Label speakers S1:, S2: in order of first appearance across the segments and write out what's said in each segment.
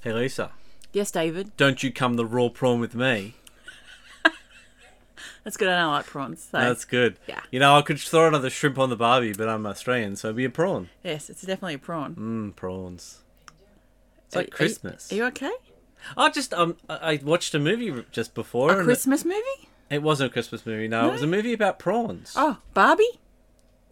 S1: Hey, Lisa,
S2: Yes, David.
S1: don't you come the raw prawn with me.
S2: That's good. I don't like prawns. So
S1: That's good.
S2: Yeah.
S1: You know, I could throw another shrimp on the barbie, but I'm Australian, so it'd be a prawn.
S2: yes, it's definitely a prawn.
S1: Mmm, prawns. It's
S2: Are-
S1: like
S2: are you-
S1: Christmas.
S2: Are you okay?
S1: I just um, I I watched a movie just before.
S2: A
S1: and
S2: Christmas movie?
S1: It, it wasn't a Christmas movie. No, it
S2: No?
S1: was a movie about prawns.
S2: Oh, Barbie,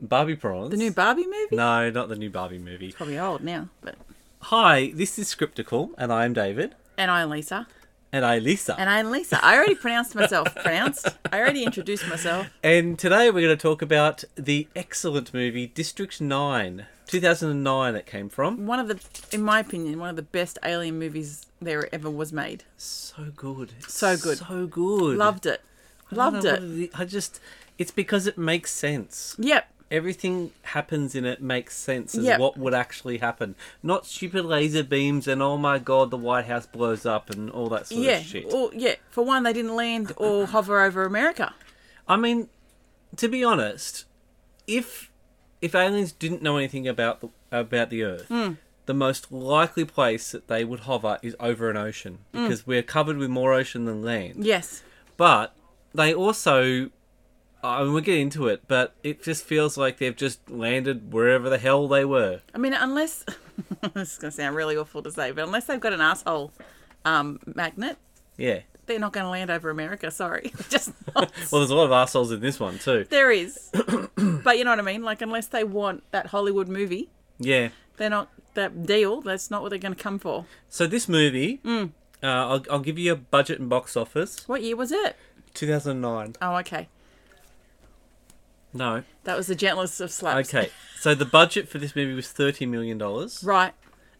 S1: Barbie prawns.
S2: the new Barbie movie.
S1: No, not the new Barbie movie.
S2: Probably old now, but
S1: Hi, this is Scriptical, and I am David,
S2: and I'm Lisa.
S1: and I Lisa,
S2: And I'm Lisa. I already pronounced myself. pronounced. I already introduced myself.
S1: and today we're going to talk about the excellent movie District Nine, 2009. It came from.
S2: One of the, in my opinion, one of the best alien movies there ever was made.
S1: So good.
S2: So good.
S1: So good.
S2: Loved it.
S1: I don't
S2: Loved
S1: know
S2: it.
S1: what is- I just, it's because it makes sense.
S2: Yep.
S1: Everything happens in it makes sense as
S2: Yep.
S1: what would actually happen. Not stupid laser beams and oh my god, the White House blows up and all that sort
S2: Yeah.
S1: of shit.
S2: Or, yeah. For one, they didn't land or hover over America.
S1: I mean, to be honest, if if aliens didn't know anything about the about the Earth,
S2: Hmm.
S1: the most likely place that they would hover is over an ocean
S2: Hmm.
S1: because we're covered with more ocean than land.
S2: Yes.
S1: but they also I mean, we'll get into it, but it just feels like they've just landed wherever the hell they were.
S2: I mean, unless this is going to sound really awful to say, but unless they've got an asshole um, magnet,
S1: Yeah.
S2: they're not going to land over America. Sorry, just not.
S1: Well, there's a lot of assholes in this one too.
S2: there is, but you know what I mean. Like unless they want that Hollywood movie,
S1: Yeah.
S2: they're not that deal. That's not what they're going to come for.
S1: So this movie,
S2: Mm.
S1: uh, I'll, I'll give you a budget and box office.
S2: What year was it?
S1: 2009.
S2: Oh, okay,
S1: No.
S2: that was the gentlest of slaps.
S1: Okay. So the budget for this movie was 30 million dollars,
S2: right.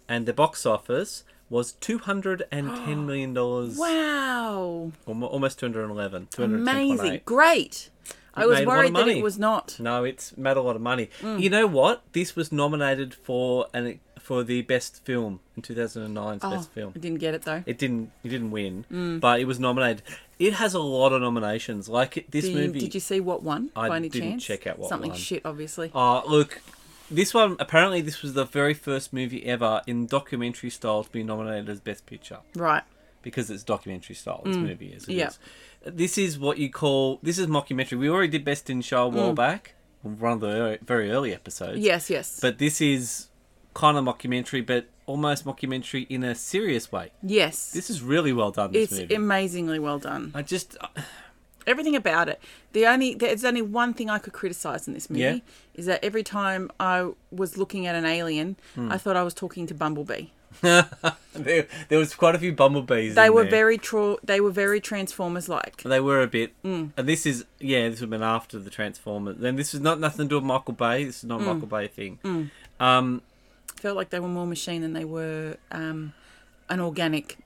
S1: and the box office was 210 million dollars,
S2: Wow,
S1: almost 211. 210.8.
S2: amazing, great. I
S1: It
S2: was
S1: made a lot of
S2: worried that
S1: money.
S2: it was not.
S1: No, it's made a lot of money.
S2: Mm.
S1: You know what? This was nominated for an for the best film in 2009's
S2: Oh, Mm.
S1: best film.
S2: I didn't get it though.
S1: It didn't it didn't win, but it was nominated. It has a lot of nominations. Like it, this
S2: Do you-
S1: movie.
S2: did you see what one?
S1: I
S2: by any
S1: didn't
S2: chance?
S1: check out what
S2: Something
S1: won.
S2: shit, obviously.
S1: Uh, look, this one apparently this was the very first movie ever in documentary style to be nominated as best picture
S2: Right.
S1: because it's documentary style. This movie is. it
S2: Mm. Yeah.
S1: is. This is what you call this is mockumentary. We already did best in show a while
S2: Mm.
S1: back, one of the ear- very early episodes.
S2: Yes, yes.
S1: but this is kind of mockumentary, but almost mockumentary in a serious way.
S2: yes.
S1: This is really well done. This
S2: it's
S1: movie.
S2: amazingly well done.
S1: I just
S2: Everything about it. The only there's only one thing I could criticize in this movie
S1: Yeah.
S2: is that every time I was looking at an alien,
S1: Hmm.
S2: I thought I was talking to Bumblebee.
S1: there, there was quite a few bumblebees.
S2: They
S1: in
S2: were
S1: there.
S2: very tra- they were very Transformers like.
S1: They were a bit.
S2: Mm.
S1: And this is yeah. This would have been after the Transformers. Then this is not nothing to do with Michael Bay. This is
S2: Mm.
S1: not a Michael Bay thing. Um,
S2: Felt like they were more machine than they were um, an organic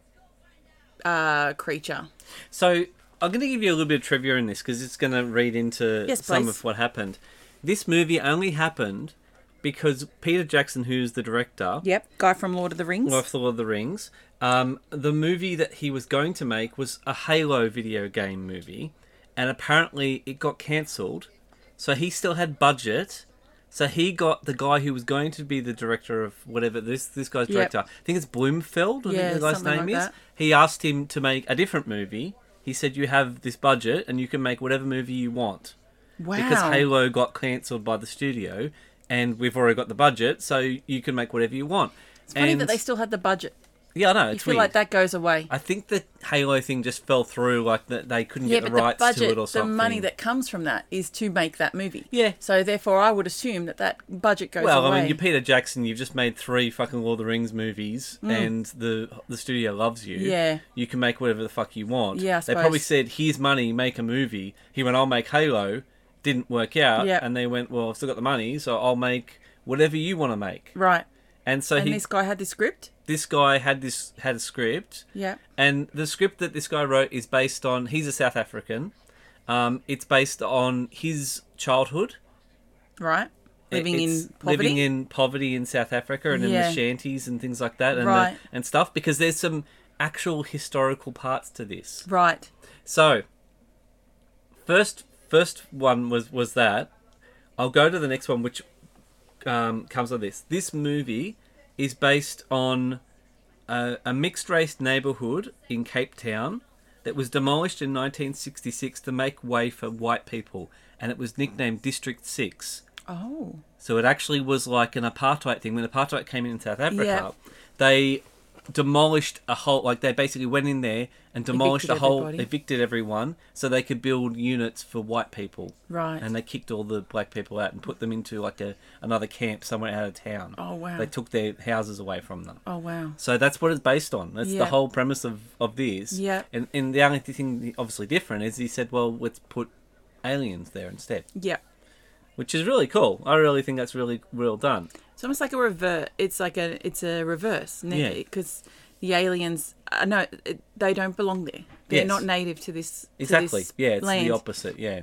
S2: uh, creature.
S1: So I'm going to give you a little bit of trivia in this because it's going to read into
S2: Yes,
S1: some
S2: please.
S1: of what happened. This movie only happened because Peter Jackson, who's the director
S2: Yep, guy from Lord of the Rings.
S1: of The Lord of the Rings, um, the movie that he was going to make was a Halo video game movie, and apparently it got cancelled. So he still had budget. So he got the guy who was going to be the director of whatever this this guy's
S2: Yep.
S1: director. I think it's Bloomfield. I
S2: Yeah,
S1: think the guy's
S2: something
S1: name
S2: like
S1: is.
S2: that.
S1: He asked him to make a different movie. He said, "You have this budget, and you can make whatever movie you want."
S2: wow.
S1: because Halo got cancelled by the studio, and we've already got the budget, so you can make whatever you want. It's
S2: Funny that they still had the budget.
S1: yeah, I know
S2: You
S1: it's
S2: feel
S1: weird.
S2: like that goes away.
S1: I think the Halo thing just fell through, like that they couldn't
S2: yeah,
S1: get the
S2: but
S1: rights
S2: the budget,
S1: to it or
S2: the
S1: something.
S2: money that comes from that is to make that movie.
S1: Yeah.
S2: So therefore, I would assume that that budget goes
S1: well,
S2: away.
S1: I mean, you're Peter Jackson. You've just made three fucking Lord of the Rings movies, and the the studio loves you.
S2: Mm. Yeah.
S1: you can make whatever the fuck you want.
S2: Yeah, I
S1: they probably
S2: suppose.
S1: said, "Here's money, make a movie." He went, "I'll make Halo." Didn't work out,
S2: Yeah.
S1: and they went, "Well, I've still got the money, so I'll make whatever you want to make."
S2: right.
S1: And so
S2: And
S1: he
S2: this guy had the script.
S1: this guy had this had a script.
S2: Yeah.
S1: And the script that this guy wrote is based on he's a South African. Um, it's based on his childhood
S2: Right. Living
S1: It's
S2: in poverty.
S1: living in poverty in South Africa and in
S2: Yeah.
S1: the shanties and things like that and
S2: Right.
S1: the, and stuff because there's some actual historical parts to this.
S2: right.
S1: So first first one was was that I'll go to the next one which um, comes like this. This movie is based on a, a mixed race neighborhood in Cape Town that was demolished in 1966 to make way for white people, and it was nicknamed District 6.
S2: Oh.
S1: So it actually was like an apartheid thing. When apartheid came in in South Africa,
S2: Yeah.
S1: they demolished a whole. Like they basically went in there and demolished
S2: Evicted
S1: a whole,
S2: everybody.
S1: evicted everyone, so they could build units for white people.
S2: Right.
S1: And they kicked all the black people out and put them into like a another camp somewhere out of town.
S2: Oh, wow.
S1: They took their houses away from them.
S2: Oh wow.
S1: So that's what it's based on. That's the
S2: Yeah.
S1: whole premise of, of this.
S2: Yeah.
S1: And, and the only thing obviously different is he said, well, let's put aliens there instead,
S2: Yeah.
S1: which is really cool. I really think that's really well done.
S2: It's almost like a revert. It's like a it's a reverse
S1: Yeah.
S2: because the aliens uh, no it, they don't belong there. They're
S1: Yes.
S2: not native to this to this
S1: Exactly. Yeah, it's
S2: land.
S1: the opposite. Yeah.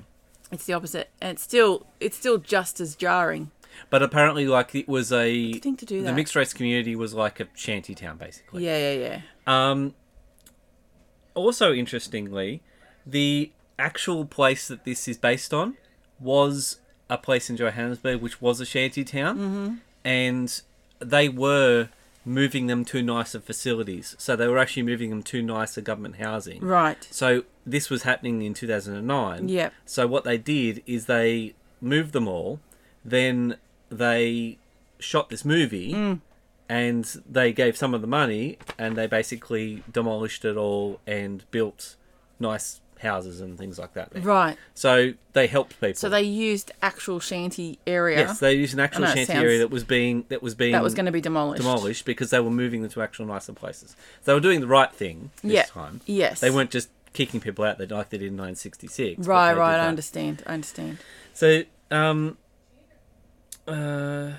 S2: It's the opposite, and it's still it's still just as jarring.
S1: But apparently, like, it was a.
S2: think to do
S1: The
S2: that.
S1: mixed race community was like a shanty town, basically.
S2: Yeah, yeah, yeah.
S1: Um, also, interestingly, the actual place that this is based on was a place in Johannesburg, which was a shanty town,
S2: Mm-hmm.
S1: and they were moving them to nicer facilities. So they were actually moving them to nicer government housing.
S2: Right.
S1: So this was happening in 2009.
S2: Yep.
S1: So what they did is they moved them all, then they shot this movie
S2: Mm.
S1: and they gave some of the money and they basically demolished it all and built nice houses and things like that. there.
S2: Right.
S1: So they helped people.
S2: So they used actual shanty area
S1: Yes, they used an actual
S2: know, it
S1: shanty
S2: sounds-
S1: area that was being that was being
S2: that was going to be demolished.
S1: demolished because they were moving them to actual nicer places. They were doing the right thing this
S2: Yeah.
S1: time.
S2: Yes.
S1: They weren't just kicking people out that like they did in 1966. but
S2: Right,
S1: they
S2: right.
S1: did
S2: I
S1: that.
S2: understand. I understand.
S1: So, um, uh,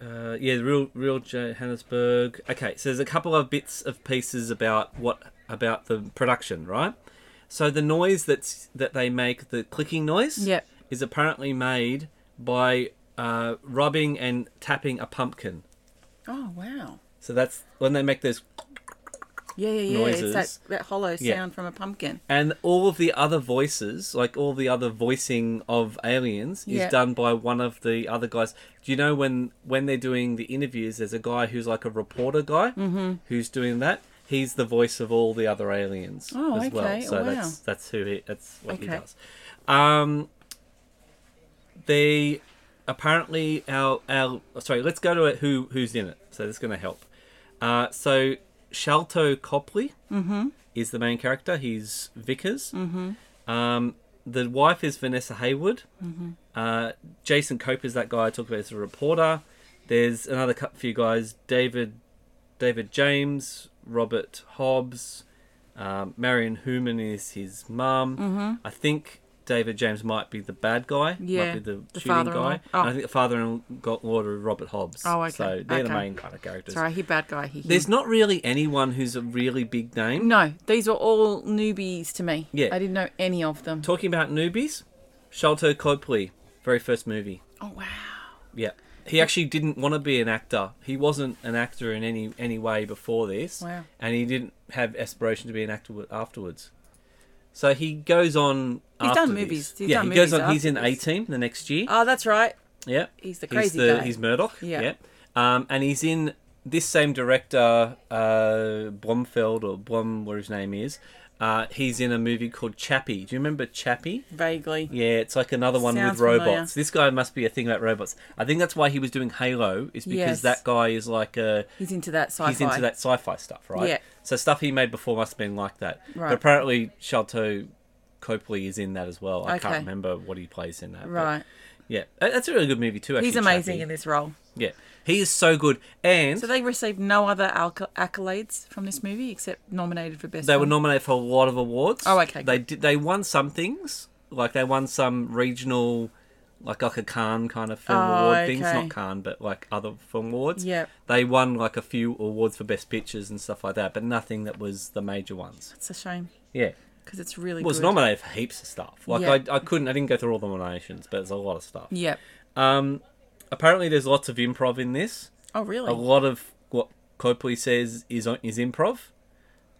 S1: uh, yeah, the real, real Johannesburg. Okay, so there's a couple of bits of pieces about what about the production, right? So the noise that's that they make, the clicking noise,
S2: Yep.
S1: is apparently made by uh, rubbing and tapping a pumpkin.
S2: Oh wow.
S1: So that's when they make those
S2: Yeah, yeah, yeah. It's
S1: Noises.
S2: that, that hollow sound
S1: Yeah.
S2: from a pumpkin.
S1: And all of the other voices, like all the other voicing of aliens,
S2: Yeah.
S1: is done by one of the other guys. Do you know when when they're doing the interviews? There's a guy who's like a reporter guy
S2: Mm-hmm.
S1: who's doing that. He's the voice of all the other aliens
S2: Oh,
S1: as well.
S2: okay.
S1: So
S2: Wow.
S1: that's that's who he, that's what he
S2: Okay.
S1: does. Um, they apparently our our sorry. Let's go to it. Who who's in it? So that's going to help. Uh, so Shalto Copley is the main character. He's Vickers. Mm-hmm. Um, the wife is Vanessa Haywood. Mm-hmm. Uh, Jason Cope is that guy I talked about as a reporter. There's another cou- few guys: David, David James, Robert Hobbs, um, Marion Hooman is his mum. I think David James might be the bad guy.
S2: Mm-hmm. Yeah,
S1: might be the,
S2: the
S1: shooting
S2: father-in-law.
S1: guy. And I think the father-in-law is Robert Hobbs.
S2: Oh, okay,
S1: So they're the
S2: okay.
S1: main kind of characters.
S2: Sorry, he bad guy. He. him.
S1: There's not really anyone who's a really big name.
S2: No, these are all newbies to me.
S1: Yeah.
S2: I didn't know any of them.
S1: Talking about newbies, Sholto Copley, very first movie.
S2: Oh wow.
S1: Yeah. He actually didn't want to be an actor. He wasn't an actor in any any way before this.
S2: Wow.
S1: And he didn't have aspiration to be an actor wi- afterwards. So he goes on.
S2: He's
S1: after
S2: done
S1: this.
S2: movies. He's
S1: yeah,
S2: done
S1: he goes on.
S2: movies
S1: He's in
S2: after
S1: A
S2: this.
S1: Team the next year.
S2: Oh, that's right.
S1: Yeah.
S2: He's the crazy
S1: he's
S2: guy.
S1: He's Murdoch. Yeah.
S2: Yeah.
S1: Um, and he's in this same director, uh, Blomfeld or Blom, what his name is. Uh, he's in a movie called Chappie. Do you remember Chappie?
S2: Vaguely.
S1: Yeah, it's like another one
S2: Sounds
S1: with robots.
S2: familiar.
S1: This guy must be a thing about robots. I think that's why he was doing Halo, is because
S2: Yes.
S1: that guy is like a
S2: He's into that sci-fi.
S1: he's into that sci-fi stuff, right?
S2: Yeah.
S1: So stuff he made before must have been like that. But
S2: Right.
S1: apparently, Shalto Copley is in that as well. I can't
S2: Okay.
S1: remember what he plays in that. but
S2: Right.
S1: yeah, Uh, that's a really good movie too. Actually,
S2: He's amazing
S1: Chappie.
S2: in this role.
S1: Yeah, he is so good, and
S2: So they received no other alco- accolades from this movie except nominated for best.
S1: they were
S2: film.
S1: nominated for a lot of awards.
S2: Oh, okay,
S1: They did. They won some things, like they won some regional, like like a Cannes kind of film
S2: Oh,
S1: award things,
S2: okay.
S1: not Cannes, but like other film awards.
S2: Yep.
S1: They won like a few awards for best pictures and stuff like that, but nothing that was the major ones.
S2: It's a shame
S1: Yeah.
S2: because it's really
S1: Was
S2: good.
S1: nominated for heaps of stuff. Like
S2: Yeah.
S1: I, I couldn't, I didn't go through all the nominations, but there's a lot of stuff.
S2: Yep.
S1: Um, apparently there's lots of improv in this
S2: Oh really?
S1: a lot of what Copley says is is improv,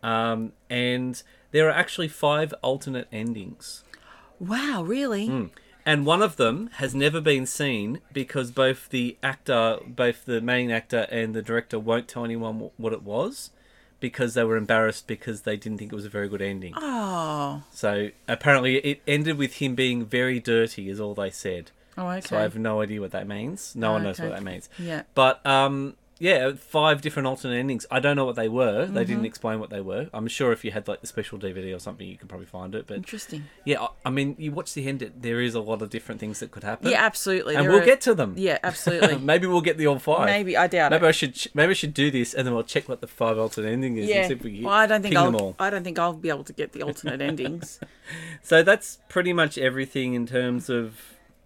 S1: um, and there are actually five alternate endings. Hmm.
S2: Wow, really?
S1: and one of them has never been seen because both the actor, both the main actor and the director won't tell anyone wh- what it was because they were embarrassed because they didn't think it was a very good ending.
S2: Oh.
S1: So apparently it ended with him being very dirty is all they said.
S2: Oh, okay.
S1: So I have no idea what that means. No one knows
S2: Okay.
S1: what that means.
S2: Yeah.
S1: But um yeah, five different alternate endings. I don't know what they were.
S2: Mm-hmm.
S1: They didn't explain what they were. I'm sure if you had like the special DVD or something, you could probably find it. But
S2: Interesting.
S1: yeah, I, I mean, you watch the end. It, there is a lot of different things that could happen.
S2: yeah, absolutely.
S1: and
S2: There
S1: we'll
S2: are-
S1: get to them.
S2: Yeah, absolutely.
S1: maybe we'll get the all five.
S2: Maybe I doubt
S1: Maybe
S2: it.
S1: I should. ch- Maybe I should do this, and then we'll check what the five alternate ending is. And
S2: yeah.
S1: see if we can
S2: Well, I don't think
S1: ping
S2: I'll.
S1: them all.
S2: I don't think I'll be able to get the alternate endings.
S1: So that's pretty much everything in terms of.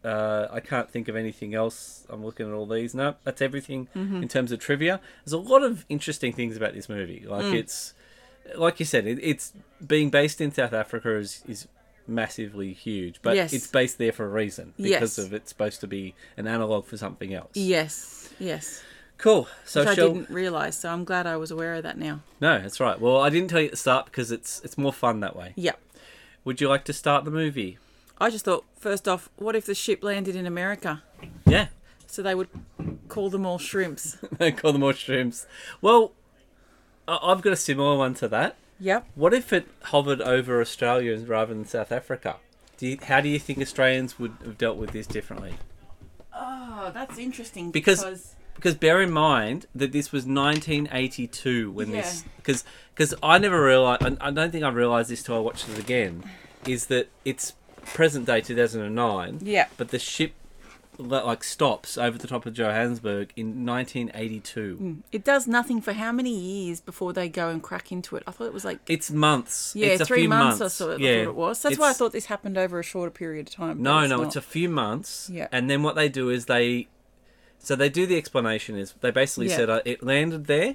S1: Uh, I can't think of anything else. I'm looking at all these. No, that's everything
S2: Mm-hmm.
S1: in terms of trivia. There's a lot of interesting things about this movie. Like
S2: Mm.
S1: it's, like you said, it, it's being based in South Africa is is massively huge, but
S2: Yes.
S1: it's based there for a reason because
S2: Yes.
S1: of it's supposed to be an analog for something else.
S2: Yes. Yes.
S1: Cool. So
S2: Which I
S1: shall
S2: didn't realise, so I'm glad I was aware of that now.
S1: no, that's right. Well, I didn't tell you at the start because it's it's more fun that way.
S2: Yeah.
S1: Would you like to start the movie?
S2: I just thought, first off, what if the ship landed in America?
S1: Yeah.
S2: So they would call them all shrimps.
S1: They call them mushrooms. Well, I- I've got a similar one to that.
S2: Yep.
S1: What if it hovered over Australia rather than South Africa? Do you, how do you think Australians would have dealt with this differently?
S2: Oh, that's interesting
S1: Because- Because bear in mind that this was 1982 when this because because I never realized I, I don't think I realized this till I watched it again, is that it's present day 2009.
S2: Yeah.
S1: But the ship li- like stops over the top of Johannesburg in 1982.
S2: it does nothing for how many years before they go and crack into it? I thought it was like
S1: It's months.
S2: yeah,
S1: it's a
S2: three
S1: few
S2: months, or so. I
S1: Yeah.
S2: thought it was. That's why I
S1: It's-
S2: thought this happened over a shorter period of time. but
S1: No, no,
S2: not.
S1: it's a few months.
S2: Yeah.
S1: And then what they do is they, so they do the explanation is they basically
S2: Yeah.
S1: said uh, it landed there,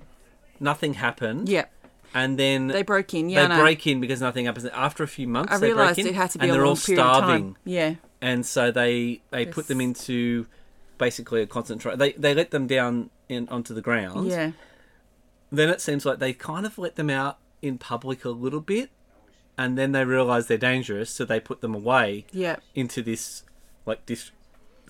S1: nothing happened.
S2: yeah.
S1: And then
S2: They broke in.
S1: they
S2: Yeah, no.
S1: break in because nothing happens. After a few months,
S2: I
S1: they break
S2: realised
S1: in,
S2: it had to be
S1: and
S2: a
S1: they're
S2: long
S1: all
S2: period
S1: starving.
S2: of time. Yeah,
S1: And so they they put them
S2: Yes.
S1: into basically a concentrate. They they let them down in onto the ground.
S2: yeah.
S1: Then it seems like they kind of let them out in public a little bit, and then they realise they're dangerous, so they put them away
S2: Yeah.
S1: into this like dis-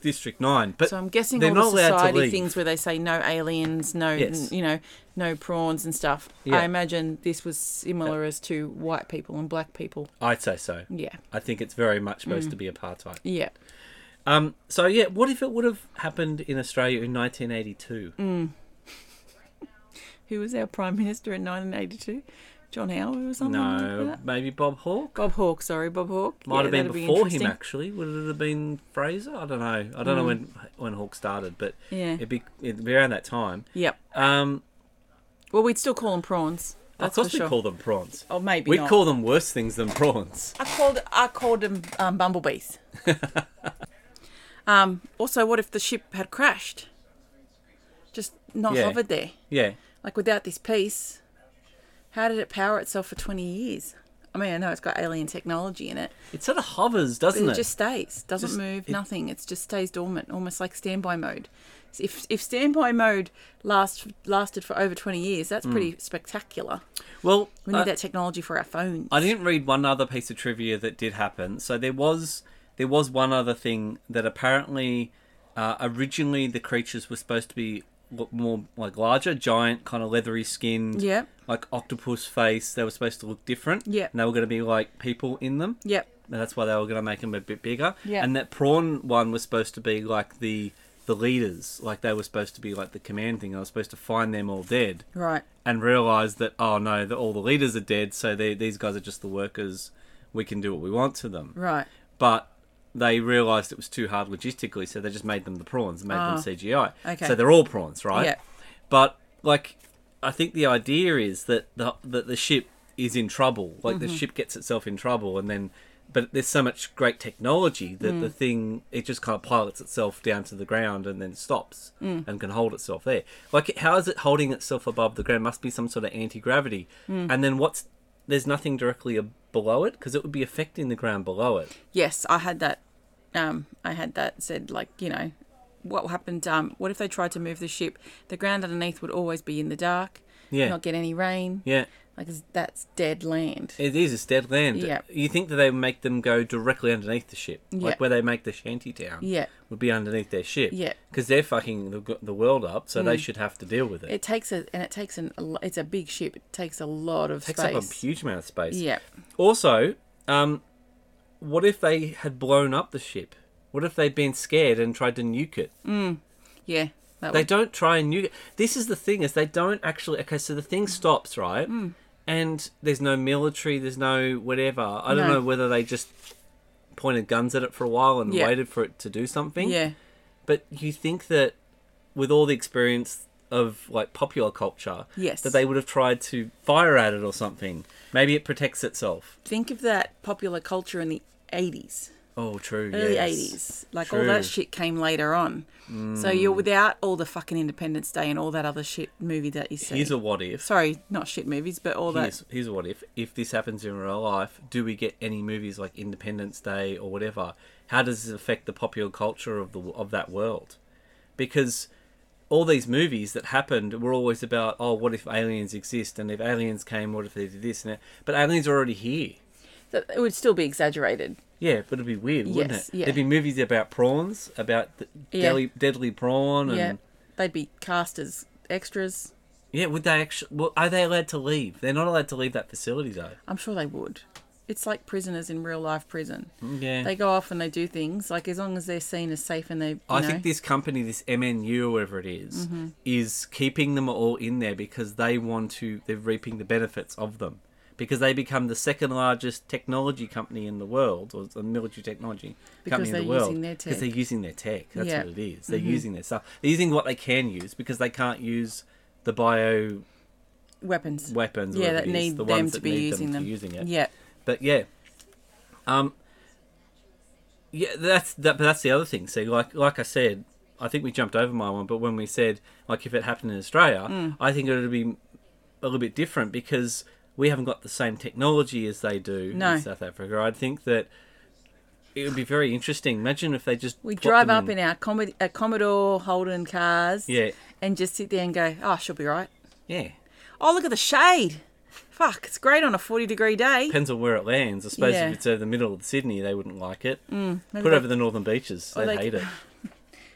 S1: district nine. But
S2: So I'm guessing
S1: they're
S2: all
S1: not
S2: the
S1: allowed to
S2: society
S1: leave.
S2: things where they say no aliens, no
S1: Yes.
S2: n- you know, no prawns and stuff.
S1: Yeah.
S2: I imagine this was similar as to white people and black people.
S1: I'd say so.
S2: Yeah.
S1: I think it's very much supposed to
S2: Mm.
S1: be apartheid.
S2: Yeah.
S1: Um. So yeah, what if it would have happened in Australia in 1982?
S2: Mm-hmm. Who was our prime minister in 1982? John Howard or something?
S1: No,
S2: like that?
S1: maybe Bob Hawke.
S2: Bob Hawke, sorry, Bob Hawke.
S1: Might
S2: Yeah,
S1: have been
S2: that'd be
S1: before him
S2: interesting. Mm.
S1: actually. Would it have been Fraser? I don't know. I don't know when when Hawke started, but
S2: Yeah.
S1: it'd be it'd be around that time.
S2: Yep.
S1: Um.
S2: Well, we'd still call them prawns.
S1: Of
S2: That's
S1: course,
S2: for
S1: we
S2: sure.
S1: call them prawns.
S2: or maybe
S1: We
S2: not.
S1: call them worse things than prawns.
S2: I called I called them um, bumblebees. um, also, what if the ship had crashed? Just not
S1: Yeah.
S2: hovered there,
S1: Yeah.
S2: like without this piece. How did it power itself for twenty years? I mean, I know it's got alien technology in it,
S1: It sort of hovers,
S2: but
S1: doesn't
S2: it
S1: it?
S2: just stays, doesn't
S1: Just-
S2: move,
S1: it-
S2: nothing. It just stays dormant, almost like standby mode. So If if standby mode lasts lasted for over twenty years, that's pretty spectacular.
S1: Well,
S2: We need
S1: Hmm. uh,
S2: that technology for our phones.
S1: I didn't read one other piece of trivia that did happen. So there was there was one other thing that apparently uh, originally the creatures were supposed to be lo- more like larger, giant, kind of leathery skinned,
S2: Yep.
S1: like octopus face. They were supposed to look different.
S2: Yep.
S1: and they were going to be like people in them.
S2: Yep.
S1: and that's why they were going to make them a bit bigger.
S2: Yep.
S1: and that prawn one was supposed to be like the the leaders, like they were supposed to be like the command thing. I was supposed to find them all dead
S2: Right.
S1: and realize that oh no, that all the leaders are dead, so they, these guys are just the workers. We can do what we want to them.
S2: Right.
S1: But they realized it was too hard logistically, so they just made them the prawns, made
S2: Ah,
S1: them CGI.
S2: okay.
S1: So they're all prawns, right?
S2: Yeah.
S1: But like, I think the idea is that the that the ship is in trouble. Like
S2: Mm-hmm.
S1: the ship gets itself in trouble, and then. But there's so much great technology that
S2: Mm.
S1: the thing it just kind of pilots itself down to the ground and then stops
S2: Mm.
S1: and can hold itself there. Like how is it holding itself above the ground? Must be some sort of anti gravity.
S2: Mm.
S1: And then what's there's nothing directly ab- below it because it would be affecting the ground below it.
S2: Yes, I had that. Um, I had that said, like, you know, what happened? Um, what if they tried to move the ship? The ground underneath would always be in the dark.
S1: Yeah.
S2: not get any rain.
S1: Yeah.
S2: Like it's- that's dead land.
S1: It is. It's dead land.
S2: Yep.
S1: You think that they would make them go directly underneath the ship,
S2: Yeah.
S1: like where they make the shanty town,
S2: Yeah.
S1: would be underneath their ship.
S2: Yeah. Mm.
S1: Because they're fucking the, the world up, so they should have to deal with it.
S2: It takes a and it takes an a lo- it's a big ship. It takes a lot of
S1: takes
S2: space.
S1: up a huge amount of space.
S2: yeah,
S1: Also, um, what if they had blown up the ship? What if they'd been scared and tried to nuke it?
S2: yeah. That
S1: They
S2: would-
S1: don't try and nuke it. This is the thing is they don't actually. Okay, so the thing stops right,
S2: Hmm.
S1: and there's no military. There's no whatever. I don't
S2: No.
S1: know whether they just pointed guns at it for a while and
S2: Yeah.
S1: waited for it to do something.
S2: yeah,
S1: But you think that with all the experience of like popular culture,
S2: Yes.
S1: that they would have tried to fire at it or something. Maybe it protects itself.
S2: think of that popular culture in the eighties,
S1: Oh, true.
S2: early
S1: yes.
S2: eighties. Like all that
S1: True. Mm.
S2: shit came later on. So you're without all the fucking Independence Day and all that other shit movie that you see.
S1: Here's a what if.
S2: Sorry, not shit movies, but all that.
S1: Here's, here's what if if this happens in real life, do we get any movies like Independence Day or whatever? How does this affect the popular culture of the of that world? Because all these movies that happened were always about oh, what if aliens exist and if aliens came, what if they did this and that? But aliens are already here.
S2: that- It would still be exaggerated.
S1: Yeah, but it'd be weird, wouldn't
S2: Yes,
S1: it?
S2: yeah.
S1: There'd be movies about prawns, about the
S2: Yeah.
S1: deadly, deadly prawn, and
S2: Yeah,
S1: yeah.
S2: they'd be cast as extras.
S1: would they actually? Well, are they allowed to leave? They're not allowed to leave that facility though.
S2: I'm sure they would. It's like prisoners in real life prison.
S1: Yeah,
S2: They go off and they do things. Like as long as they're seen as safe and they, you
S1: I
S2: know, Mm-hmm.
S1: think this company, this MNU or whatever it is, is keeping them all in there because they want to. They're reaping the benefits of them because they become the second largest technology company in the world, or the military technology
S2: Because
S1: company in the
S2: they're
S1: world.
S2: using their
S1: Because they're using their tech. That's
S2: Yeah. Mm-hmm.
S1: what it is. They're using their stuff. They're using what they can use because they can't use the bio
S2: weapons.
S1: weapons. or
S2: yeah,
S1: whatever
S2: that
S1: it is,
S2: need
S1: the
S2: them
S1: ones
S2: to
S1: that
S2: be
S1: need
S2: using them.
S1: to Using it.
S2: Yeah,
S1: But yeah, um, yeah, that's that. But that's the other thing. See, like like I said, I think we jumped over my one. But when we said like if it happened in Australia,
S2: Mm.
S1: I think it would be a little bit different because we haven't got the same technology as they do
S2: No.
S1: in South Africa. I think that it would be very interesting. Imagine if they just
S2: we
S1: plop
S2: drive
S1: them
S2: up in our Commod- uh, Commodore Holden cars.
S1: Yeah.
S2: and just sit there and go, oh, she'll be right.
S1: yeah.
S2: Oh, look at the shade. Fuck, it's great on a 40 degree day.
S1: Depends on where it lands. I suppose
S2: Yeah. Mm,
S1: if it's over the middle of Sydney, they wouldn't like it.
S2: Maybe
S1: Put
S2: they-
S1: over the northern beaches,
S2: Or
S1: they
S2: they-
S1: hate it.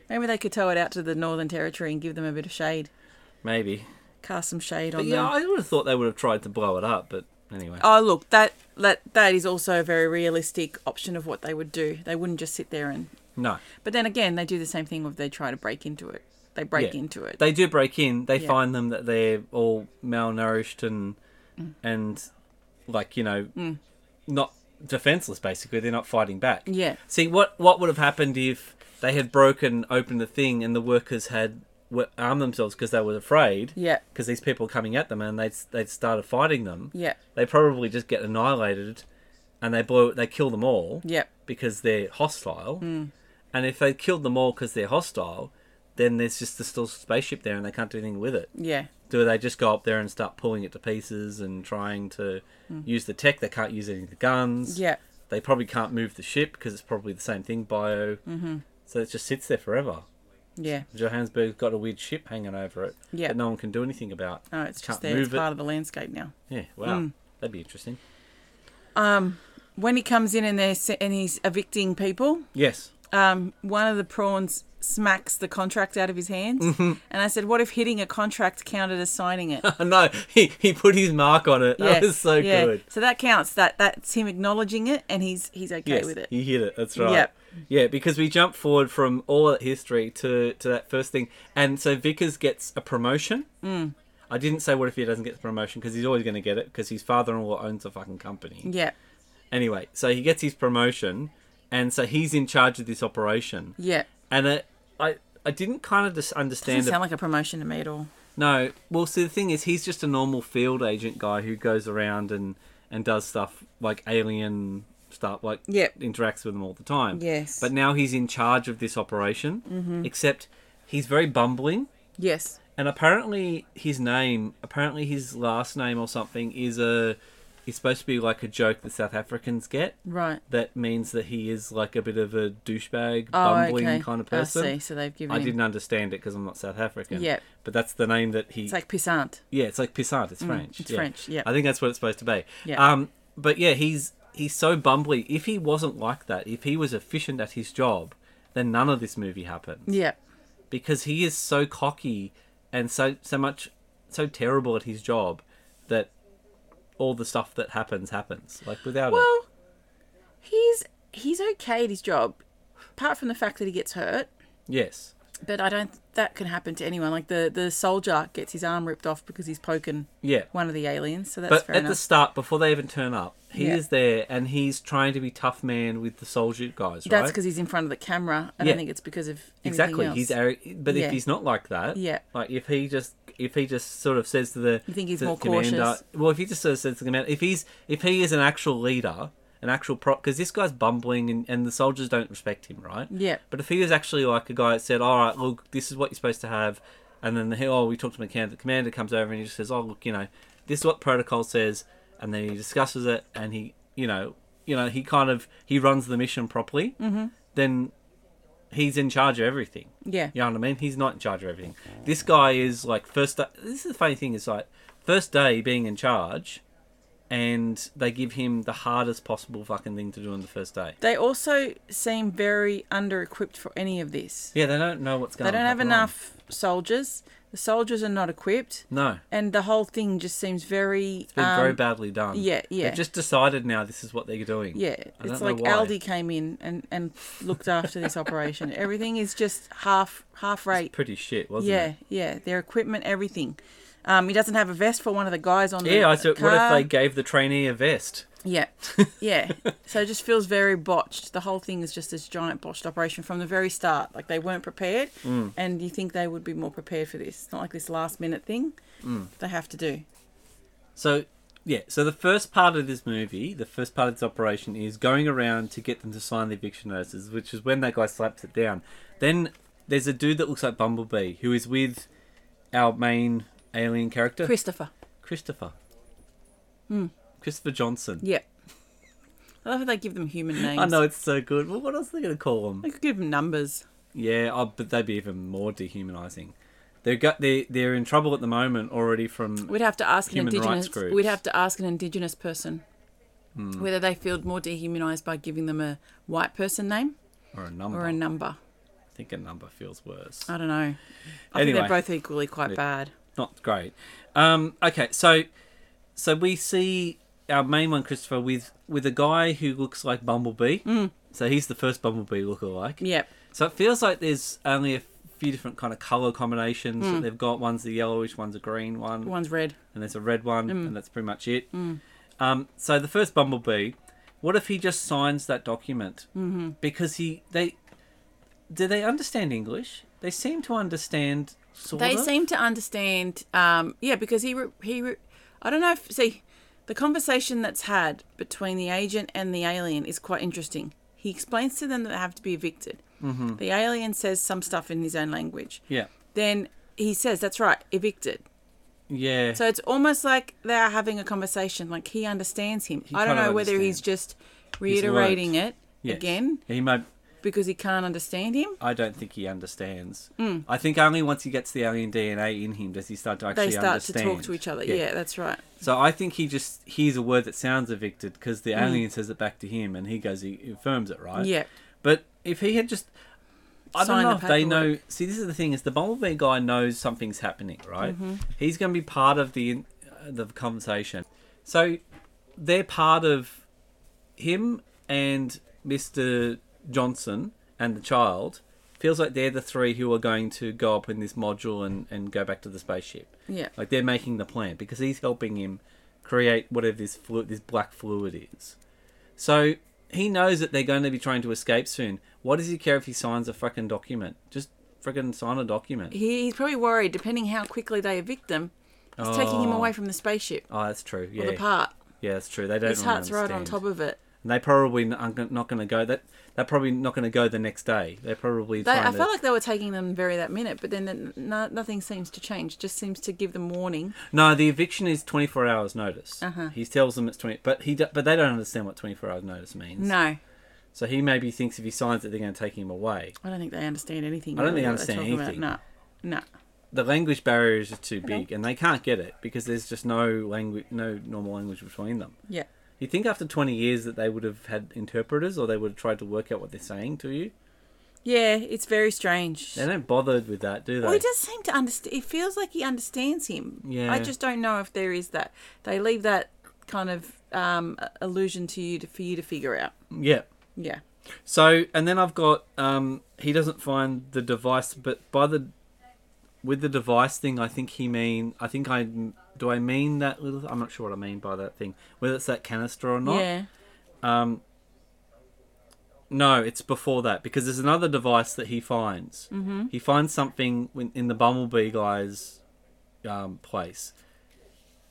S2: Maybe they could tow it out to the Northern Territory and give them a bit of shade.
S1: Maybe.
S2: Cast some shade
S1: But
S2: on
S1: yeah,
S2: them.
S1: I would have thought they would have tried to blow it up, but anyway.
S2: Oh, look, that that that is also a very realistic option of what they would do. They wouldn't just sit there and.
S1: No.
S2: But then again, they do the same thing if they try to break into it. They break
S1: Yeah.
S2: into it.
S1: They do break in. They
S2: Yeah.
S1: find them that they're all malnourished and
S2: Mm.
S1: and like you know not defenseless. Basically, they're not fighting back.
S2: Yeah.
S1: See what what would have happened if they had broken open the thing and the workers had were- armed themselves because they were afraid.
S2: Yeah.
S1: Because these people were coming at them and they'd they'd started fighting them.
S2: Yeah.
S1: They probably just get annihilated, and they blow they kill them all.
S2: Yeah.
S1: because they're hostile.
S2: Hmm.
S1: And if they killed them all because they're hostile, then there's just the still spaceship there and they can't do anything with it.
S2: Yeah.
S1: Do they just go up there and start pulling it to pieces and trying to
S2: Hmm.
S1: use the tech? They can't use any of the guns.
S2: Yeah.
S1: They probably can't move the ship because it's probably the same thing, bio. Mm-hmm. So it just sits there forever.
S2: Yeah.
S1: Johannesburg's got a weird ship hanging over it
S2: Yeah.
S1: that no one can do anything about.
S2: No, Oh, it's just
S1: Can't
S2: there. It's
S1: move it.
S2: part of Hmm. the landscape now.
S1: Yeah, wow. That'd be interesting.
S2: When he comes in and they're se- and he's evicting people,
S1: Yes.
S2: um, one of the prawns smacks the contract out of his hands.
S1: Mm-hmm.
S2: And I said, "What if hitting a contract counted as signing it?"
S1: no, he, he put his mark on it. That was so
S2: yeah.
S1: good.
S2: So that counts. That that's him acknowledging it, and he's he's okay with it.
S1: You hit it. That's right.
S2: Yep.
S1: Yeah, because we jump forward from all that history to to that first thing, and so Vickers gets a promotion.
S2: Mm.
S1: I didn't say what if he doesn't get the promotion because he's always going to get it because his father-in-law owns a fucking company.
S2: Yeah.
S1: Anyway, so he gets his promotion, and so he's in charge of this operation.
S2: Yeah.
S1: And it, I I didn't kind of just understand.
S2: Doesn't
S1: it-
S2: sound like a promotion to me at all.
S1: no, well, see, the thing is, he's just a normal field agent guy who goes around and and does stuff like alien stuff, like
S2: Yep.
S1: interacts with them all the time.
S2: Yes.
S1: But now he's in charge of this operation. Mm-hmm. Except he's very bumbling,
S2: Yes.
S1: and apparently his name, apparently his last name or something, is a is supposed to be like a joke that South Africans get.
S2: Right.
S1: That means that he is like a bit of a douchebag,
S2: Oh,
S1: bumbling
S2: okay.
S1: kind of
S2: I
S1: person.
S2: see. So they've given
S1: I
S2: him.
S1: didn't understand it because I'm not South African.
S2: Yep.
S1: But that's the name that he.
S2: It's like pissant.
S1: yeah, it's like pissant. It's French.
S2: Mm, it's French, yeah.
S1: I think that's what it's supposed to be.
S2: Yeah.
S1: Um, but yeah, he's he's so bumbly. If he wasn't like that, if he was efficient at his job, then none of this movie happens
S2: Yeah.
S1: because he is so cocky and so so much so terrible at his job that all the stuff that happens happens like without it.
S2: Well, he's he's okay at his job, apart from the fact that he gets hurt.
S1: Yes.
S2: But I don't. That can happen to anyone. Like the the soldier gets his arm ripped off because he's poking
S1: Yeah.
S2: one of the aliens. So that's
S1: But
S2: fair
S1: at
S2: enough.
S1: the start, before they even turn up, he
S2: Yeah.
S1: is there and he's trying to be tough man with the soldier guys,
S2: That's
S1: right?
S2: because he's in front of the camera. I
S1: Yeah.
S2: don't think it's because of anything
S1: Exactly.
S2: Else.
S1: He's ar- but
S2: Yeah.
S1: if he's not like that,
S2: Yeah.
S1: Like if he just if he just sort of says to the
S2: You think he's
S1: the
S2: more
S1: commander,
S2: cautious?
S1: Well, if he just sort of says to the commander, if he's if he is an actual leader, an actual prop, because this guy's bumbling and, and the soldiers don't respect him, right?
S2: Yeah.
S1: But if he was actually like a guy that said, "All right, look, this is what you're supposed to have," and then the oh, we talked to the commander. The commander comes over and he just says, "Oh, look, you know, this is what protocol says," and then he discusses it and he, you know, you know, he kind of he runs the mission properly. Mm-hmm. Then he's in charge of everything.
S2: Yeah.
S1: You know what I mean? He's not in charge of everything. This guy is like first. Day, this is the funny thing is like first day being in charge, and they give him the hardest possible fucking thing to do on the first day.
S2: They also seem very under equipped for any of this.
S1: Yeah, they don't know what's going.
S2: They don't
S1: to
S2: have
S1: happen
S2: enough soldiers. The soldiers are not equipped,
S1: on. No,
S2: and the whole thing just seems very.
S1: been
S2: um,
S1: very badly done.
S2: yeah, yeah.
S1: They've just decided now this is what they're doing.
S2: Yeah,
S1: I
S2: it's
S1: don't know
S2: like
S1: why.
S2: Aldi came in and, and looked after this operation. Everything is just half half rate.
S1: Pretty shit, wasn't
S2: yeah,
S1: it?
S2: yeah, their equipment, everything. Um, he doesn't have a vest for one of the guys on the
S1: Yeah, I said, what if
S2: car.
S1: they gave the trainee a vest?
S2: Yeah, yeah. so it just feels very botched. The whole thing is just this giant botched operation from the very start. Like they weren't prepared,
S1: Mm.
S2: and you think they would be more prepared for this. It's not like this last minute thing
S1: Mm.
S2: they have to do.
S1: So, yeah, so the first part of this movie, the first part of this operation is going around to get them to sign the eviction notices, which is when that guy slaps it down. Then there's a dude that looks like Bumblebee who is with our main alien character,
S2: Christopher.
S1: Christopher. Christopher Johnson.
S2: Yeah. I love how they give them human names.
S1: I know it's so good. Well, what else are they going to call him?
S2: They could give them numbers.
S1: Yeah, oh, but they'd be even more dehumanizing. They're got they they're in trouble at the moment already from
S2: We'd have to ask an
S1: Human rights
S2: indigenous.
S1: groups. Mm.
S2: We'd have to ask an indigenous person whether they feel more dehumanized by giving them a white person name
S1: or a number.
S2: or a number.
S1: I think a number feels worse.
S2: I don't know. I
S1: Anyway.
S2: think they're both equally quite bad.
S1: Not great. Um, okay, so so we see our main one, Christopher, with with a guy who looks like Bumblebee. Mm. So he's the first Bumblebee lookalike.
S2: Yep.
S1: So it feels like there's only a few different kind of color combinations that they've got. One's the yellowish, one's a green one,
S2: One's red.
S1: and there's a red one, and that's pretty much it. Um, so the first Bumblebee, what if he just signs that document? Mm-hmm. Because he they do they understand English? They seem to understand. Sort
S2: They
S1: of.
S2: seem to understand. Um, yeah, because he re- he. Re- I don't know if see, the conversation that's had between the agent and the alien is quite interesting. He explains to them that they have to be evicted. Mm-hmm. The alien says some stuff in his own language.
S1: Yeah.
S2: Then he says, "That's right, evicted."
S1: Yeah.
S2: So it's almost like they are having a conversation. Like he understands him. I don't
S1: kinda
S2: know whether he's
S1: understands.
S2: just reiterating it
S1: Yes.
S2: again
S1: He might.
S2: because he can't understand him.
S1: I don't think he understands. I think only once he gets the alien DNA in him does he start to actually
S2: Hmm. They start
S1: understand.
S2: to talk to each other. Yeah, that's right.
S1: So I think he just hears a word that sounds evicted because
S2: Hmm.
S1: the alien says it back to him and he goes, he affirms it, right?
S2: Yeah.
S1: But if he had just. I
S2: Sign
S1: don't know
S2: the
S1: if they know.
S2: paperwork.
S1: See, this is the thing: is the bumblebee guy knows something's happening, right? He's going to be part of the uh, the conversation. So they're part of him and Mr. Johnson and the child feels like they're the three who are going to go up in this module and, and go back to the spaceship.
S2: Yeah.
S1: Like they're making the plan because he's helping him create whatever this fluid, this black fluid is. So he knows that they're going to be trying to escape soon. What does he care if he signs a fucking document? Just fucking sign a document.
S2: He, he's probably worried, depending how quickly they evict him, it's taking him
S1: Oh.
S2: away from the spaceship
S1: Oh, that's true.
S2: or the
S1: Yeah.
S2: part.
S1: Yeah, that's true. They don't
S2: His
S1: really
S2: heart's right on
S1: understand.
S2: top of it.
S1: And they probably n- aren't gon- not going to go that. They're probably not going to go the next day. They're probably
S2: They,
S1: trying
S2: I
S1: to.
S2: felt like they were taking them very that minute, but then the, no, nothing seems to change. Just seems to give them warning.
S1: No, the eviction is 24 hours notice.
S2: Uh-huh.
S1: He tells them it's 20, but he do- but they don't understand what 24 hours notice means.
S2: No,
S1: So he maybe thinks if he signs it, they're going to take him away.
S2: I don't think they understand anything.
S1: I don't think they
S2: really what they're
S1: understand
S2: talking about.
S1: anything.
S2: No, no.
S1: The language barriers are too big, and they can't get it because there's just no language, no normal language between them.
S2: Yeah,
S1: You think after 20 years that they would have had interpreters, or they would have tried to work out what they're saying to you?
S2: yeah. It's very strange.
S1: They don't bother with that, do they?
S2: Well, he does seem to understand. It feels like he understands him.
S1: Yeah.
S2: I just don't know if there is that. They leave that kind of um, a- allusion to you to, for you to figure out.
S1: Yeah.
S2: Yeah.
S1: So, and then I've got um, he doesn't find the device, but by the with the device thing, I think he mean I think I do I mean that little. I'm not sure what I mean by that thing. Whether it's that canister or not.
S2: Yeah.
S1: No, it's before that because there's another device that he finds. Mm-hmm. He finds something when- in the Bumblebee guy's um, place.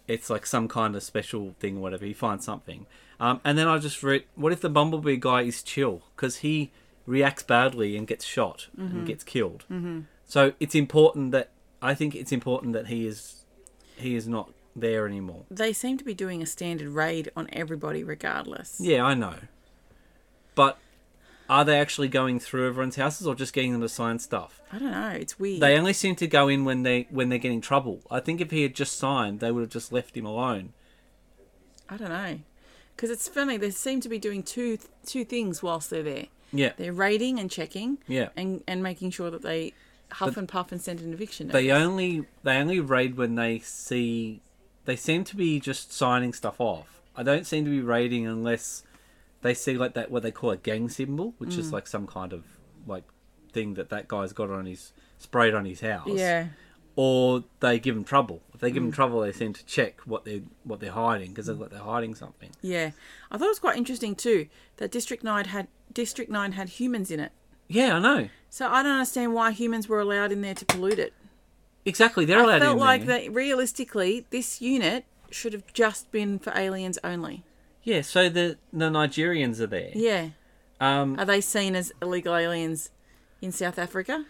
S1: It's like some kind of special thing, or whatever. He finds something, um, and then I just read, "What if the Bumblebee guy is chill because he reacts badly and gets shot and gets killed?" Mm-hmm. So it's important that I think it's important that he is he is not there anymore.
S2: They seem to be doing a standard raid on everybody, regardless.
S1: Yeah, I know. But are they actually going through everyone's houses or just getting them to sign stuff?
S2: I don't know. It's weird.
S1: They only seem to go in when they when they're getting trouble. I think if he had just signed, they would have just left him alone.
S2: I don't know. Because it's funny. They seem to be doing two two things whilst they're there.
S1: Yeah.
S2: They're raiding and checking.
S1: Yeah.
S2: And and making sure that they huff and puff and send an eviction. notice.
S1: They only they only raid when they see they seem to be just signing stuff off. I don't seem to be raiding unless they see like that what they call a gang symbol, which is like some kind of like thing that that guy's got on his sprayed on his house.
S2: Yeah.
S1: or they give them trouble. If they give them trouble, they seem to check what they what they're hiding because they're, they're hiding something.
S2: Yeah. I thought it was quite interesting too that District Nine had District Nine had humans in it.
S1: Yeah, I know
S2: So I don't understand why humans were allowed in there to pollute it.
S1: exactly. They're
S2: I
S1: allowed
S2: felt
S1: in
S2: like
S1: there.
S2: that realistically, this unit should have just been for aliens only.
S1: Yeah, so the the Nigerians are there.
S2: Yeah.
S1: Um,
S2: Are they seen as illegal aliens in South Africa?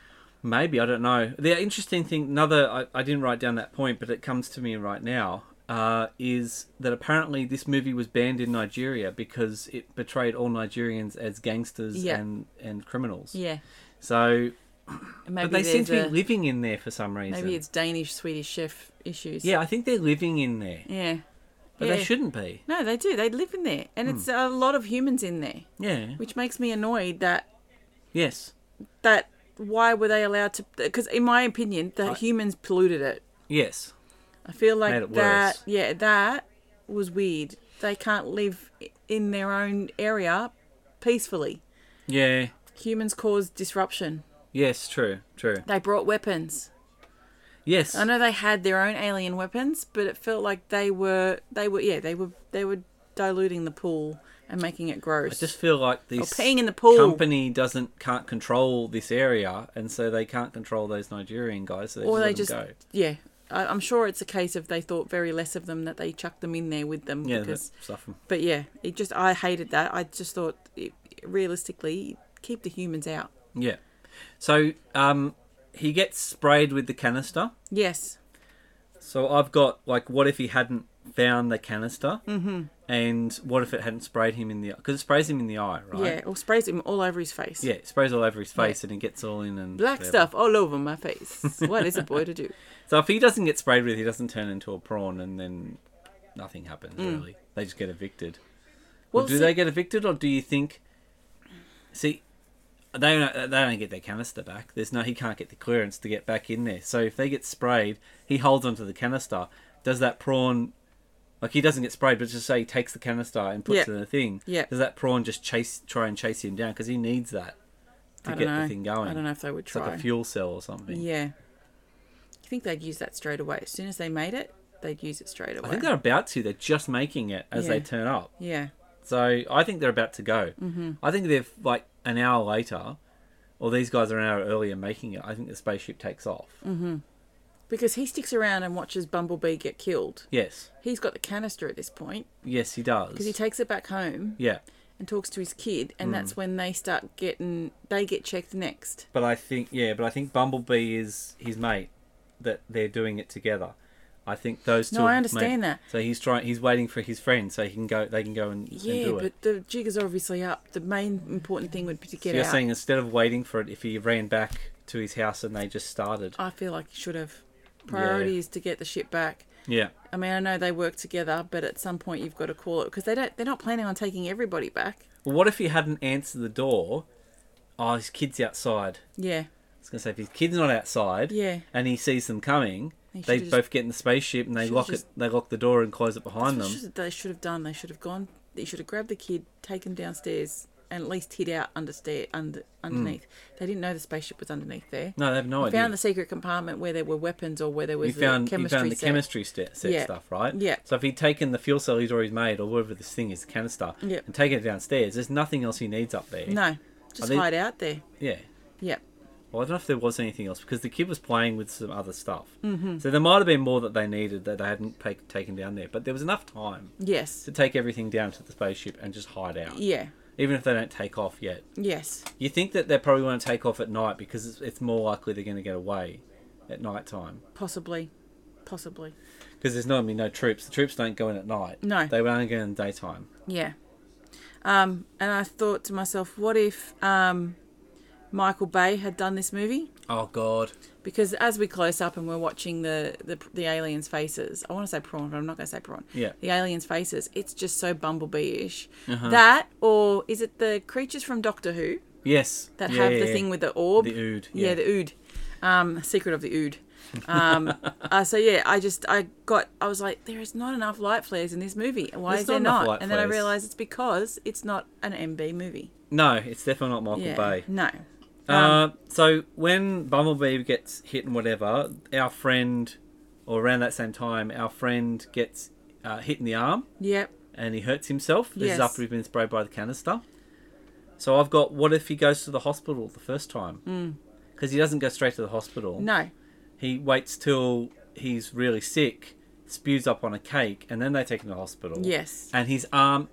S1: maybe I don't know. The interesting thing, another I, I didn't write down that point, but it comes to me right now. Uh, is that apparently this movie was banned in Nigeria because it portrayed all Nigerians as gangsters
S2: Yeah.
S1: and, and criminals.
S2: Yeah.
S1: So,
S2: Maybe
S1: but they seem
S2: there's
S1: to be
S2: a-
S1: living in there for some reason.
S2: maybe it's Danish Swedish chef issues.
S1: yeah, I think they're living in there,
S2: Yeah.
S1: but
S2: yeah.
S1: they Hmm. shouldn't be.
S2: No, they do. They live in there. And it's a lot of humans in there,
S1: Yeah.
S2: which makes me annoyed that
S1: Yes.
S2: that why were they allowed to because in my opinion the humans polluted it
S1: Yes.
S2: i feel
S1: Made
S2: like
S1: it
S2: that
S1: worse.
S2: yeah that was weird they can't live i- in their own area peacefully
S1: Yeah.
S2: humans caused disruption
S1: Yes. True. True.
S2: they brought weapons
S1: Yes.
S2: i know they had their own alien weapons but it felt like they were they were yeah they were they were diluting the pool and making it gross
S1: I just feel like this
S2: peeing in the pool.
S1: company doesn't can't control this area, and so they can't control those Nigerian guys. So they
S2: or they
S1: just
S2: just
S1: let 'em go.
S2: yeah I, i'm sure it's a case of they thought very less of them that they chucked them in there with them
S1: Yeah.
S2: because
S1: that stuff 'em.
S2: But yeah, it just I hated that. I just thought it, realistically, keep the humans out.
S1: Yeah. So um, he gets sprayed with the canister.
S2: Yes.
S1: So I've got like, what if he hadn't found the canister? Mm-hmm. And what if it hadn't sprayed him in the because it sprays him in the eye,
S2: Yeah.
S1: right?
S2: Or sprays him all over his face.
S1: Yeah, it sprays all over his face and it gets all in and
S2: Black
S1: whatever.
S2: stuff all over my face. What is a boy to do?
S1: So if he doesn't get sprayed with, he doesn't turn into a prawn, and then nothing happens really. They just get evicted. Well,
S2: Mm. Well,
S1: do
S2: see-
S1: they get evicted, or do you think? See, they don't, they don't get their canister back. There's no he can't get the clearance to get back in there. So if they get sprayed, he holds onto the canister. Does that prawn? Like he doesn't get sprayed, but just say he takes the canister and puts
S2: Yeah.
S1: it in the thing.
S2: Yeah.
S1: Does that prawn just chase, try and chase him down because he needs that to
S2: I don't
S1: get
S2: know.
S1: the thing going?
S2: I don't know if they would
S1: It's
S2: try.
S1: like a fuel cell or something.
S2: yeah. I think they'd use that straight away. As soon as they made it, they'd use it straight away.
S1: I think they're about to. They're just making it as they
S2: Yeah.
S1: turn up.
S2: yeah.
S1: So I think they're about to go. Mm-hmm. I think they're like an hour later, or these guys are an hour earlier making it. I think the spaceship takes off.
S2: Mm. Because he sticks around and watches Bumblebee get killed.
S1: Yes,
S2: He's got the canister at this point
S1: yes, he does.
S2: because he takes it back home
S1: yeah,
S2: and talks to his kid, and
S1: Mm.
S2: that's when they start getting they get checked next.
S1: But I think yeah, but I think Bumblebee is his mate that they're doing it together. I think those two.
S2: No, I
S1: are
S2: understand
S1: mate.
S2: that.
S1: So he's trying. He's waiting for his friend, so he can go. They can go and, and
S2: Yeah,
S1: do
S2: but
S1: it.
S2: the jig is obviously up. The main important thing would be to get
S1: So you're
S2: out.
S1: saying instead of waiting for it, if he ran back to his house and they just started.
S2: I feel like you should have priority
S1: Yeah.
S2: is to get the ship back.
S1: Yeah,
S2: I mean, I know they work together, but at some point you've got to call it because they don't. They're not planning on taking everybody back.
S1: Well, what if he hadn't answered the door? Oh, his kid's outside.
S2: Yeah,
S1: I was gonna say if his kid's not outside,
S2: Yeah.
S1: and he sees them coming,
S2: He
S1: they
S2: should've
S1: both get in the spaceship and they
S2: should've
S1: lock
S2: just-
S1: it. They lock the door and close it behind
S2: That's
S1: them.
S2: what should- they should have done. They should have gone. They should have grabbed the kid, taken him downstairs, and at least hid out under stair under underneath.
S1: Hmm.
S2: They didn't know the spaceship was underneath there.
S1: No, they have no
S2: I
S1: idea.
S2: found the secret compartment where there were weapons or where there was
S1: you
S2: the
S1: found you
S2: chemistry
S1: found the
S2: set.
S1: chemistry set, set
S2: Yeah.
S1: stuff, right?
S2: Yeah.
S1: So if he'd taken the fuel cell he's already made or whatever this thing is, the canister,
S2: Yeah.
S1: and taken it downstairs, there's nothing else he needs up there.
S2: No, just
S1: they-
S2: hide out there.
S1: Yeah.
S2: Yep.
S1: Well, I don't know if there was anything else because the kid was playing with some other stuff. Mm-hmm. So there might have been more that they needed that they hadn't pa- taken down there, but there was enough time
S2: Yes.
S1: to take everything down to the spaceship and just hide out,
S2: Yeah.
S1: even if they don't take off yet.
S2: Yes.
S1: You think that they probably want to take off at night because it's, it's more likely they're going to get away at night time.
S2: Possibly. Possibly.
S1: because there's normally no troops. The troops don't go in at night.
S2: No.
S1: they only go in the daytime.
S2: Yeah. Um, and I thought to myself, what if um, Michael Bay had done this movie?
S1: Oh God,
S2: because as we close up and we're watching the the, the aliens' faces, I want to say prawn, but I'm not going to say prawn.
S1: Yeah. Uh-huh.
S2: the aliens' faces. It's just so bumblebee-ish. That or is it the creatures from Doctor Who
S1: yes.
S2: that
S1: Yeah,
S2: have
S1: yeah,
S2: the
S1: yeah.
S2: thing with the orb?
S1: The ood,
S2: Yeah,
S1: yeah.
S2: the ood. Um, secret of the ood. Um, uh, so yeah, I just I got I was like, there is not enough light flares in this movie. Why
S1: There's
S2: is there
S1: not enough
S2: not?
S1: light
S2: and then I
S1: flares.
S2: realized it's because it's not an MB movie.
S1: No, it's definitely not Michael
S2: Yeah, Um,
S1: Bay.
S2: no.
S1: uh, so when Bumblebee gets hit and whatever, our friend, or around that same time, our friend gets uh, hit in the arm
S2: Yep.
S1: and he hurts himself. This
S2: Yes.
S1: is after he's been sprayed by the canister. So I've got what if he goes to the hospital the first time? Because he doesn't go straight to the hospital.
S2: Hmm. No.
S1: He waits till he's really sick, spews up on a cake, and then they take him to hospital.
S2: Yes.
S1: And his arm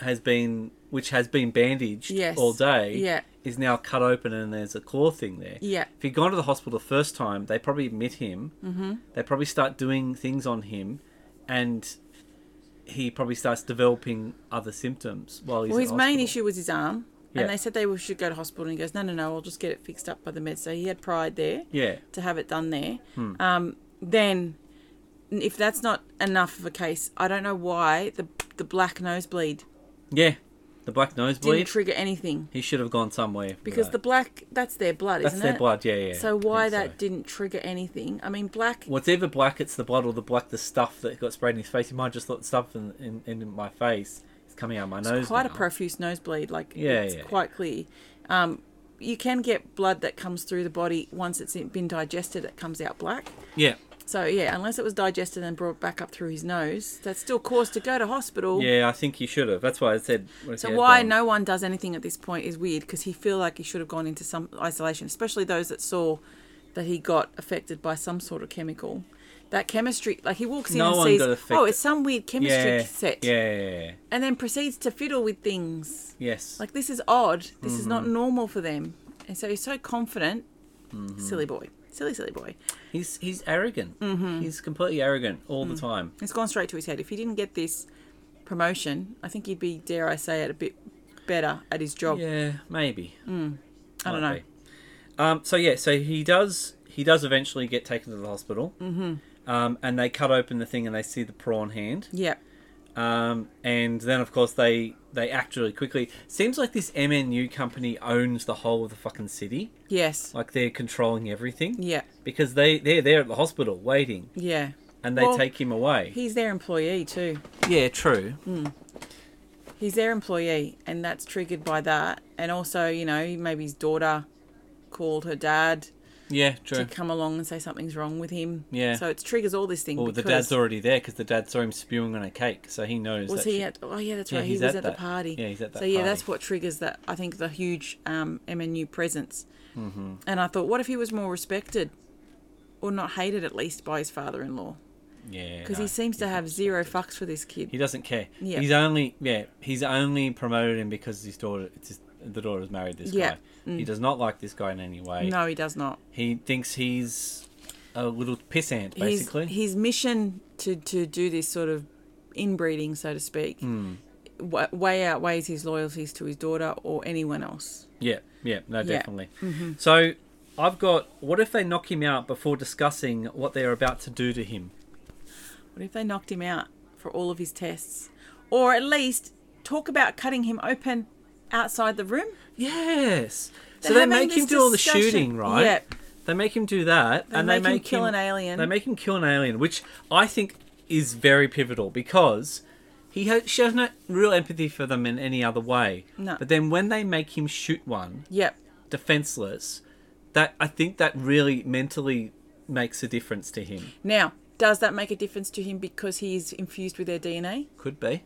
S1: has been, which has been bandaged
S2: Yes.
S1: all day,
S2: Yeah.
S1: is now cut open and there's a claw thing there.
S2: Yeah.
S1: If he'd gone to the hospital the first time, they probably admit him. Mm-hmm. They probably start doing things on him, and he probably starts developing other symptoms while he's.
S2: Well,
S1: in
S2: his main
S1: hospital.
S2: issue was his arm,
S1: Yeah.
S2: and they said they were- should go to hospital. And he goes, "No, no, no, I'll just get it fixed up by the med." So he had pride there
S1: Yeah. Hmm.
S2: to have it done there. Um, then, if that's not enough of a case, I don't know why the the black nosebleed
S1: Yeah. The black
S2: didn't
S1: nosebleed.
S2: trigger anything
S1: he should have gone somewhere. for
S2: because
S1: that.
S2: the black that's their blood,
S1: That's
S2: isn't
S1: their
S2: it?
S1: blood, yeah, yeah.
S2: So
S1: I
S2: why
S1: think so.
S2: that didn't trigger anything? I mean, black.
S1: whatever black it's the blood or the black the stuff that got sprayed in his face. You might just thought stuff in, in, in my face is coming out of my nose.
S2: quite
S1: now.
S2: a profuse nosebleed. Like
S1: Yeah,
S2: it's
S1: yeah.
S2: quite clear. Um, you can get blood that comes through the body once it's been digested. It comes out black.
S1: Yeah,
S2: So yeah, unless it was digested and brought back up through his nose, that's still cause to go to hospital.
S1: yeah. I think you should have. That's why I said. what if
S2: So
S1: he had
S2: why
S1: gone?
S2: no one does anything at this point is weird because he feel like he should have gone into some isolation, especially those that saw that he got affected by some sort of chemical. That chemistry, like he walks in
S1: No
S2: and
S1: one
S2: sees,
S1: got
S2: oh,
S1: affected."
S2: it's some weird chemistry
S1: Yeah,
S2: set,
S1: Yeah, yeah, yeah.
S2: and then proceeds to fiddle with things.
S1: Yes.
S2: Like this is odd. This is
S1: Mm-hmm.
S2: not normal for them. And so he's so confident.
S1: Mm-hmm.
S2: Silly boy. Silly, silly boy.
S1: he's he's arrogant.
S2: Mm-hmm.
S1: He's completely arrogant all
S2: Mm.
S1: the time.
S2: It's gone straight to his head. If he didn't get this promotion, I think he'd be, dare I say it, a bit better at his job.
S1: Yeah, maybe.
S2: Oh. Mm. I don't
S1: Might
S2: know.
S1: be. Um, so yeah, so he does he does eventually get taken to the hospital. Mm-hmm. Um, and they cut open the thing and they see the prawn hand.
S2: Yeah.
S1: Um, and then, of course, they they act really quickly. Seems like this MNU company owns the whole of the fucking city.
S2: Yes.
S1: Like they're controlling everything.
S2: Yeah.
S1: Because they they're there at the hospital waiting,
S2: Yeah.
S1: and they
S2: Well,
S1: take him away.
S2: He's their employee too.
S1: yeah, true.
S2: He's their employee, and that's triggered by that. And also, you know, maybe his daughter called her dad
S1: Yeah,
S2: to
S1: true.
S2: come along and say something's wrong with him.
S1: Yeah.
S2: So it triggers all this thing.
S1: Well, the dad's already there because the dad saw him spewing on a cake, so he knows.
S2: Was
S1: that
S2: he
S1: shit-
S2: at? Oh yeah, that's
S1: Yeah,
S2: right. He
S1: he's
S2: was
S1: at
S2: at,
S1: that-
S2: the party.
S1: yeah, he's at that
S2: So yeah,
S1: party.
S2: that's what triggers that. I think the huge um, MNU presence. Mm-hmm. And I thought, what if he was more respected, or not hated at least by his father-in-law?
S1: Yeah.
S2: because
S1: no,
S2: he seems to
S1: he's
S2: have
S1: not.
S2: zero fucks for this kid.
S1: He doesn't care.
S2: Yeah.
S1: He's only yeah. He's only promoted him because his daughter, it's his, the daughter's married this
S2: Yeah, Mm.
S1: guy. He does not like this guy in any way.
S2: No, he does not.
S1: He thinks he's a little pissant,
S2: His,
S1: basically.
S2: his mission to, to do this sort of inbreeding, so to speak,
S1: Hmm.
S2: wa way outweighs his loyalties to his daughter or anyone else.
S1: Yeah, yeah, no, definitely.
S2: Mm-hmm.
S1: So I've got. What if they knock him out before discussing what they're about to do to him?
S2: What if they knocked him out for all of his tests? Or at least talk about cutting him open outside the room?
S1: Yes. so
S2: They're
S1: they
S2: having
S1: make him
S2: this
S1: do all the
S2: discussion.
S1: shooting, right?
S2: Yeah.
S1: They make him do that,
S2: They
S1: and
S2: make
S1: they
S2: him
S1: make
S2: kill an alien.
S1: They make him kill an alien, which I think is very pivotal because he has, she has no real empathy for them in any other way.
S2: No.
S1: But then when they make him shoot one,
S2: Yep.
S1: defenseless, that I think that really mentally makes a difference to him.
S2: Now, does that make a difference to him because he is infused with their DNA?
S1: Could be.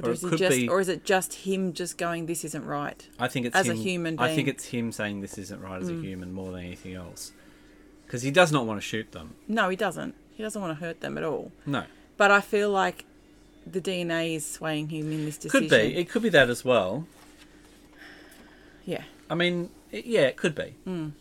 S1: Or it
S2: does he
S1: could
S2: just
S1: be-
S2: or is it just him just going, This isn't right?
S1: I think it's
S2: As a
S1: him-
S2: human
S1: I think
S2: being. Mm.
S1: it's him saying this isn't right as a human more than anything else, because he does not want to shoot them.
S2: No, he doesn't. He doesn't want to hurt them at all.
S1: No,
S2: But I feel like the DNA is swaying him in this
S1: could
S2: decision.
S1: be. It could be that as well.
S2: Yeah.
S1: I mean, it, yeah, it could be.
S2: Mm.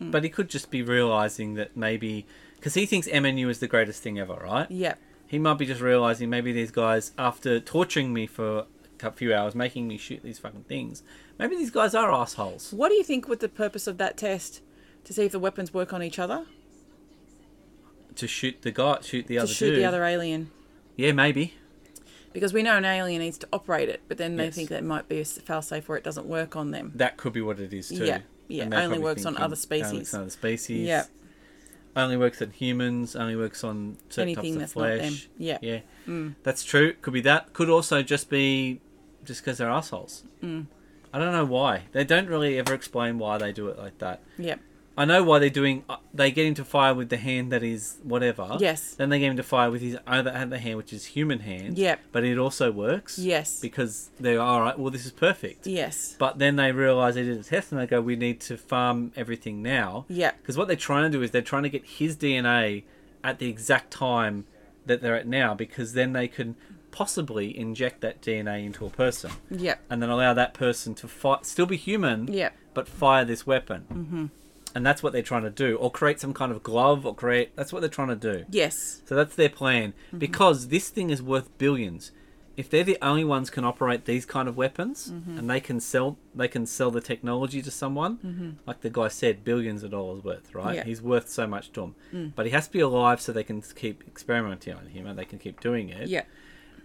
S1: But he could just be realizing that maybe because he thinks MNU is the greatest thing ever, right?
S2: Yep.
S1: He might be just realizing maybe these guys, after torturing me for a few hours, making me shoot these fucking things, maybe these guys are assholes.
S2: What do you think with the purpose of that test? To see if the weapons work on each other?
S1: To shoot the guy, shoot the
S2: To
S1: other
S2: shoot
S1: dude.
S2: the other alien?
S1: Yeah, maybe.
S2: Because we know an alien needs to operate it, but then they
S1: Yes.
S2: think that it might be a failsafe where it doesn't work on them.
S1: That could be what it is too.
S2: Yeah, yeah,
S1: And they're
S2: only
S1: probably
S2: works on
S1: thinking,
S2: other species.
S1: Only works on other species.
S2: Yeah.
S1: Only works on humans. Only works on certain
S2: Anything
S1: types
S2: that's
S1: of
S2: not them.
S1: flesh.
S2: Yeah. Mm.
S1: Yeah. That's true. Could be that. Could also just be just because they're assholes.
S2: Mm.
S1: I don't know why. They don't really ever explain why they do it like that.
S2: Yep.
S1: I know why they're doing. uh, They get into fire with the hand that is whatever.
S2: Yes.
S1: Then they get into fire with his other other hand, which is human hand.
S2: Yep.
S1: But it also works.
S2: Yes.
S1: Because they're all right. Well, this is perfect.
S2: Yes.
S1: But then they realize they did a test and they go, we need to farm everything now.
S2: Yeah.
S1: Because what they're trying to do is they're trying to get his DNA at the exact time that they're at now because then they can possibly inject that DNA into a person
S2: Yep.
S1: and then allow that person to fight, still be human,
S2: Yeah.
S1: but fire this weapon. Mm-hmm. And that's what they're trying to do. Or create some kind of glove or create. That's what they're trying to do.
S2: Yes.
S1: So that's their plan because this thing is worth billions. If they're the only ones can operate these kind of weapons and they can sell they can sell the technology to someone, like the guy said, billions of dollars worth, right?
S2: Yeah.
S1: He's worth so much to him. But he has to be alive so they can keep experimenting on him and they can keep doing it.
S2: Yeah.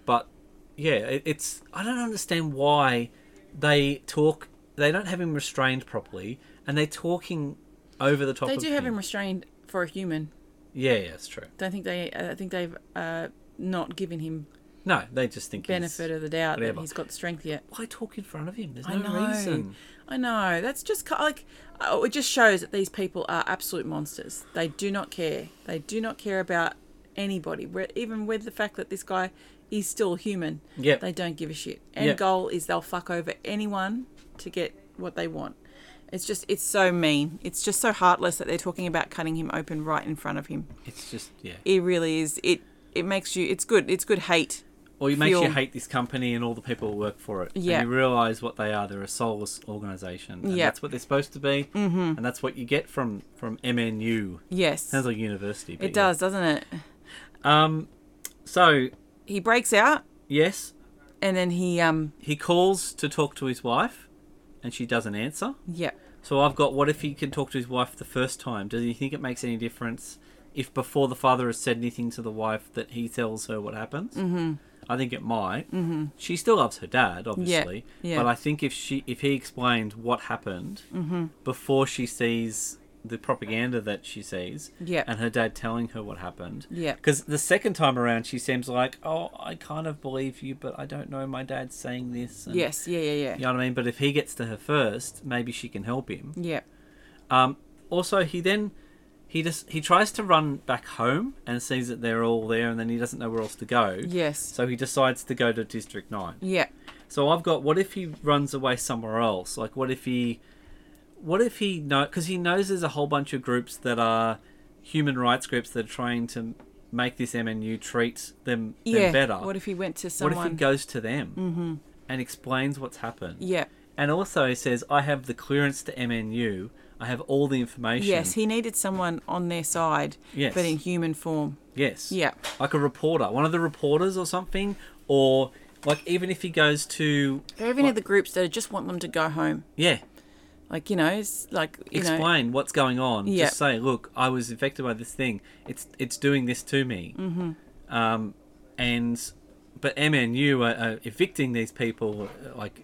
S1: But yeah, it, it's I don't understand why they talk they don't have him restrained properly and they're talking over the top
S2: They
S1: of
S2: do have him
S1: him.
S2: restrained for a human.
S1: yeah, yeah, it's true.
S2: Don't think they. I think they've uh, not given him
S1: No, they just think he's-
S2: benefit of the doubt
S1: whatever.
S2: that he's got strength yet.
S1: why talk in front of him? There's
S2: I
S1: no
S2: know.
S1: reason.
S2: I know. That's just ki- like oh, it just shows that these people are absolute monsters. They do not care. They do not care about anybody. Where even with the fact that this guy is still human,
S1: Yep.
S2: they don't give a shit. End
S1: Yep.
S2: goal is they'll fuck over anyone to get what they want. It's just it's so mean. It's just so heartless that they're talking about cutting him open right in front of him.
S1: It's just yeah.
S2: It really is. It it makes you. It's good. It's good hate.
S1: Or it makes you
S2: fuel.
S1: hate this company and all the people who work for it.
S2: Yeah.
S1: And you realise what they are. They're a soulless organisation. And
S2: Yeah.
S1: That's what they're supposed to be. Mm-hmm. And that's what you get from from MNU.
S2: Yes,
S1: Sounds like university. But
S2: it does, doesn't it?
S1: Yeah. Um. So
S2: He breaks out
S1: yes,
S2: and then he um
S1: he calls to talk to his wife, and she doesn't answer.
S2: yeah
S1: So I've got what if he can talk to his wife the first time? Does he think it makes any difference if before the father has said anything to the wife that he tells her what happens? Mm-hmm. I think it might. Mm-hmm. She still loves her dad, obviously,
S2: yeah.
S1: but I think if she if he explained what happened
S2: Mm-hmm.
S1: before she sees the propaganda that she sees
S2: Yeah.
S1: and her dad telling her what happened
S2: Yeah.
S1: because the second time around she seems like oh i kind of believe you but i don't know my dad's saying this and,
S2: yes yeah yeah yeah
S1: you know what i mean but if he gets to her first maybe she can help him
S2: yeah
S1: um, also, he then he just he tries to run back home and sees that they're all there, and then he doesn't know where else to go.
S2: yes
S1: So he decides to go to District Nine.
S2: yeah
S1: So I've got what if he runs away somewhere else? Like what if he what if he know because he knows there's a whole bunch of groups that are human rights groups that are trying to make this MNU treat them,
S2: yeah.
S1: them better.
S2: What if he went to
S1: What
S2: someone? Mm-hmm.
S1: if he goes to them and explains what's happened?
S2: yeah.
S1: And also says, I have the clearance to MNU. I have all the information.
S2: Yes, he needed someone on their side,
S1: Yes.
S2: but in human form.
S1: Yes.
S2: Yeah.
S1: Like a reporter, one of the reporters or something, or like even if he goes to
S2: There are even other groups that just want them to go home.
S1: yeah,
S2: Like, you know, it's like, you know.
S1: explain what's going on.
S2: Yeah.
S1: Just say, look, I was infected by this thing. It's it's doing this to me. Mm-hmm. Um, and but MNU are, are evicting these people uh, like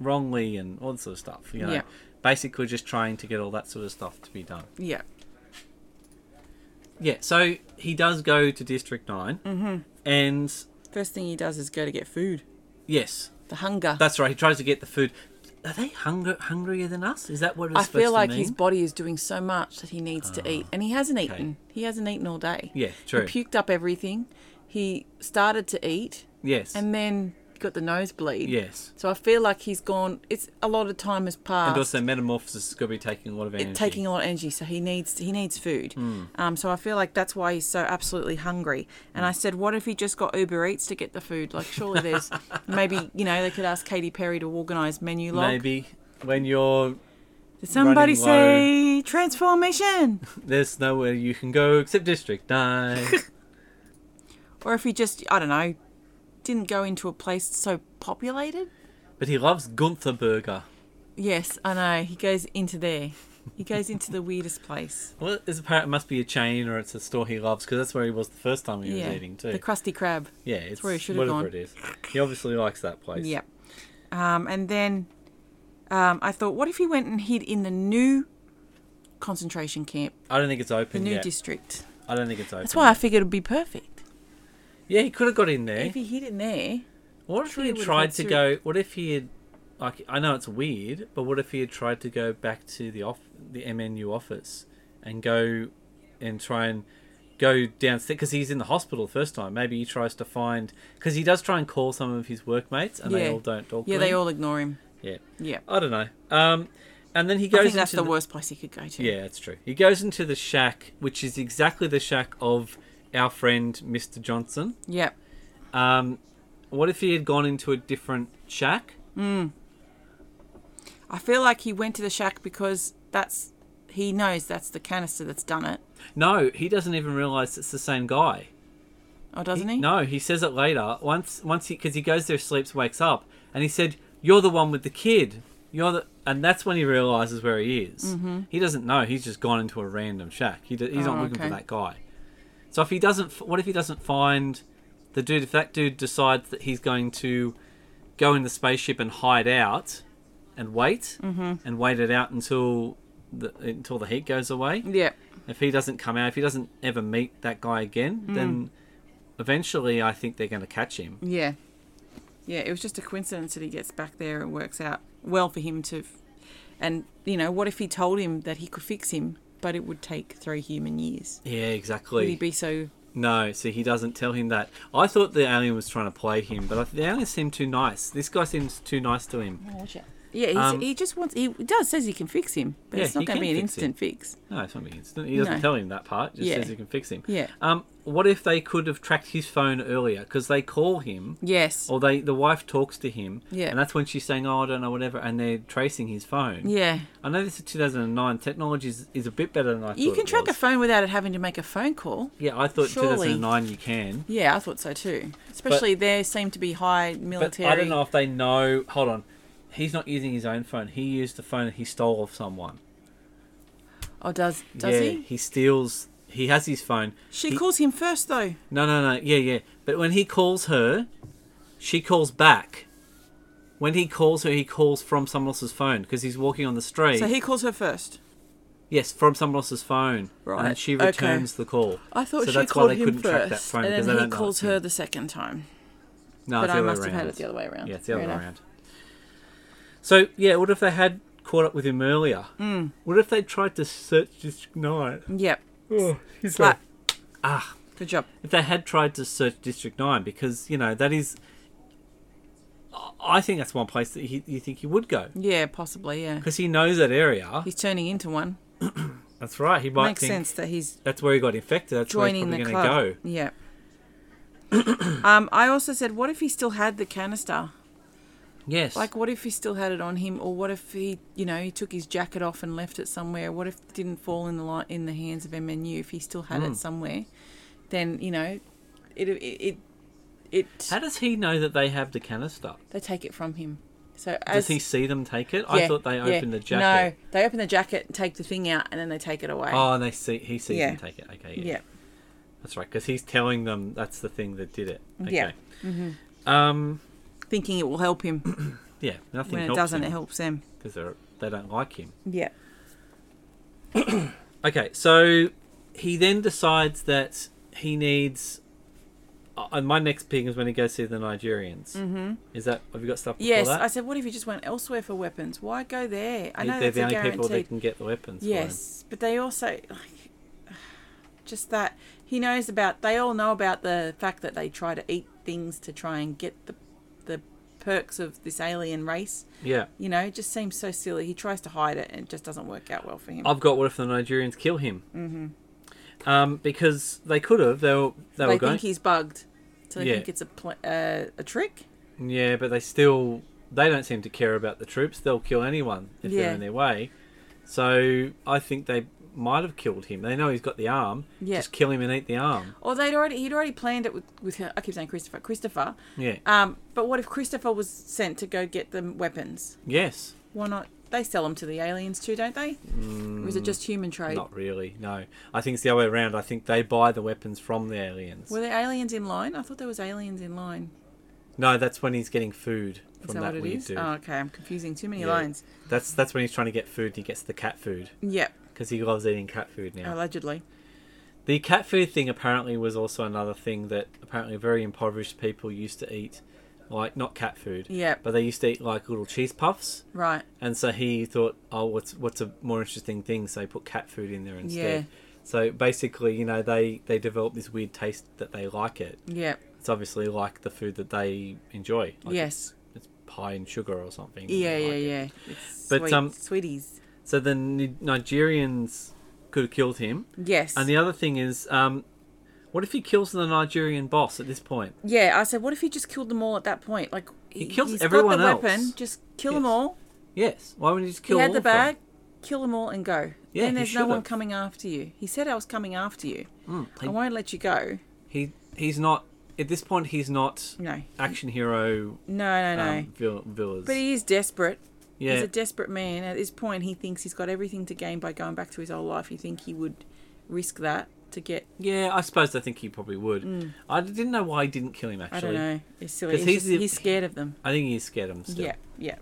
S1: wrongly and all that sort of stuff. You know,
S2: Yeah.
S1: basically just trying to get all that sort of stuff to be done.
S2: Yeah.
S1: Yeah. So he does go to District 9 mm-hmm. and
S2: First thing he does is go to get food.
S1: yes,
S2: The hunger.
S1: That's right. He tries to get the food. Are they hungry, hungrier than us? Is that what it's
S2: I
S1: supposed
S2: feel like
S1: to
S2: his
S1: mean? Ah,
S2: body is doing so much that he needs to eat, and he hasn't eaten. He hasn't eaten all day.
S1: Yeah, true.
S2: He puked up everything. He started to eat,
S1: Yes.
S2: and then got the nosebleed.
S1: yes.
S2: So I feel like he's gone. It's a lot of time has passed.
S1: And also, metamorphosis is going to be taking a lot of energy. Hmm.
S2: It's taking a lot of energy, so he needs he needs food. Um, so I feel like that's why he's so absolutely hungry. And I said, what if he just got Uber Eats to get the food? Like, surely there's maybe you know they could ask Katy Perry to organise menu log.
S1: Maybe when you're
S2: Did somebody
S1: running
S2: say transformation?
S1: there's nowhere you can go except District Nine.
S2: or if he just I don't know, didn't go into a place so populated.
S1: but he loves Gunther Burger.
S2: Yes, I know. He goes into there. He goes into the weirdest place.
S1: Well, it's apparent it must be a chain or it's a store he loves because that's where he was the first time he
S2: yeah,
S1: was eating too.
S2: the Krusty Krab.
S1: yeah, it's
S2: where he should have
S1: whatever
S2: gone.
S1: it is. He obviously likes that place.
S2: Yep. Um, and then um, I thought, what if he went and hid in the new concentration camp,
S1: I don't think it's
S2: the
S1: open
S2: new
S1: yet.
S2: district?
S1: I don't think it's open.
S2: That's why I figured it'd be perfect
S1: Yeah, he could have got in there.
S2: if he hid in there.
S1: What if
S2: Sure,
S1: he
S2: he
S1: had
S2: would've
S1: tried
S2: had
S1: to
S2: to-
S1: go? What if he had, like, I know it's weird, but what if he had tried to go back to the off the MNU office and go and try and go downstairs because he's in the hospital the first time. Maybe he tries to find because he does try and call some of his workmates and they
S2: Yeah.
S1: all don't talk.
S2: Yeah,
S1: to
S2: they
S1: him.
S2: all ignore him.
S1: Yeah,
S2: Yeah,
S1: I don't know. Um, and then he goes.
S2: I think that's
S1: into
S2: the worst place he could go to.
S1: Yeah, that's true. He goes into the shack, which is exactly the shack of our friend Mister Johnson.
S2: Yep.
S1: Um, what if he had gone into a different shack?
S2: I feel like he went to the shack because that's he knows that's the canister that's done it.
S1: No, he doesn't even realize it's the same guy.
S2: Oh, doesn't he?
S1: No, he says it later. Once, once he, because he goes there, sleeps, wakes up, and he said, "You're the one with the kid." You're the, and that's when he realizes where he is. He doesn't know. He's just gone into a random shack. He, do- he's not
S2: Mm-hmm. Oh,
S1: looking
S2: okay.
S1: for that guy. So if he doesn't, f- what if he doesn't find the dude? If that dude decides that he's going to go in the spaceship and hide out and wait
S2: Mm-hmm.
S1: and wait it out until the until the heat goes away,
S2: Yeah.
S1: if he doesn't come out, if he doesn't ever meet that guy again,
S2: Hmm.
S1: then eventually I think they're going to catch him.
S2: Yeah. Yeah, it was just a coincidence that he gets back there and works out well for him to. And, you know, what if he told him that he could fix him, but it would take three human years?
S1: Yeah,
S2: Would
S1: exactly.
S2: he be so.
S1: no, see, he doesn't tell him that. I thought the alien was trying to play him, but I, the alien seemed too nice. This guy seems too nice to him.
S2: Yeah, he's,
S1: Um,
S2: he just wants. He does says he can fix him, but
S1: Yeah,
S2: it's not
S1: he
S2: going to
S1: can
S2: be an
S1: fix him.
S2: instant fix.
S1: No, it's not being instant. He doesn't
S2: No.
S1: tell him that part. Just
S2: Yeah.
S1: says he can fix him.
S2: Yeah.
S1: Um, what if they could have tracked his phone earlier? Because they call him,
S2: Yes.
S1: or they the wife talks to him,
S2: Yeah.
S1: and that's when she's saying, "Oh, I don't know, whatever," and they're tracing his phone.
S2: yeah.
S1: I know this is 2009. Technology is, is a bit better than I thought.
S2: You can
S1: it
S2: track
S1: was.
S2: a phone without it having to make a phone call.
S1: Yeah, I thought
S2: Surely.
S1: 2009 you can.
S2: Yeah, I thought so too. Especially there seem to be high
S1: But
S2: military.
S1: I don't know if they know. Hold on. He's not using his own phone. He used the phone he stole off someone.
S2: Oh, does does
S1: yeah,
S2: he?
S1: steals. He has his phone.
S2: She
S1: He-
S2: calls him first though.
S1: No, no, no. Yeah, yeah. But when he calls her, she calls back. When he calls her, he calls from someone else's phone because he's walking on the street.
S2: So he calls her first.
S1: yes, from someone else's phone.
S2: Right,
S1: And she
S2: okay.
S1: returns the call.
S2: I thought
S1: so
S2: she
S1: that's
S2: called
S1: why they
S2: him
S1: couldn't
S2: first,
S1: track that phone because
S2: and
S1: they
S2: then he
S1: don't know
S2: calls
S1: it's him.
S2: her the second time.
S1: No,
S2: But
S1: it's
S2: I
S1: the other
S2: must
S1: way
S2: have had
S1: around.
S2: it the other way around.
S1: Yeah, it's the other
S2: Fair
S1: way
S2: enough.
S1: around. So yeah, what if they had caught up with him earlier?
S2: Hmm.
S1: Mm. What if they tried to search District Nine?
S2: Yep.
S1: Oh, he's
S2: But
S1: Ah.
S2: good job.
S1: If they had tried to search District Nine, because you know that is, I- I think that's one place that he, you think he would go
S2: Yeah, possibly. Yeah,
S1: because he knows that area.
S2: he's turning into one.
S1: That's right. He might
S2: Makes
S1: think
S2: sense that he's
S1: that's where he got infected. That's
S2: joining
S1: where
S2: the
S1: he's
S2: club.
S1: probably going to go.
S2: Yeah. um, I also said, what if he still had the canister?
S1: Yes.
S2: Like, what if he still had it on him, or what if he, you know, he took his jacket off and left it somewhere? What if it didn't fall in the li- in the hands of MNU? If he still had
S1: Hmm.
S2: it somewhere, then you know, it it it,
S1: How does he know that they have the canister?
S2: they take it from him. So
S1: Does
S2: as
S1: he see them take it?
S2: yeah,
S1: I thought they
S2: yeah.
S1: opened the jacket.
S2: No, they open the jacket, and take the thing out, and then they take it away.
S1: Oh, and they see he sees
S2: Yeah.
S1: them take it. Okay, yeah,
S2: yeah.
S1: that's right. Because he's telling them that's the thing that did it. Okay.
S2: Yeah. Mm-hmm.
S1: Um.
S2: thinking it will help him
S1: Yeah. Nothing
S2: when it
S1: helps
S2: doesn't, it
S1: him
S2: helps them.
S1: because they they don't like him.
S2: Yeah.
S1: Okay, so he then decides that he needs. uh, And my next ping is when he goes see the Nigerians. Mm-hmm. Is that have you got stuff before
S2: Yes,
S1: that?
S2: I said, what if you just went elsewhere for weapons? Why go there? I know
S1: They're
S2: that's
S1: the
S2: a
S1: only
S2: guaranteed.
S1: people that can get the weapons. for him.
S2: yes, but they also like just that he knows about. They all know about the fact that they try to eat things to try and get the the perks of this alien race.
S1: Yeah.
S2: You know, it just seems so silly. He tries to hide it, and it just doesn't work out well for him.
S1: I've got what if the Nigerians kill him? Mm-hmm. Um, because they could have. They were they,
S2: they
S1: were going.
S2: think he's bugged, so they
S1: Yeah.
S2: think it's a pl- uh, a trick.
S1: Yeah, but they still they don't seem to care about the troops. They'll kill anyone if
S2: Yeah.
S1: they're in their way. So I think they might have killed him. They know he's got the arm.
S2: Yeah.
S1: Just kill him and eat the arm.
S2: Or they'd already he'd already planned it with, with I keep saying Christopher Christopher.
S1: Yeah.
S2: Um, but what if Christopher was sent to go get them weapons?
S1: yes.
S2: Why not? They sell them to the aliens too, don't they? or is it just human trade?
S1: Not really. No. I think it's the other way around. I think they buy the weapons from the aliens.
S2: Were there aliens in line? I thought there was aliens in line.
S1: no, that's when he's getting food from
S2: Is that,
S1: that,
S2: what it
S1: weird
S2: is?
S1: dude.
S2: Oh, okay. I'm confusing too many
S1: Yeah.
S2: lines.
S1: That's that's when he's trying to get food and he gets the cat food
S2: Yep.
S1: because he loves eating cat food now.
S2: Allegedly.
S1: The cat food thing apparently was also another thing that apparently very impoverished people used to eat, like not cat food,
S2: Yep.
S1: but they used to eat like little cheese puffs.
S2: Right.
S1: And so he thought, oh, what's what's a more interesting thing? So he put cat food in there instead.
S2: Yeah.
S1: So basically, you know, they they develop this weird taste that they like it.
S2: Yep.
S1: It's obviously like the food that they enjoy. Like
S2: yes.
S1: it's, it's pie and sugar or something. and
S2: Yeah,
S1: they
S2: yeah,
S1: like it.
S2: yeah. It's
S1: But,
S2: sweet.
S1: um,
S2: sweeties.
S1: So the Ni- Nigerians could have killed him.
S2: Yes.
S1: And the other thing is, um, what if he kills the Nigerian boss at this point?
S2: yeah, I said, what if he just killed them all at that point? Like he,
S1: kills
S2: he's
S1: everyone
S2: got the weapon.
S1: else.
S2: Just kill
S1: Yes.
S2: them all.
S1: Yes. Why wouldn't he just kill
S2: he
S1: all
S2: had the
S1: of them?
S2: bag. Kill them all and go.
S1: Yeah,
S2: then
S1: he
S2: there's no
S1: should
S2: one
S1: have.
S2: coming after you. He said I was coming after you.
S1: Hmm. he-
S2: I won't let you go.
S1: He he's not at this point. He's not
S2: No,
S1: action hero
S2: no, no,
S1: um,
S2: no.
S1: vill- villains.
S2: but he is desperate.
S1: yeah.
S2: He's a desperate man. At this point, he thinks he's got everything to gain by going back to his old life. You think he would risk that to get?
S1: yeah. I suppose I think he probably would. I didn't know why he didn't kill him
S2: Hmm. I
S1: actually.
S2: don't know. It's silly.
S1: 'Cause
S2: It's
S1: he's
S2: just-
S1: the-
S2: he's scared of them.
S1: I think he scared him still.
S2: Yeah, yeah.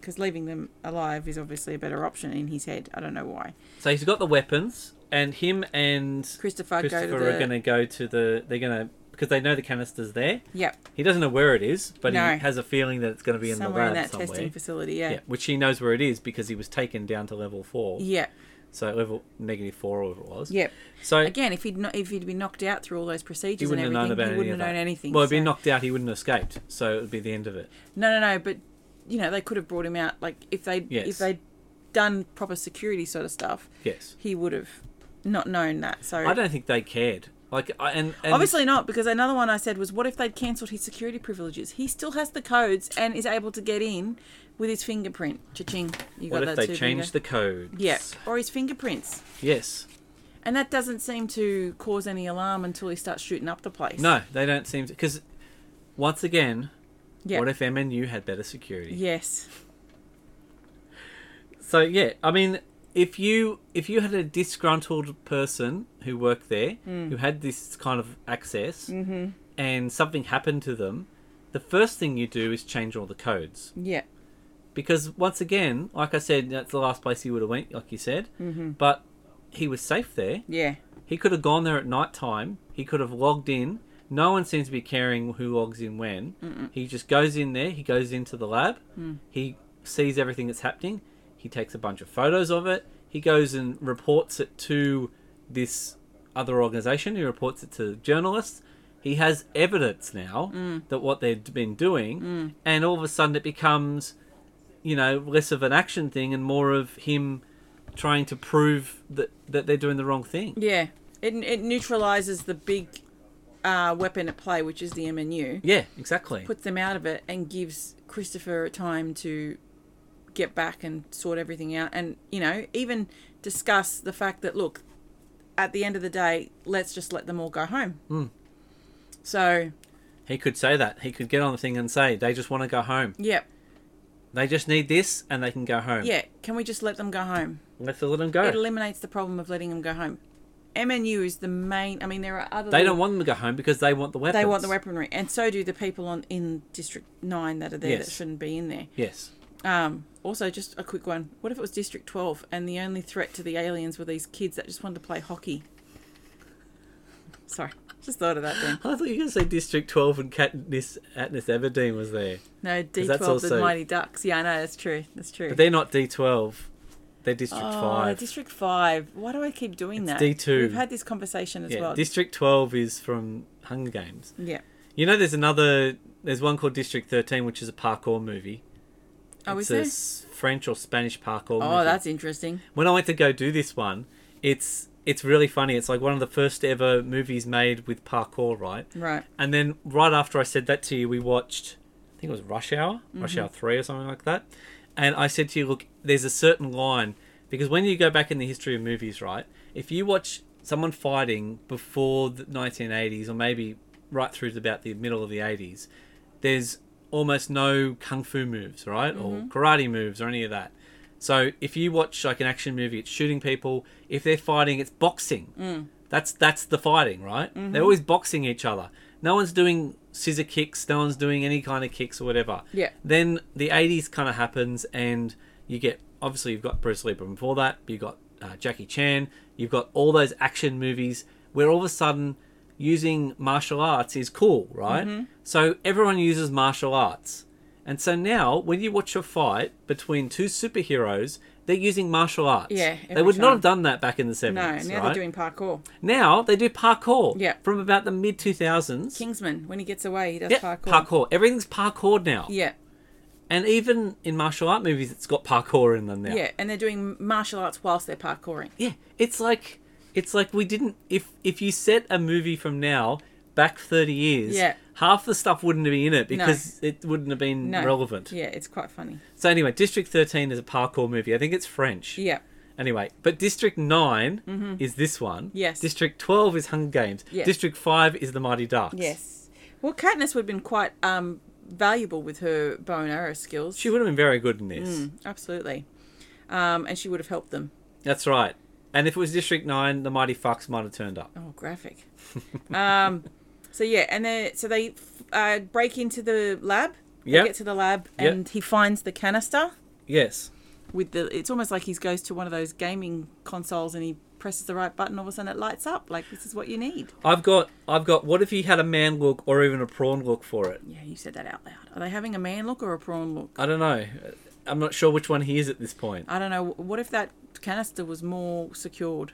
S2: Because leaving them alive is obviously a better option in his head. I don't know why.
S1: So he's got the weapons, and him and
S2: Christopher,
S1: Christopher
S2: go to the.
S1: are going to go to the. They're going to because they know the canister's there.
S2: Yep,
S1: He doesn't know where it is, but
S2: No.
S1: he has a feeling that it's going to be in the lab
S2: somewhere in that
S1: somewhere.
S2: testing facility.
S1: yeah.
S2: Yeah.
S1: which he knows where it is because he was taken down to level four.
S2: Yep,
S1: So level negative four, or whatever it was.
S2: yep.
S1: So
S2: Again, if he'd not, if he'd been knocked out through all those
S1: he
S2: procedures and
S1: wouldn't have
S2: everything,
S1: known about
S2: he
S1: any
S2: wouldn't
S1: of
S2: have known
S1: that.
S2: anything.
S1: Well, if he'd
S2: so-
S1: been knocked out, he wouldn't have escaped. So it would be the end of it.
S2: No, no, no. But you know, they could have brought him out. Like if they would
S1: Yes.
S2: if they'd done proper security sort of stuff,
S1: Yes.
S2: he would have not known that. So
S1: I don't think they cared. Like, I, and, and
S2: obviously not, because another one I said was, what if they'd cancelled his security privileges? He still has the codes and is able to get in with his fingerprint. Cha-ching! You
S1: what if
S2: got that
S1: they
S2: too,
S1: changed the codes?
S2: Yeah, or his fingerprints.
S1: Yes.
S2: And that doesn't seem to cause any alarm until he starts shooting up the place.
S1: No, they don't seem to. Because once again,
S2: Yeah.
S1: what if MNU had better security?
S2: Yes.
S1: So yeah, I mean, if you if you had a disgruntled person who worked there who had this kind of access, and something happened to them, the first thing you do is change all the codes.
S2: Yeah.
S1: because once again, like I said, that's the last place he would have went, like you said. But he was safe there.
S2: Yeah.
S1: He could have gone there at night time. He could have logged in. No one seems to be caring who logs in when. He just goes in there. He goes into the lab. He sees everything that's happening. He takes a bunch of photos of it. He goes and reports it to this other organization. He reports it to journalists. He has evidence now that what they've been doing, and all of a sudden it becomes you know, less of an action thing and more of him trying to prove that that they're doing the wrong thing.
S2: Yeah. It, it neutralizes the big uh, weapon at play, which is the MNU,
S1: Yeah, exactly.
S2: puts them out of it, and gives Christopher time to get back and sort everything out. And, you know, even discuss the fact that, look, at the end of the day, let's just let them all go home.
S1: Hmm.
S2: So,
S1: He could say that. He could get on the thing and say they just want to go home.
S2: yeah,
S1: They just need this and they can go home.
S2: yeah, can we just let them go home?
S1: Let's let them go.
S2: It eliminates the problem of letting them go home. MNU is the main. I mean, there are other.
S1: they
S2: little-
S1: don't want them to go home because they want the weapons.
S2: They want the weaponry, and so do the people on in District Nine that are there
S1: Yes.
S2: that shouldn't be in there.
S1: Yes.
S2: Um, also, just a quick one: what if it was District Twelve, and the only threat to the aliens were these kids that just wanted to play hockey? Sorry, just thought of that. Then
S1: I thought you were going to say District 12 and Katniss, Katniss Everdeen was there.
S2: no D
S1: that's
S2: Twelve, the
S1: also-
S2: Mighty Ducks. Yeah, I know that's true. That's true.
S1: But they're not D12. They're District
S2: Oh,
S1: 5.
S2: District Five. Why do I keep doing
S1: It's
S2: that?
S1: D2.
S2: We've had this conversation as
S1: yeah,
S2: well.
S1: District 12 is from Hunger Games.
S2: yeah.
S1: You know, there's another. There's one called District 13, which is a parkour movie.
S2: Oh,
S1: it's
S2: is
S1: a
S2: there?
S1: s- French or Spanish parkour movie.
S2: Oh, that's interesting.
S1: when I went to go do this one, it's it's really funny. It's like one of the first ever movies made with parkour, right?
S2: Right.
S1: And then right after I said that to you, we watched, I think it was Rush Hour, Rush Hour 3 or something like that. And I said to you, look, there's a certain line because when you go back in the history of movies, right? If you watch someone fighting before the 1980s or maybe right through to about the middle of the 80s, there's almost no kung fu moves, right? Or karate moves or any of that. So if you watch like an action movie, it's shooting people. If they're fighting, it's boxing. That's that's the fighting, right?
S2: Mm-hmm.
S1: They're always boxing each other. No one's doing scissor kicks. No one's doing any kind of kicks or whatever.
S2: Yeah.
S1: Then the '80s kind of happens, and you get obviously you've got Bruce Lee, but before that you've got uh, Jackie Chan. You've got all those action movies where all of a sudden using martial arts is cool, right?
S2: Mm-hmm.
S1: So everyone uses martial arts. And so now, when you watch a fight between two superheroes, they're using martial arts.
S2: Yeah,
S1: they
S2: every
S1: would not
S2: time.
S1: have done that back in the
S2: No, now
S1: seventies.
S2: they're
S1: right?
S2: doing parkour.
S1: Now they do parkour.
S2: Yeah.
S1: From about the mid 2000s.
S2: Kingsman, when he gets away, he does
S1: yeah,
S2: parkour.
S1: Everything's parkour now.
S2: Yeah,
S1: And even in martial art movies, it's got parkour in them now.
S2: yeah, and they're doing martial arts whilst they're parkouring.
S1: Yeah. It's like it's like we didn't if if you set a movie from now back 30 years,
S2: Yeah.
S1: half the stuff wouldn't be in it because it wouldn't have been
S2: No,
S1: relevant.
S2: Yeah, it's quite funny.
S1: So anyway, District 13 is a parkour movie. I think it's French.
S2: Yeah, Mm-hmm.
S1: Anyway, but District 9 is this one.
S2: Yes.
S1: District 12 is Hunger Games.
S2: Yes.
S1: District 5 is The Mighty Ducks.
S2: yes. Well, Katniss would have been quite um, valuable with her bow and arrow skills.
S1: She would have been very good in this.
S2: Mm, absolutely, um, and she would have helped them.
S1: That's right. And if it was District 9, The Mighty Fox might have turned up.
S2: Oh, graphic. um, so yeah, and they so they f- uh, break into the lab. They
S1: Yep.
S2: get to the lab,
S1: Yep.
S2: and he finds the canister.
S1: Yes.
S2: with the it's almost like he goes to one of those gaming consoles and he presses the right button all of a sudden it lights up like this is what you need
S1: I've got I've got what if you had a man look or even a prawn look for it?
S2: yeah you said that out loud are they having a man look or a prawn look
S1: I don't know. I'm not sure which one he is at this point.
S2: i don't know what if that canister was more secured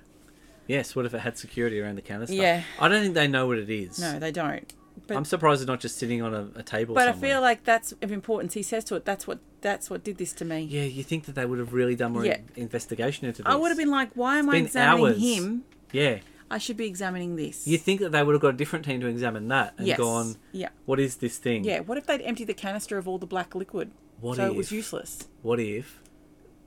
S1: Yes, what if it had security around the canister?
S2: Yeah.
S1: I don't think they know what it is.
S2: no they don't but
S1: I'm surprised it's not just sitting on a, a table
S2: but i
S1: somewhere.
S2: feel like that's of importance he says to it that's what that's what did this to me
S1: Yeah, you think that they would have really done more
S2: Yeah.
S1: investigation into this.
S2: i would have been like why am i
S1: been
S2: examining
S1: hours.
S2: him
S1: Yeah.
S2: i should be examining this
S1: You think that they would have got a different team to examine that and
S2: yes
S1: gone,
S2: yeah
S1: what is this thing?
S2: yeah what if they'd emptied the canister of all the black liquid
S1: What
S2: so
S1: if?
S2: it was useless
S1: What if,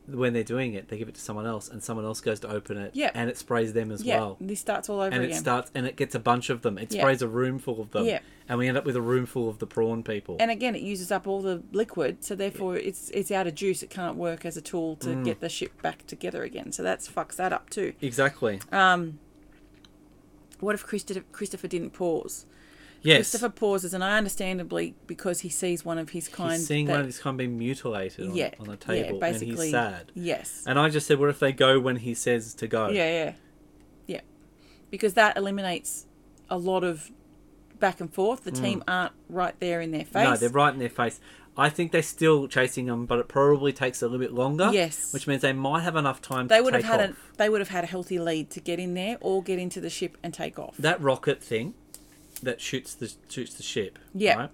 S1: when they're doing it, they give it to someone else and someone else goes to open it
S2: Yeah.
S1: and it sprays them as
S2: yeah
S1: well?
S2: this starts all over
S1: And it
S2: again
S1: starts and it gets a bunch of them. It
S2: Yeah.
S1: sprays a room full of them.
S2: Yeah.
S1: And we end up with a room full of the prawn people.
S2: and again it uses up all the liquid so therefore it's it's out of juice it can't work as a tool to
S1: Mm.
S2: get the ship back together again so that's fucks that up too Um,
S1: exactly.
S2: Uh, what if christopher, christopher didn't pause
S1: yes.
S2: christopher pauses and i understandably because he sees one of his kind
S1: He's seeing one
S2: that-
S1: of his kind being mutilated on,
S2: yeah
S1: on the table
S2: yeah,
S1: and
S2: basically
S1: he's sad. Uh,
S2: yes
S1: And I just said, what if they go when he says to go?
S2: yeah yeah yeah because that eliminates a lot of back and forth the team aren't right there in their face
S1: Mm. No, they're right in their face. I think they're still chasing them, but it probably takes a little bit longer.
S2: Yes.
S1: Which means they might have enough time
S2: they
S1: to
S2: would have
S1: take
S2: had a
S1: off.
S2: they would have had a healthy lead to get in there or get into the ship and take off
S1: That rocket thing that shoots the shoots the ship.
S2: Yeah.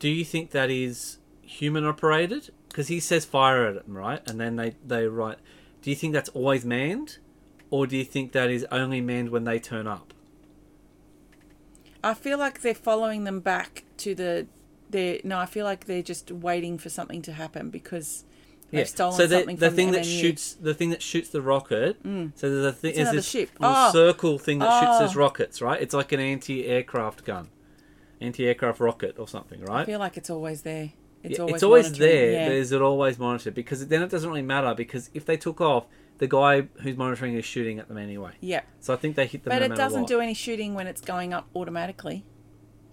S1: Do you think that is human operated? Because he says fire at them, right? And then they they write. Do you think that's always manned, or do you think that is only manned when they turn up?
S2: I feel like they're following them back to the. Their, no, I feel like they're just waiting for something to happen because they've stolen
S1: so the,
S2: something
S1: the
S2: from
S1: thing
S2: the
S1: that
S2: MNU.
S1: shoots the thing that shoots the rocket. So there's a thing. There's
S2: Mm. another
S1: this
S2: ship.
S1: little
S2: Oh.
S1: circle thing that shoots
S2: Oh.
S1: those rockets, right? It's like an anti-aircraft gun, anti-aircraft rocket or something, right?
S2: I feel like it's always there. It's
S1: Yeah,
S2: always,
S1: it's always
S2: monitoring,
S1: there,
S2: yeah.
S1: but is it always monitored? Because then it doesn't really matter. Because if they took off, the guy who's monitoring is shooting at them anyway.
S2: Yeah.
S1: So I think they hit them.
S2: But
S1: no
S2: it
S1: matter
S2: doesn't
S1: what.
S2: do any shooting when it's going up automatically.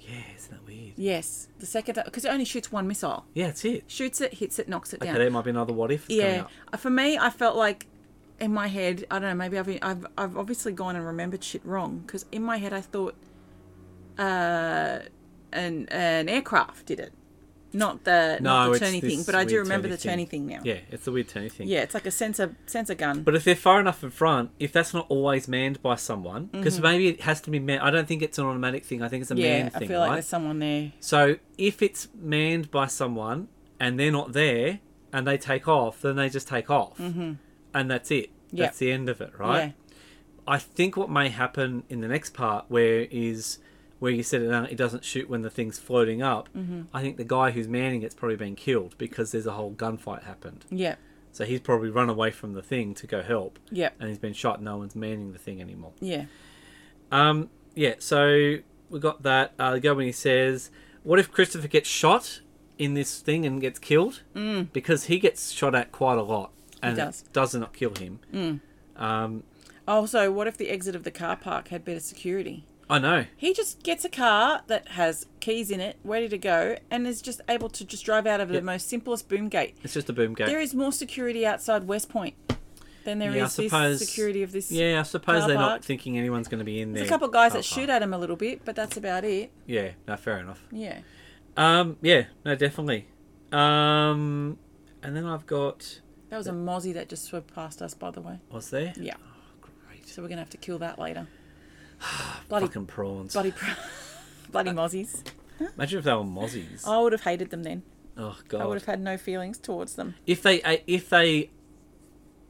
S1: Yeah, isn't that weird?
S2: Yes, the second because it only shoots one missile.
S1: Yeah, it's it.
S2: Shoots it, hits it, knocks it
S1: Okay,
S2: down.
S1: there might be another what if. that's coming
S2: yeah,
S1: up.
S2: Uh, for me, I felt like in my head, I don't know, maybe I've I've, I've obviously gone and remembered shit wrong because in my head I thought uh, an an aircraft did it, not the
S1: No,
S2: not the
S1: it's
S2: turny
S1: this
S2: thing. But I do
S1: weird
S2: remember
S1: turny
S2: the turny thing, now.
S1: Yeah, it's the weird turny thing.
S2: Yeah, it's like a sensor sensor gun.
S1: But if they're far enough in front, if that's not always manned by someone, because maybe it has to be manned. I don't think it's an automatic thing. I think it's a
S2: Mm-hmm. yeah,
S1: manned
S2: I
S1: thing,
S2: feel like
S1: right?
S2: there's someone there.
S1: So if it's manned by someone and they're not there and they take off, then they just take off, and that's it.
S2: Yep.
S1: That's the end of it, right? I think what may happen in the next part, where is where you said it, uh, it doesn't shoot when the thing's floating up. I think the guy who's manning it's probably been killed because there's a whole gunfight happened.
S2: Yeah, yeah,
S1: So he's probably run away from the thing to go help,
S2: yeah,
S1: and he's been shot. No one's manning the thing anymore.
S2: yeah.
S1: Um, yeah, so we got that. Uh, Gobini says, "What if Christopher gets shot in this thing and gets killed? Mm. Because he gets shot at quite a lot, and
S2: does. Mm.
S1: it does not kill him. Um,
S2: Also, what if the exit of the car park had better security?
S1: I know.
S2: He just gets a car that has keys in it, ready to go, and is just able to just drive out of the most simplest boom gate.
S1: It's just a boom gate.
S2: There is more security outside West Point than there is
S1: Yeah, I suppose-
S2: this security of this.
S1: yeah, I suppose
S2: car
S1: they're
S2: park.
S1: not thinking anyone's going to be in there.
S2: There's a couple of guys
S1: car
S2: that shoot
S1: park.
S2: at him a little bit, but that's about it.
S1: Yeah, no, fair enough.
S2: Yeah.
S1: Um, yeah, no, definitely. Um, and then I've got
S2: That was a mozzie that just swept past us, by the way.
S1: what's there?
S2: Yeah.
S1: Oh, great.
S2: So we're going to have to kill that later. bloody,
S1: Fucking Uh, prawns.
S2: bloody, pr- bloody mozzies.
S1: Imagine if they were mozzies.
S2: I would have hated them then.
S1: Oh god.
S2: I would have had no feelings towards them.
S1: if they ate, if they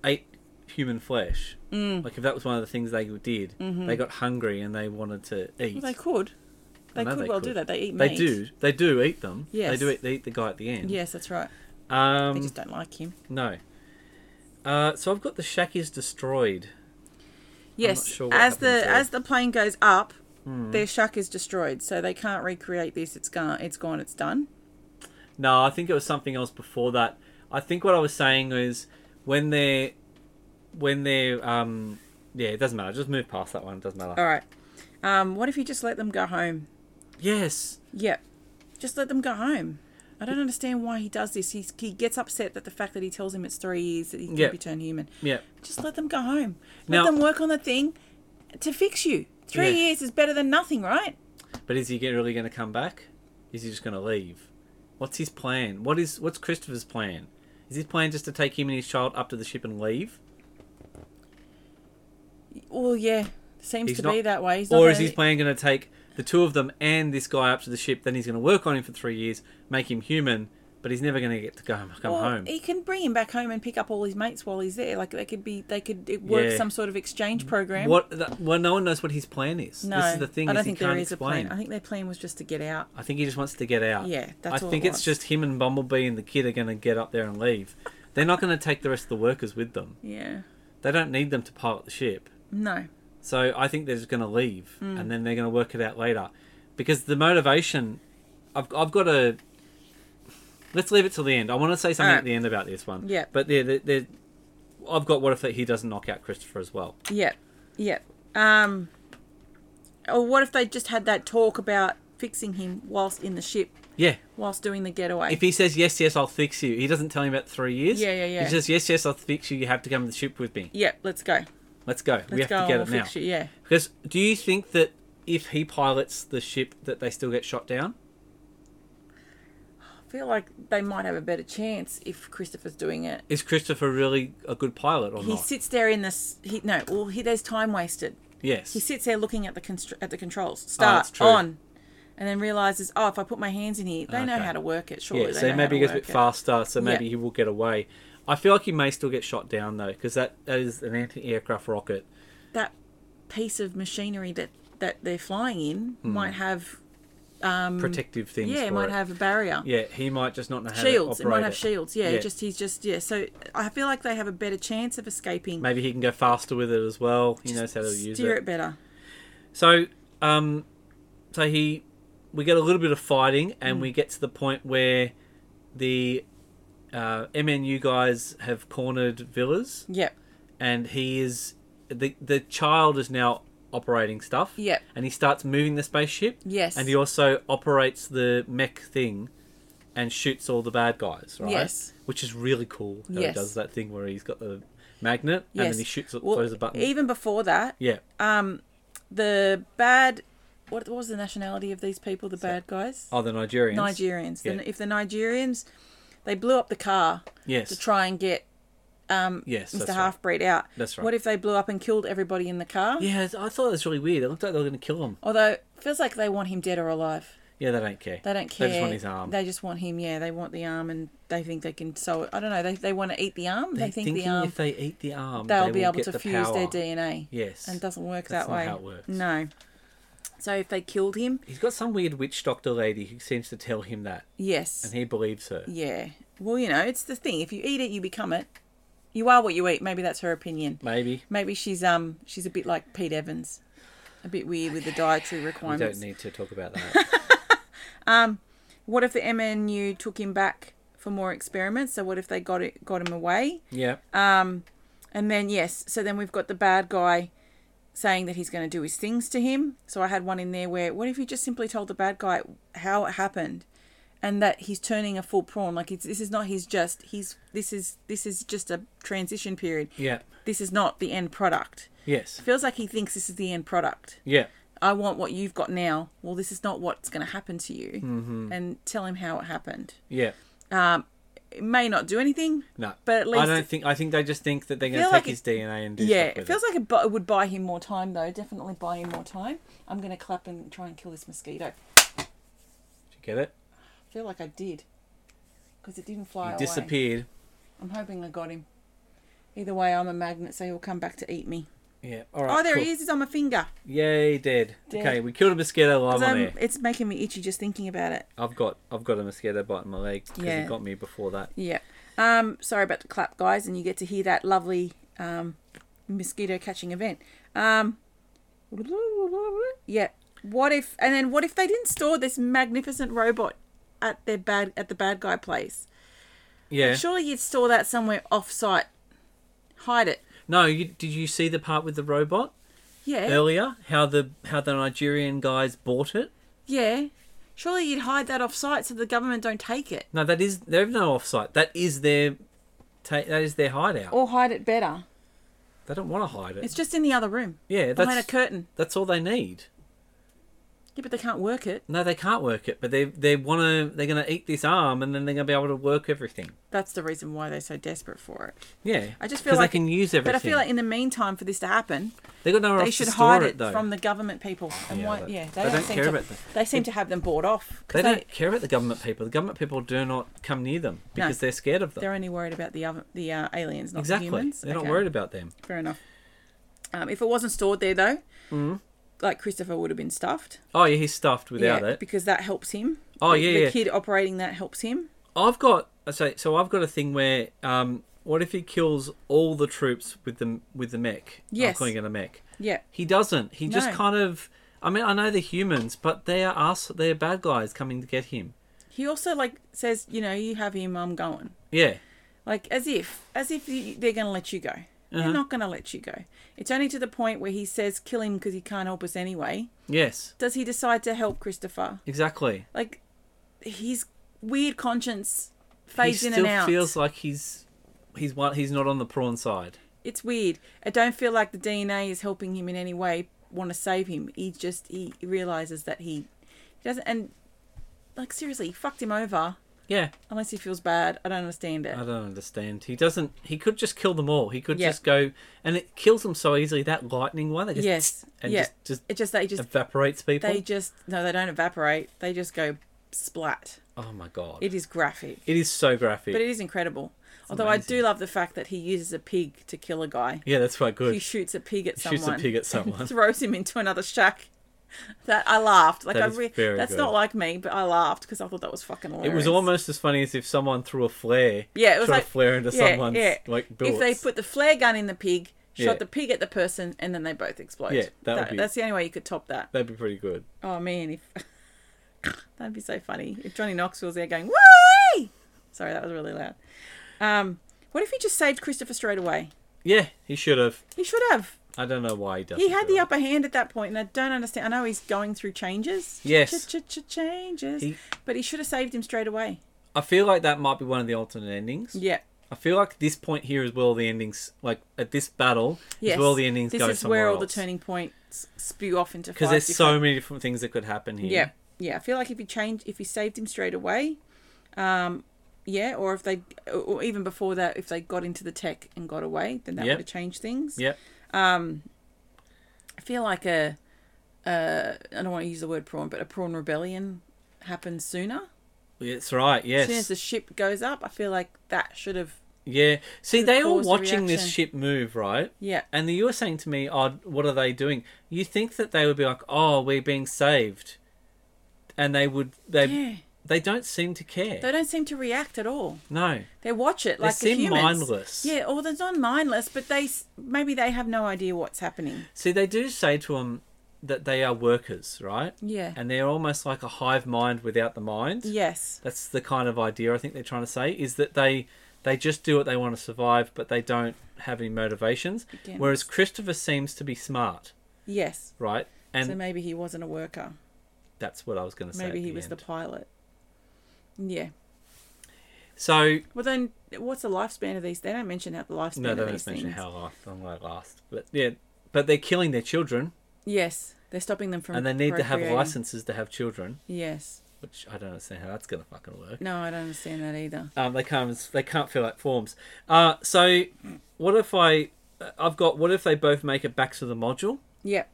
S1: ate human flesh,
S2: Mm.
S1: like if that was one of the things they did, they got hungry and they wanted to eat.
S2: Mm-hmm. Well, they could. They
S1: know
S2: could
S1: they
S2: well
S1: could.
S2: do that. They eat
S1: They
S2: meat.
S1: do. They do eat them. They
S2: Yes.
S1: do eat. They eat the guy at the end.
S2: Yes, that's right. They
S1: Um.
S2: just don't like him.
S1: No. Uh, so I've got the shack is destroyed.
S2: Yes,
S1: sure what
S2: as the
S1: happens there. Hmm.
S2: as the plane goes up, their shack is destroyed, so they can't recreate this. It's gone. It's gone. It's done.
S1: No, I think it was something else before that. I think what I was saying was when they're when they're um yeah, it doesn't matter. Just move past that one. It doesn't matter.
S2: All right. Um, what if you just let them go home?
S1: Yes.
S2: Yep. Just let them go home. I don't understand why he does this. He's, he gets upset that the fact that he tells him it's three years that he can
S1: Yep.
S2: be turned human.
S1: Yeah.
S2: Just let them go home.
S1: Now-
S2: let them work on the thing to fix you. Three
S1: Yeah.
S2: years is better than nothing, right?
S1: But is he get- really going to come back? Is he just going to leave? What's his plan? What is what's Christopher's plan? Is his plan just to take him and his child up to the ship and leave,
S2: Well, yeah. Seems
S1: He's
S2: to
S1: not-
S2: be that way. He's not
S1: or is
S2: gonna-
S1: his plan going to take the two of them and this guy up to the ship? Then he's going to work on him for three years, make him human, but he's never going to get to go come
S2: Well,
S1: home.
S2: He can bring him back home and pick up all his mates while he's there. Like they could be, they could it work
S1: Yeah.
S2: some sort of exchange program.
S1: What? The, well, no one knows what his plan is.
S2: No,
S1: this is the thing.
S2: I don't
S1: is
S2: think
S1: he can't
S2: there is
S1: explain.
S2: a plan. I think their plan was just to get out.
S1: I think he just wants to get out.
S2: Yeah, that's
S1: I
S2: all
S1: think
S2: it
S1: it's
S2: was.
S1: just him and Bumblebee and the kid are going to get up there and leave. They're not going to take the rest of the workers with them.
S2: Yeah.
S1: They don't need them to pilot the ship.
S2: No.
S1: So I think they're just going to leave,
S2: Mm.
S1: and then they're going to work it out later, because the motivation, I've I've got to. Let's leave it till the end. I want to say something
S2: Alright.
S1: at the end about this one.
S2: Yeah.
S1: But there, there, there- I've got what if he doesn't knock out Christopher as well?
S2: Yep. Yep. Um. Or what if they just had that talk about fixing him whilst in the ship,
S1: Yeah.
S2: whilst doing the getaway?
S1: If he says yes, yes, I'll fix you. He doesn't tell him about three years.
S2: Yeah, yeah, yeah.
S1: He says yes, yes, I'll fix you. You have to come to the ship with me.
S2: yep. Let's go. Let's
S1: Let's go. we have
S2: go.
S1: to get
S2: and
S1: it
S2: we'll
S1: now.
S2: fix you. Yeah.
S1: Because do you think that if he pilots the ship, that they still get shot down?
S2: I feel like they might have a better chance if Christopher's doing it.
S1: Is Christopher really a good pilot or
S2: He
S1: not?
S2: sits there in this. He, no. Well, he, there's time wasted.
S1: yes.
S2: He sits there looking at the constr- at the controls.
S1: Ah, that's
S2: Start
S1: true.
S2: on, and then realizes, oh, if I put my hands in here, they know
S1: Okay.
S2: how to work it. Surely,
S1: Yeah,
S2: they
S1: so
S2: know
S1: maybe he
S2: how
S1: goes
S2: to
S1: a
S2: work
S1: bit
S2: it.
S1: faster, so maybe
S2: Yeah.
S1: he will get away. I feel like he may still get shot down though, because that, that is an anti-aircraft rocket.
S2: that piece of machinery that that they're flying in
S1: Hmm.
S2: might have
S1: Protective things.
S2: Um, yeah, it
S1: for
S2: might have a barrier.
S1: Yeah, he might just not know how
S2: Shields.
S1: to
S2: It
S1: operate
S2: might have shields. Yeah,
S1: Yeah.
S2: Just he's just yeah. So I feel like they have a better chance of escaping.
S1: Maybe he can go faster with it as well. He knows how to use
S2: Steer
S1: it.
S2: it. better.
S1: So, um, so he, we get a little bit of fighting,
S2: Mm.
S1: and we get to the point where the uh, MNU guys have cornered Villas,
S2: Yep.
S1: and he is the the child is now operating stuff.
S2: Yep.
S1: And he starts moving the spaceship.
S2: Yes.
S1: And he also operates the mech thing, and shoots all the bad guys. Right.
S2: Yes.
S1: Which is really cool. How He
S2: Yes.
S1: does that thing where he's got the magnet,
S2: Yes.
S1: and then he shoots it,
S2: Well,
S1: throws a button.
S2: Even before that,
S1: yeah.
S2: the bad. What, what was the nationality of these people? The bad guys.
S1: oh, the Nigerians.
S2: Nigerians.
S1: Yeah.
S2: Then if the Nigerians, they blew up the car
S1: Yes.
S2: to try and get
S1: Yes,
S2: Mr.
S1: that's right.
S2: Half Breed out.
S1: That's right.
S2: What if they blew up and killed everybody in the car?
S1: Yeah, I thought it was really weird. It looked like they were going to kill him.
S2: Although it feels like they want him dead or alive.
S1: Yeah, they don't care.
S2: They don't care.
S1: They just want his arm.
S2: They just want him. Yeah, they want the arm, and they think they can. So I don't know. They they want to eat the arm. They
S1: They're
S2: think
S1: thinking
S2: the arm.
S1: if they eat the arm,
S2: They'll
S1: they
S2: be
S1: will
S2: able
S1: get
S2: to
S1: the
S2: fuse
S1: power.
S2: their DNA.
S1: Yes.
S2: and it doesn't work
S1: That's
S2: that
S1: not
S2: way.
S1: how it works.
S2: No. So if they killed him,
S1: He's got some weird witch doctor lady who seems to tell him that,
S2: yes,
S1: and he believes her.
S2: yeah. Well, you know, it's the thing. If you eat it, you become it. You are what you eat. Maybe that's her opinion.
S1: Maybe
S2: Maybe she's um she's a bit like Pete Evans, a bit weird with the dietary
S1: we don't
S2: requirements.
S1: need to talk about that.
S2: What if the MNU took him back for more experiments? So what if they got it got him away?
S1: yeah,
S2: Um, And then yes, so then we've got the bad guy saying that he's going to do his things to him. So I had one in there where what if you just simply told the bad guy how it happened and that he's turning a full prawn like it's, this is not his just he's this is this is just a transition period.
S1: yeah,
S2: This is not the end product.
S1: yes,
S2: Feels like he thinks this is the end product.
S1: yeah,
S2: I want what you've got now. Well, this is not what's going to happen to you.
S1: Mm-hmm.
S2: And tell him how it happened. Um,
S1: yeah.
S2: It may not do anything.
S1: No,
S2: But at least
S1: I don't think I think they just think that they're going
S2: Feel
S1: to take
S2: like
S1: his
S2: it-
S1: DNA and do stuff
S2: Yeah, it
S1: with
S2: feels like it, bu- it would buy him more time, though. Definitely buy him more time. I'm going to clap and try and kill this mosquito.
S1: Did you get it?
S2: I feel like I did because it didn't fly
S1: He
S2: away.
S1: disappeared.
S2: I'm hoping I got him. Either way, I'm a magnet, so he'll come back to eat me.
S1: Yeah. All right.
S2: Oh, there
S1: cool.
S2: he is. He's on my finger.
S1: Yay, dead.
S2: Dead.
S1: Okay, we killed a mosquito live
S2: 'Cause,
S1: on
S2: um,
S1: air.
S2: it's making me itchy just thinking about it.
S1: I've got I've got a mosquito biting my leg because
S2: Yeah.
S1: it got me before that.
S2: Yeah. Um, sorry about the clap, guys, and you get to hear that lovely um, mosquito catching event. Um, yeah. What if and then what if they didn't store this magnificent robot at their bad at the bad guy place?
S1: Yeah.
S2: Surely you'd store that somewhere off site. Hide it.
S1: No, you, did you see the part with the robot
S2: Yeah.
S1: earlier? How the how the Nigerian guys bought it?
S2: Yeah. Surely you'd hide that off site so the government don't take it.
S1: No, that is they've no offsite. That is their ta- that is their hideout.
S2: Or hide it better.
S1: They don't want to hide it.
S2: Oh. It's just in the other room.
S1: Yeah,
S2: Behind a
S1: that's-
S2: curtain.
S1: That's all they need.
S2: Yeah, but they can't work it.
S1: No, they can't work it, but they they want to. They're going to eat this arm, and then they're going to be able to work everything.
S2: That's the reason why they're so desperate for it.
S1: Yeah,
S2: I just feel
S1: 'Cause
S2: like-
S1: they can use everything.
S2: But I feel like in the meantime, for this to happen,
S1: they got nowhere
S2: they
S1: else
S2: should
S1: to store
S2: hide
S1: it
S2: it,
S1: though.
S2: from the government people. And
S1: Yeah,
S2: why,
S1: but
S2: yeah,
S1: they
S2: they,
S1: don't
S2: don't, seem
S1: care
S2: to,
S1: about them.
S2: They seem to have them bought off. 'cause
S1: they
S2: they,
S1: don't care about the government people. The government people do not come near them because they're scared of them.
S2: they're only worried about the other, the uh, aliens, not
S1: Exactly,
S2: the humans.
S1: they're not
S2: Okay,
S1: worried about them.
S2: Fair enough. Um, if it wasn't stored there though,
S1: Mm.
S2: like Christopher would have been stuffed.
S1: Oh yeah, he's stuffed without
S2: yeah,
S1: it.
S2: because that helps him.
S1: Oh,
S2: The-
S1: yeah,
S2: the
S1: yeah.
S2: kid operating that helps him.
S1: I've got so so I've got a thing where um, what if he kills all the troops with the with the mech? I'm
S2: Yes.
S1: calling it a mech.
S2: Yeah,
S1: He doesn't. He just
S2: No.
S1: kind of. I mean, I know they're humans, but they are us. They're bad guys coming to get him.
S2: he also like says, you know, you have him, I'm going.
S1: Yeah,
S2: Like as if, as if you, they're going to let you go.
S1: Uh-huh.
S2: They're not going to let you go. It's only to the point where he says, "Kill him because he can't help us anyway."
S1: yes,
S2: Does he decide to help Christopher?
S1: exactly.
S2: Like his weird conscience
S1: He
S2: fades in and
S1: still
S2: out.
S1: feels like he's he's one. He's not on the prawn side.
S2: it's weird. I don't feel like the DNA is helping him in any way. Want to save him? He just he realizes that he he doesn't. And like seriously, he fucked him over.
S1: Yeah,
S2: Unless he feels bad, I don't understand it.
S1: I don't understand. He doesn't. He could just kill them all. He could
S2: Yeah.
S1: just go, and it kills them so easily. That lightning one. That just
S2: yes,
S1: and
S2: yeah.
S1: just just
S2: it's just they just
S1: evaporates people.
S2: they just no, they don't evaporate. They just go splat.
S1: Oh my god.
S2: It is graphic,
S1: it is so graphic.
S2: but it is incredible. Although I do love the fact that he uses a pig to kill a guy.
S1: yeah, that's quite
S2: He
S1: good.
S2: shoots a pig at someone.
S1: Shoots a pig at someone.
S2: throws him into another shack. That I laughed. Like
S1: That
S2: I
S1: is
S2: re-
S1: very
S2: that's
S1: good.
S2: not like me, but I laughed because I thought that was fucking
S1: It
S2: hilarious.
S1: was almost as funny as if someone threw a flare.
S2: Yeah, it was
S1: shot
S2: like-
S1: a flare into
S2: Yeah,
S1: someone's
S2: yeah.
S1: like
S2: if
S1: billets.
S2: they put the flare gun in the pig, shot
S1: Yeah.
S2: the pig at the person, and then they both explode.
S1: Yeah, that would be-
S2: that's the only way you could top that.
S1: That'd be pretty good.
S2: Oh man, if that'd be so funny if Johnny Knoxville's there going woo! Sorry, that was really loud. Um, what if he just saved Christopher straight away?
S1: Yeah, he should have.
S2: He should have.
S1: I don't know why he doesn't.
S2: He had
S1: do
S2: the
S1: it.
S2: upper hand at that point, and I don't understand. I know he's going through changes.
S1: Yes.
S2: changes.
S1: He-
S2: But he should have saved him straight away.
S1: I feel like that might be one of the alternate endings.
S2: Yeah.
S1: I feel like this point here is where all the endings, like at this battle,
S2: Yes.
S1: is where all the endings
S2: this
S1: go
S2: is
S1: somewhere
S2: where all
S1: else.
S2: the turning points spew off into
S1: because
S2: five
S1: there's so
S2: different-
S1: many different things that could happen here.
S2: Yeah. Yeah. I feel like if he changed, if he saved him straight away, um, yeah, or if they, or even before that, if they got into the tech and got away, then that
S1: Yep.
S2: would have changed things. Um,
S1: Yep.
S2: I feel like a, uh, I don't want to use the word prawn, but a prawn rebellion happens sooner.
S1: That's right.
S2: As soon as
S1: Yes.
S2: the ship goes up, I feel like that should have,
S1: yeah. See, they all
S2: cause the
S1: watching this
S2: reaction.
S1: ship move, right?
S2: yeah.
S1: And then you were saying to me, "Oh, what are they doing?" You think that they would be like, "Oh, we're being saved," and they would. They
S2: Yeah.
S1: they don't seem to care.
S2: They don't seem to react at all.
S1: no.
S2: They watch it
S1: They
S2: like
S1: seem
S2: the humans.
S1: mindless.
S2: Yeah, or they're not mindless, but they s- maybe they have no idea what's happening.
S1: See, they do say to them that they are workers, right?
S2: Yeah.
S1: And they're almost like a hive mind without the mind.
S2: yes.
S1: That's the kind of idea I think they're trying to say is that they they just do what they want to survive, but they don't have any motivations.
S2: Again.
S1: Whereas Christopher seems to be smart,
S2: Yes.
S1: right? And
S2: so maybe he wasn't a worker.
S1: that's what I was going to say.
S2: Maybe
S1: at
S2: he
S1: the
S2: was the
S1: end.
S2: pilot. Yeah.
S1: So
S2: Well, then, what's the lifespan of these? They don't mention how the lifespan
S1: no, they
S2: of
S1: don't
S2: these
S1: mention
S2: things.
S1: how long long they last, but yeah, but they're killing their children,
S2: Yes, they're stopping them from.
S1: and they need to have
S2: procreating.
S1: licenses to have children,
S2: Yes.
S1: which I don't understand how that's going to fucking work.
S2: No, I don't understand that either.
S1: Um, they can't. They can't fill out forms. Uh, so, what if I? I've got. What if they both make it back to the module
S2: Yep.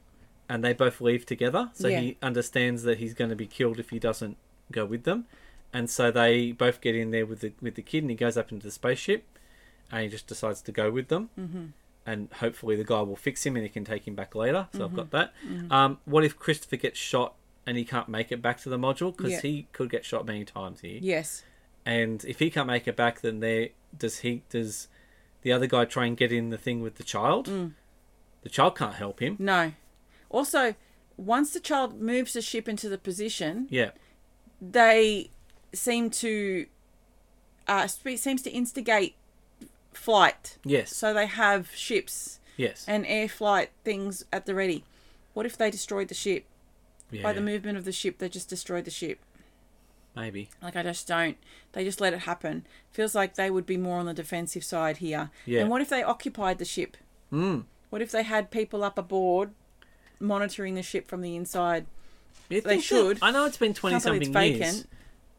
S1: and they both leave together? So
S2: Yeah.
S1: he understands that he's going to be killed if he doesn't go with them, and so they both get in there with the with the kid, and he goes up into the spaceship, and he just decides to go with them. Mm-hmm. And hopefully the guy will fix him, and he can take him back later. So I've
S2: Mm-hmm.
S1: got that. Um, what if Christopher gets shot and he can't make it back to the module because
S2: Yeah.
S1: he could get shot many times here?
S2: Yes.
S1: and if he can't make it back, then there does he does the other guy try and get in the thing with the child?
S2: Mm.
S1: The child can't help him.
S2: No. Also, once the child moves the ship into the position,
S1: Yeah,
S2: they seem to uh, spe- seems to instigate flight.
S1: Yes.
S2: So they have ships
S1: yes.
S2: and air flight things at the ready. What if they destroyed the ship
S1: yeah,
S2: by the movement of the ship? They just destroyed the ship.
S1: maybe.
S2: Like I just don't. They just let it happen. Feels like they would be more on the defensive side here.
S1: Yeah. Hmm.
S2: And what if they occupied the ship? Mm. What if they had people up aboard monitoring the ship from the inside?
S1: You
S2: They
S1: think that-
S2: should.
S1: I know it's been twenty
S2: Can't believe
S1: something
S2: it's
S1: years,
S2: vacant.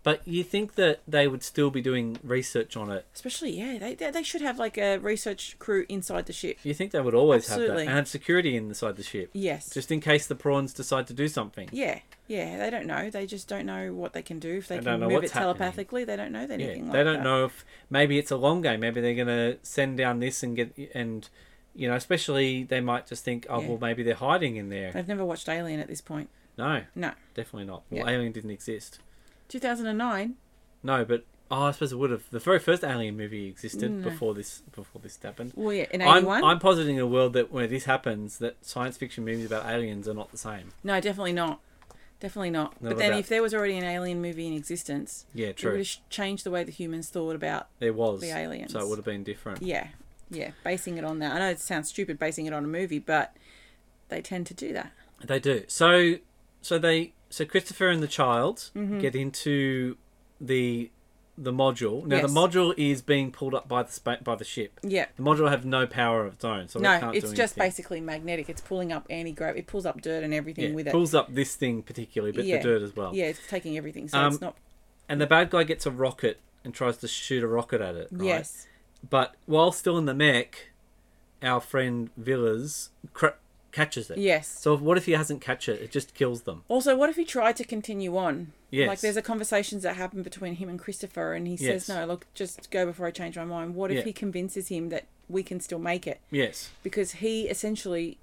S1: but you think that they would still be doing research on it?
S2: Especially, yeah, they, they they should have like a research crew inside the ship.
S1: You think they would always have that
S2: Absolutely.
S1: and have security inside the ship?
S2: Yes.
S1: Just in case the prawns decide to do something.
S2: Yeah, yeah. They don't know. They just don't know what they can do. If they,
S1: They don't
S2: can
S1: know
S2: move
S1: what's
S2: it
S1: happening.
S2: telepathically, they don't know
S1: Yeah,
S2: anything. like
S1: they don't
S2: that.
S1: know if maybe it's a long game. Maybe they're gonna send down this and get and you know, especially they might just think, oh
S2: Yeah.
S1: well, maybe they're hiding in there.
S2: They've never watched Alien at this point.
S1: No,
S2: No,
S1: definitely not. Well,
S2: Yeah.
S1: Alien didn't exist.
S2: 2009.
S1: No, but oh, I suppose it would have. The very first Alien movie existed
S2: No.
S1: before this. Before this happened.
S2: Well, yeah, in
S1: I'm,
S2: 81.
S1: I'm positing a world that where this happens, that science fiction movies about aliens are not the same.
S2: No, definitely not. Definitely not.
S1: Not
S2: but then,
S1: about-
S2: if there was already an Alien movie in existence,
S1: Yeah,
S2: it would
S1: true.
S2: have changed the way the humans thought about.
S1: There was
S2: the aliens.
S1: so it would have been different.
S2: Yeah, yeah. Basing it on that. I know it sounds stupid basing it on a movie, but they tend to do that.
S1: They do. So, so they, so Christopher and the child
S2: Mm-hmm.
S1: get into the the module. Now
S2: Yes.
S1: the module is being pulled up by the spa- by the ship.
S2: Yeah.
S1: The module have no power of its own, so it
S2: No,
S1: can't
S2: it's
S1: do
S2: just
S1: anything.
S2: basically magnetic. It's pulling up anti-grav. It pulls up dirt and everything
S1: Yeah,
S2: with it.
S1: pulls up this thing particularly, but
S2: Yeah.
S1: the dirt as well.
S2: Yeah, it's taking everything, so
S1: Um,
S2: it's not.
S1: And the bad guy gets a rocket and tries to shoot a rocket at it. Right?
S2: Yes.
S1: But while still in the mech, our friend Villas cra- catches it.
S2: Yes.
S1: So what if he hasn't catch it? It just kills them.
S2: Also, what if he tried to continue on?
S1: Yes.
S2: Like there's a conversations that happen between him and Christopher, and he
S1: Yes.
S2: says, "No, look, just go before I change my mind." What if
S1: Yeah.
S2: he convinces him that we can still make it?
S1: Yes.
S2: Because he essentially,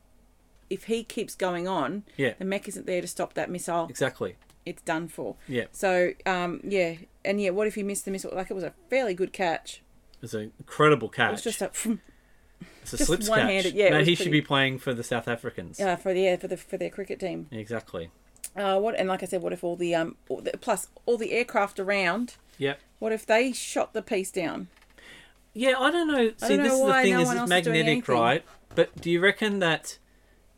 S2: if he keeps going on,
S1: Yeah.
S2: the mech isn't there to stop that missile.
S1: Exactly.
S2: It's done for.
S1: Yeah.
S2: So, um, yeah, and yeah, what if he missed the missile? Like it was a fairly good catch.
S1: It's an incredible catch.
S2: It was just a
S1: it's a
S2: just
S1: slips
S2: one-handed,
S1: catch.
S2: yeah, it
S1: no,
S2: was
S1: he should
S2: pretty-
S1: be playing for the South Africans.
S2: uh, for the yeah, for the for their cricket team.
S1: Exactly.
S2: Uh, what and like I said, what if all the um all the, plus all the aircraft around?
S1: Yep.
S2: What if they shot the piece down?
S1: Yeah, I don't know. See,
S2: know
S1: this is the
S2: why
S1: thing:
S2: no
S1: is
S2: one
S1: it's
S2: else is doing
S1: magnetic,
S2: anything.
S1: right? But do you reckon that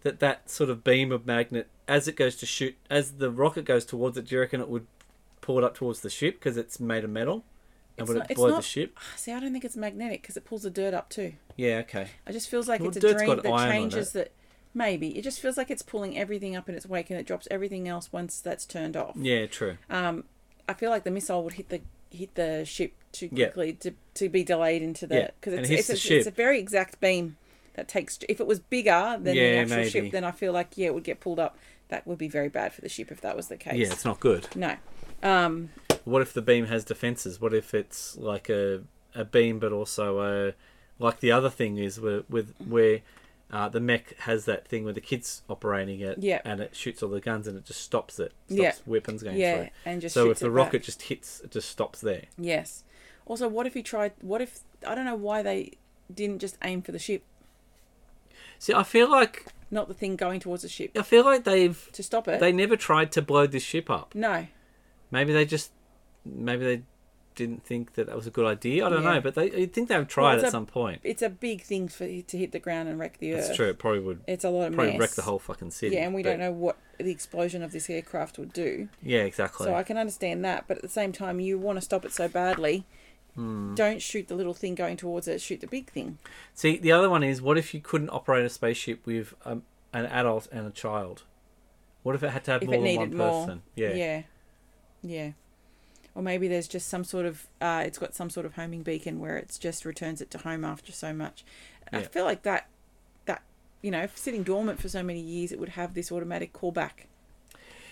S1: that that sort of beam of magnet, as it goes to shoot, as the rocket goes towards it, do you reckon it would pull it up towards the ship because it's made of metal, and would
S2: not-
S1: it
S2: it's
S1: blow the
S2: not-
S1: ship?
S2: See, I don't think it's magnetic because it pulls the dirt up too.
S1: Yeah. Okay.
S2: It just feels like
S1: Well,
S2: it's a
S1: dirt's
S2: dream
S1: got iron
S2: that
S1: on
S2: changes that. Maybe it just feels like it's pulling everything up in its wake and it drops everything else once that's turned off. Um,
S1: Yeah. True.
S2: I feel like the missile would hit the hit the ship too
S1: Yeah.
S2: quickly to, to be delayed into
S1: Yeah,
S2: the because
S1: and
S2: it's
S1: it
S2: it's,
S1: hits
S2: a,
S1: the
S2: it's a
S1: ship.
S2: very exact beam that takes. If it was bigger than the
S1: Yeah,
S2: actual
S1: maybe.
S2: ship, then I feel like yeah, it would get pulled up. That would be very bad for the ship if that was the case.
S1: Yeah, it's not good.
S2: No. Um,
S1: What if the beam has defenses? What if it's like a a beam, but also a like the other thing is where with where uh, the mech has that thing where the kids operating it,
S2: Yeah.
S1: and it shoots all the guns and it just stops it, stops
S2: Yeah.
S1: weapons going
S2: Yeah,
S1: through.
S2: and just
S1: so if
S2: shoots
S1: the
S2: it
S1: rocket
S2: back.
S1: just hits, it just stops there.
S2: yes. Also, what if he tried? What if I don't know why they didn't just aim for the ship,
S1: See, I feel like
S2: not the thing going towards the ship
S1: I feel like they've
S2: to stop it.
S1: they never tried to blow this ship up.
S2: no.
S1: Maybe they just maybe they didn't think that that was a good idea. I don't
S2: Yeah.
S1: know, but they you'd think they would try
S2: Well,
S1: it
S2: it's
S1: at
S2: a-
S1: some point.
S2: It's a big thing for to hit the ground and wreck the earth.
S1: That's true. It probably would
S2: It's a lot of
S1: probably
S2: mess.
S1: wreck the whole fucking city.
S2: Yeah, and we
S1: but-
S2: don't know what the explosion of this aircraft would do.
S1: Yeah, exactly.
S2: So I can understand that, but at the same time, you want to stop it so badly.
S1: Hmm.
S2: Don't shoot the little thing going towards it. Shoot the big thing.
S1: See, the other one is what if you couldn't operate a spaceship with um, an adult and a child? What if it had to have
S2: if
S1: more
S2: it
S1: than one
S2: needed more.
S1: person? Yeah.
S2: yeah, yeah. Or maybe there's just some sort of uh, it's got some sort of homing beacon where it's just returns it to home after so much. I
S1: Yeah.
S2: feel like that that you know sitting dormant for so many years, it would have this automatic callback.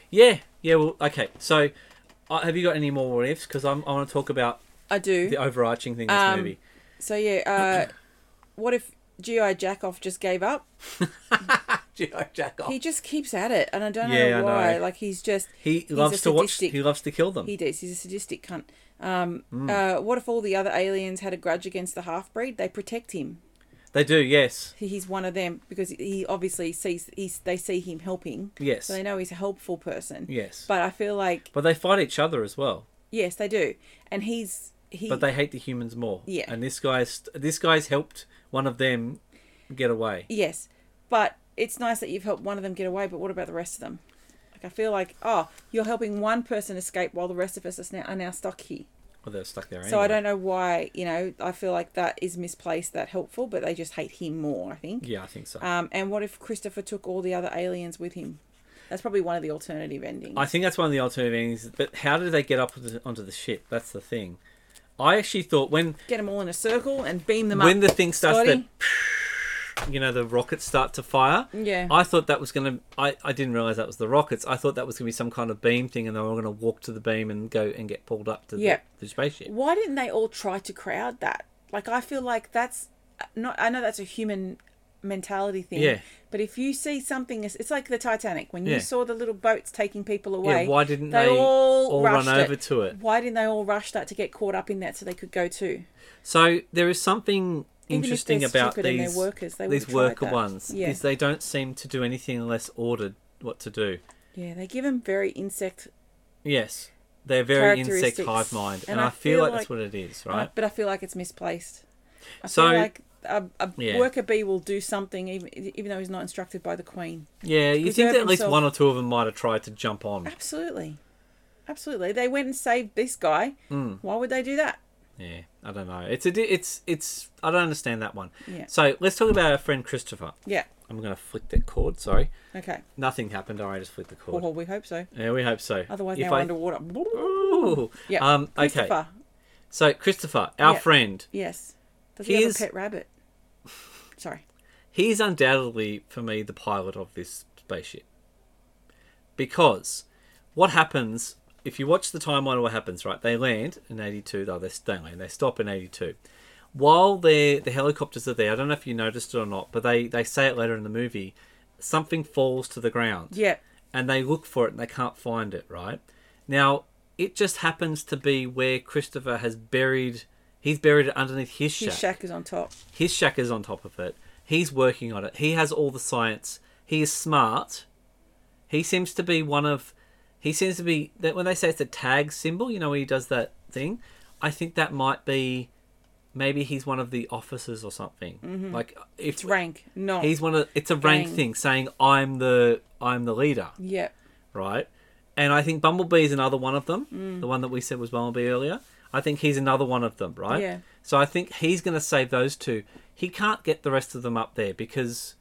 S1: Yeah. Yeah. Well, okay. So, uh, have you got any more what ifs? Because I want to talk about
S2: I do.
S1: the overarching thing in this
S2: Um,
S1: movie.
S2: So yeah, uh, what if GI Jackoff just gave up?
S1: G.I. Jack off.
S2: He just keeps at it, and I don't
S1: Oh. Yeah, I
S2: know why.
S1: know.
S2: Like he's just
S1: He
S2: a
S1: loves to watch.
S2: sadistic-
S1: He loves to kill them.
S2: he does. He's a sadistic cunt. Um,
S1: Hmm.
S2: uh, what if all the other aliens had a grudge against the half breed? They protect him.
S1: They do. Yes.
S2: He- He's one of them because he obviously sees he's, they see him helping,
S1: Yes.
S2: so they know he's a helpful person.
S1: Yes. But,
S2: But I feel like
S1: they fight each other as well.
S2: yes, they do, and he's he.
S1: But they hate the humans more.
S2: Yeah.
S1: And this guy's this guy's helped one of them get away.
S2: Yes, but it's nice that you've helped one of them get away. But what about the rest of them? Like I feel like oh, you're helping one person escape while the rest of us is now, are now stuck here.
S1: Well, they're stuck there.
S2: So I
S1: anyway.
S2: don't know why you know I feel like that is misplaced that helpful, but they just hate him more. I think.
S1: Yeah, I think so.
S2: Um, and what if Christopher took all the other aliens with him? That's probably one of the alternative endings.
S1: I think that's one of the alternative endings. But how did they get up onto- onto the ship? That's the thing. I actually thought when
S2: Get them all in a circle and beam them
S1: when the
S2: up.
S1: thing starts to,
S2: Scotty?
S1: you know, the rockets start to fire.
S2: yeah.
S1: I thought that was gonna. I, I didn't realize that was the rockets. I thought that was gonna be some kind of beam thing, and they were all gonna walk to the beam and go and get pulled up to the-
S2: Yeah.
S1: the, spaceship.
S2: why didn't they all try to crowd that? Like I feel like that's uh, not. I know that's a human mentality thing.
S1: Yeah.
S2: But if you see something, it's it's like the Titanic when
S1: Yeah.
S2: you saw the little boats taking people away.
S1: why didn't they all run
S2: rushed
S1: over to it?
S2: Why didn't they all rush that to get caught up in that so they could go too?
S1: So there is something
S2: if
S1: interesting
S2: they're
S1: about
S2: stupid and they're
S1: these
S2: workers, they
S1: these
S2: would've tried
S1: worker
S2: that.
S1: ones.
S2: Yeah.
S1: Is they don't seem to do anything unless ordered what to do.
S2: Yeah, they give them very insect.
S1: Yes, they're very insect
S2: Characteristics.
S1: hive mind, and,
S2: And
S1: I,
S2: I
S1: feel,
S2: feel
S1: like, that's
S2: like-
S1: what it is, right?
S2: Uh, But I feel like it's misplaced. I
S1: So-
S2: feel like a, a
S1: Yeah.
S2: worker bee will do something even even though he's not instructed by the queen.
S1: yeah, you think
S2: preserve
S1: that at least
S2: himself.
S1: one or two of them might have tried to jump on.
S2: Absolutely. Absolutely. They went and saved this guy.
S1: Hmm.
S2: Why would they do that?
S1: Yeah, I don't know. It's a, di- it's it's I don't understand that one.
S2: Yeah.
S1: So let's talk about our friend Christopher.
S2: Yeah.
S1: I'm gonna flick that cord. Sorry,
S2: Okay.
S1: nothing happened. I just flicked the cord.
S2: Well, we hope so.
S1: Yeah, we hope so.
S2: Oh. Otherwise,
S1: If
S2: now we're
S1: I-
S2: underwater.
S1: Ooh.
S2: Yeah.
S1: Um. Okay.
S2: Christopher.
S1: So Christopher, our
S2: Yeah.
S1: friend,
S2: Yes. Does
S1: He
S2: he have
S1: is-
S2: a pet rabbit? Sorry.
S1: He is undoubtedly, for me, the pilot of this spaceship. Because what happens, if you watch the timeline of what happens, right? They land in 82, though they, they land, they stop in 82. While they the helicopters are there, I don't know if you noticed it or not, but they, they say it later in the movie, something falls to the ground
S2: Yeah.
S1: and they look for it and they can't find it, right? Now, it just happens to be where Christopher has buried he's buried it underneath his shack.
S2: His shack is on top.
S1: His shack is on top of it. He's working on it. He has all the science. He is smart. He seems to be one of he seems to be that when they say it's a tag symbol, you know when he does that thing, I think that might be maybe he's one of the officers or something. Like if
S2: Mm-hmm. It's rank, not.
S1: he's one of it's a rank
S2: Gang.
S1: thing saying I'm the I'm the leader
S2: yeah.
S1: right? And I think Bumblebee is another one of them. The one that we said was Bumblebee earlier. I think he's another one of them, right?
S2: Yeah.
S1: So I think he's going to save those two. He can't get the rest of them up there because,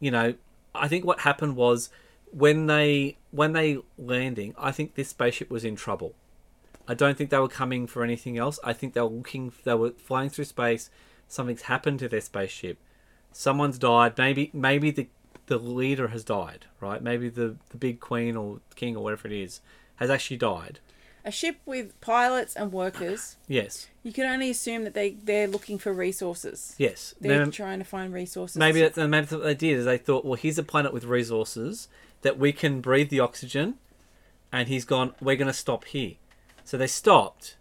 S1: you know, I think what happened was when they when they landing, I think this spaceship was in trouble. I don't think they were coming for anything else. I think they were looking. They were flying through space. Something's happened to their spaceship. Someone's died. Maybe maybe the the leader has died. Right? Maybe the the big queen or king or whatever it is has actually died.
S2: A ship with pilots and workers,
S1: Yes.
S2: you can only assume that they, they're looking for resources.
S1: Yes.
S2: They're
S1: Then
S2: trying to find resources.
S1: maybe that's, and maybe that's what they did is they thought, well, here's a planet with resources that we can breathe the oxygen, and he's gone. We're going to stop here. So they stopped,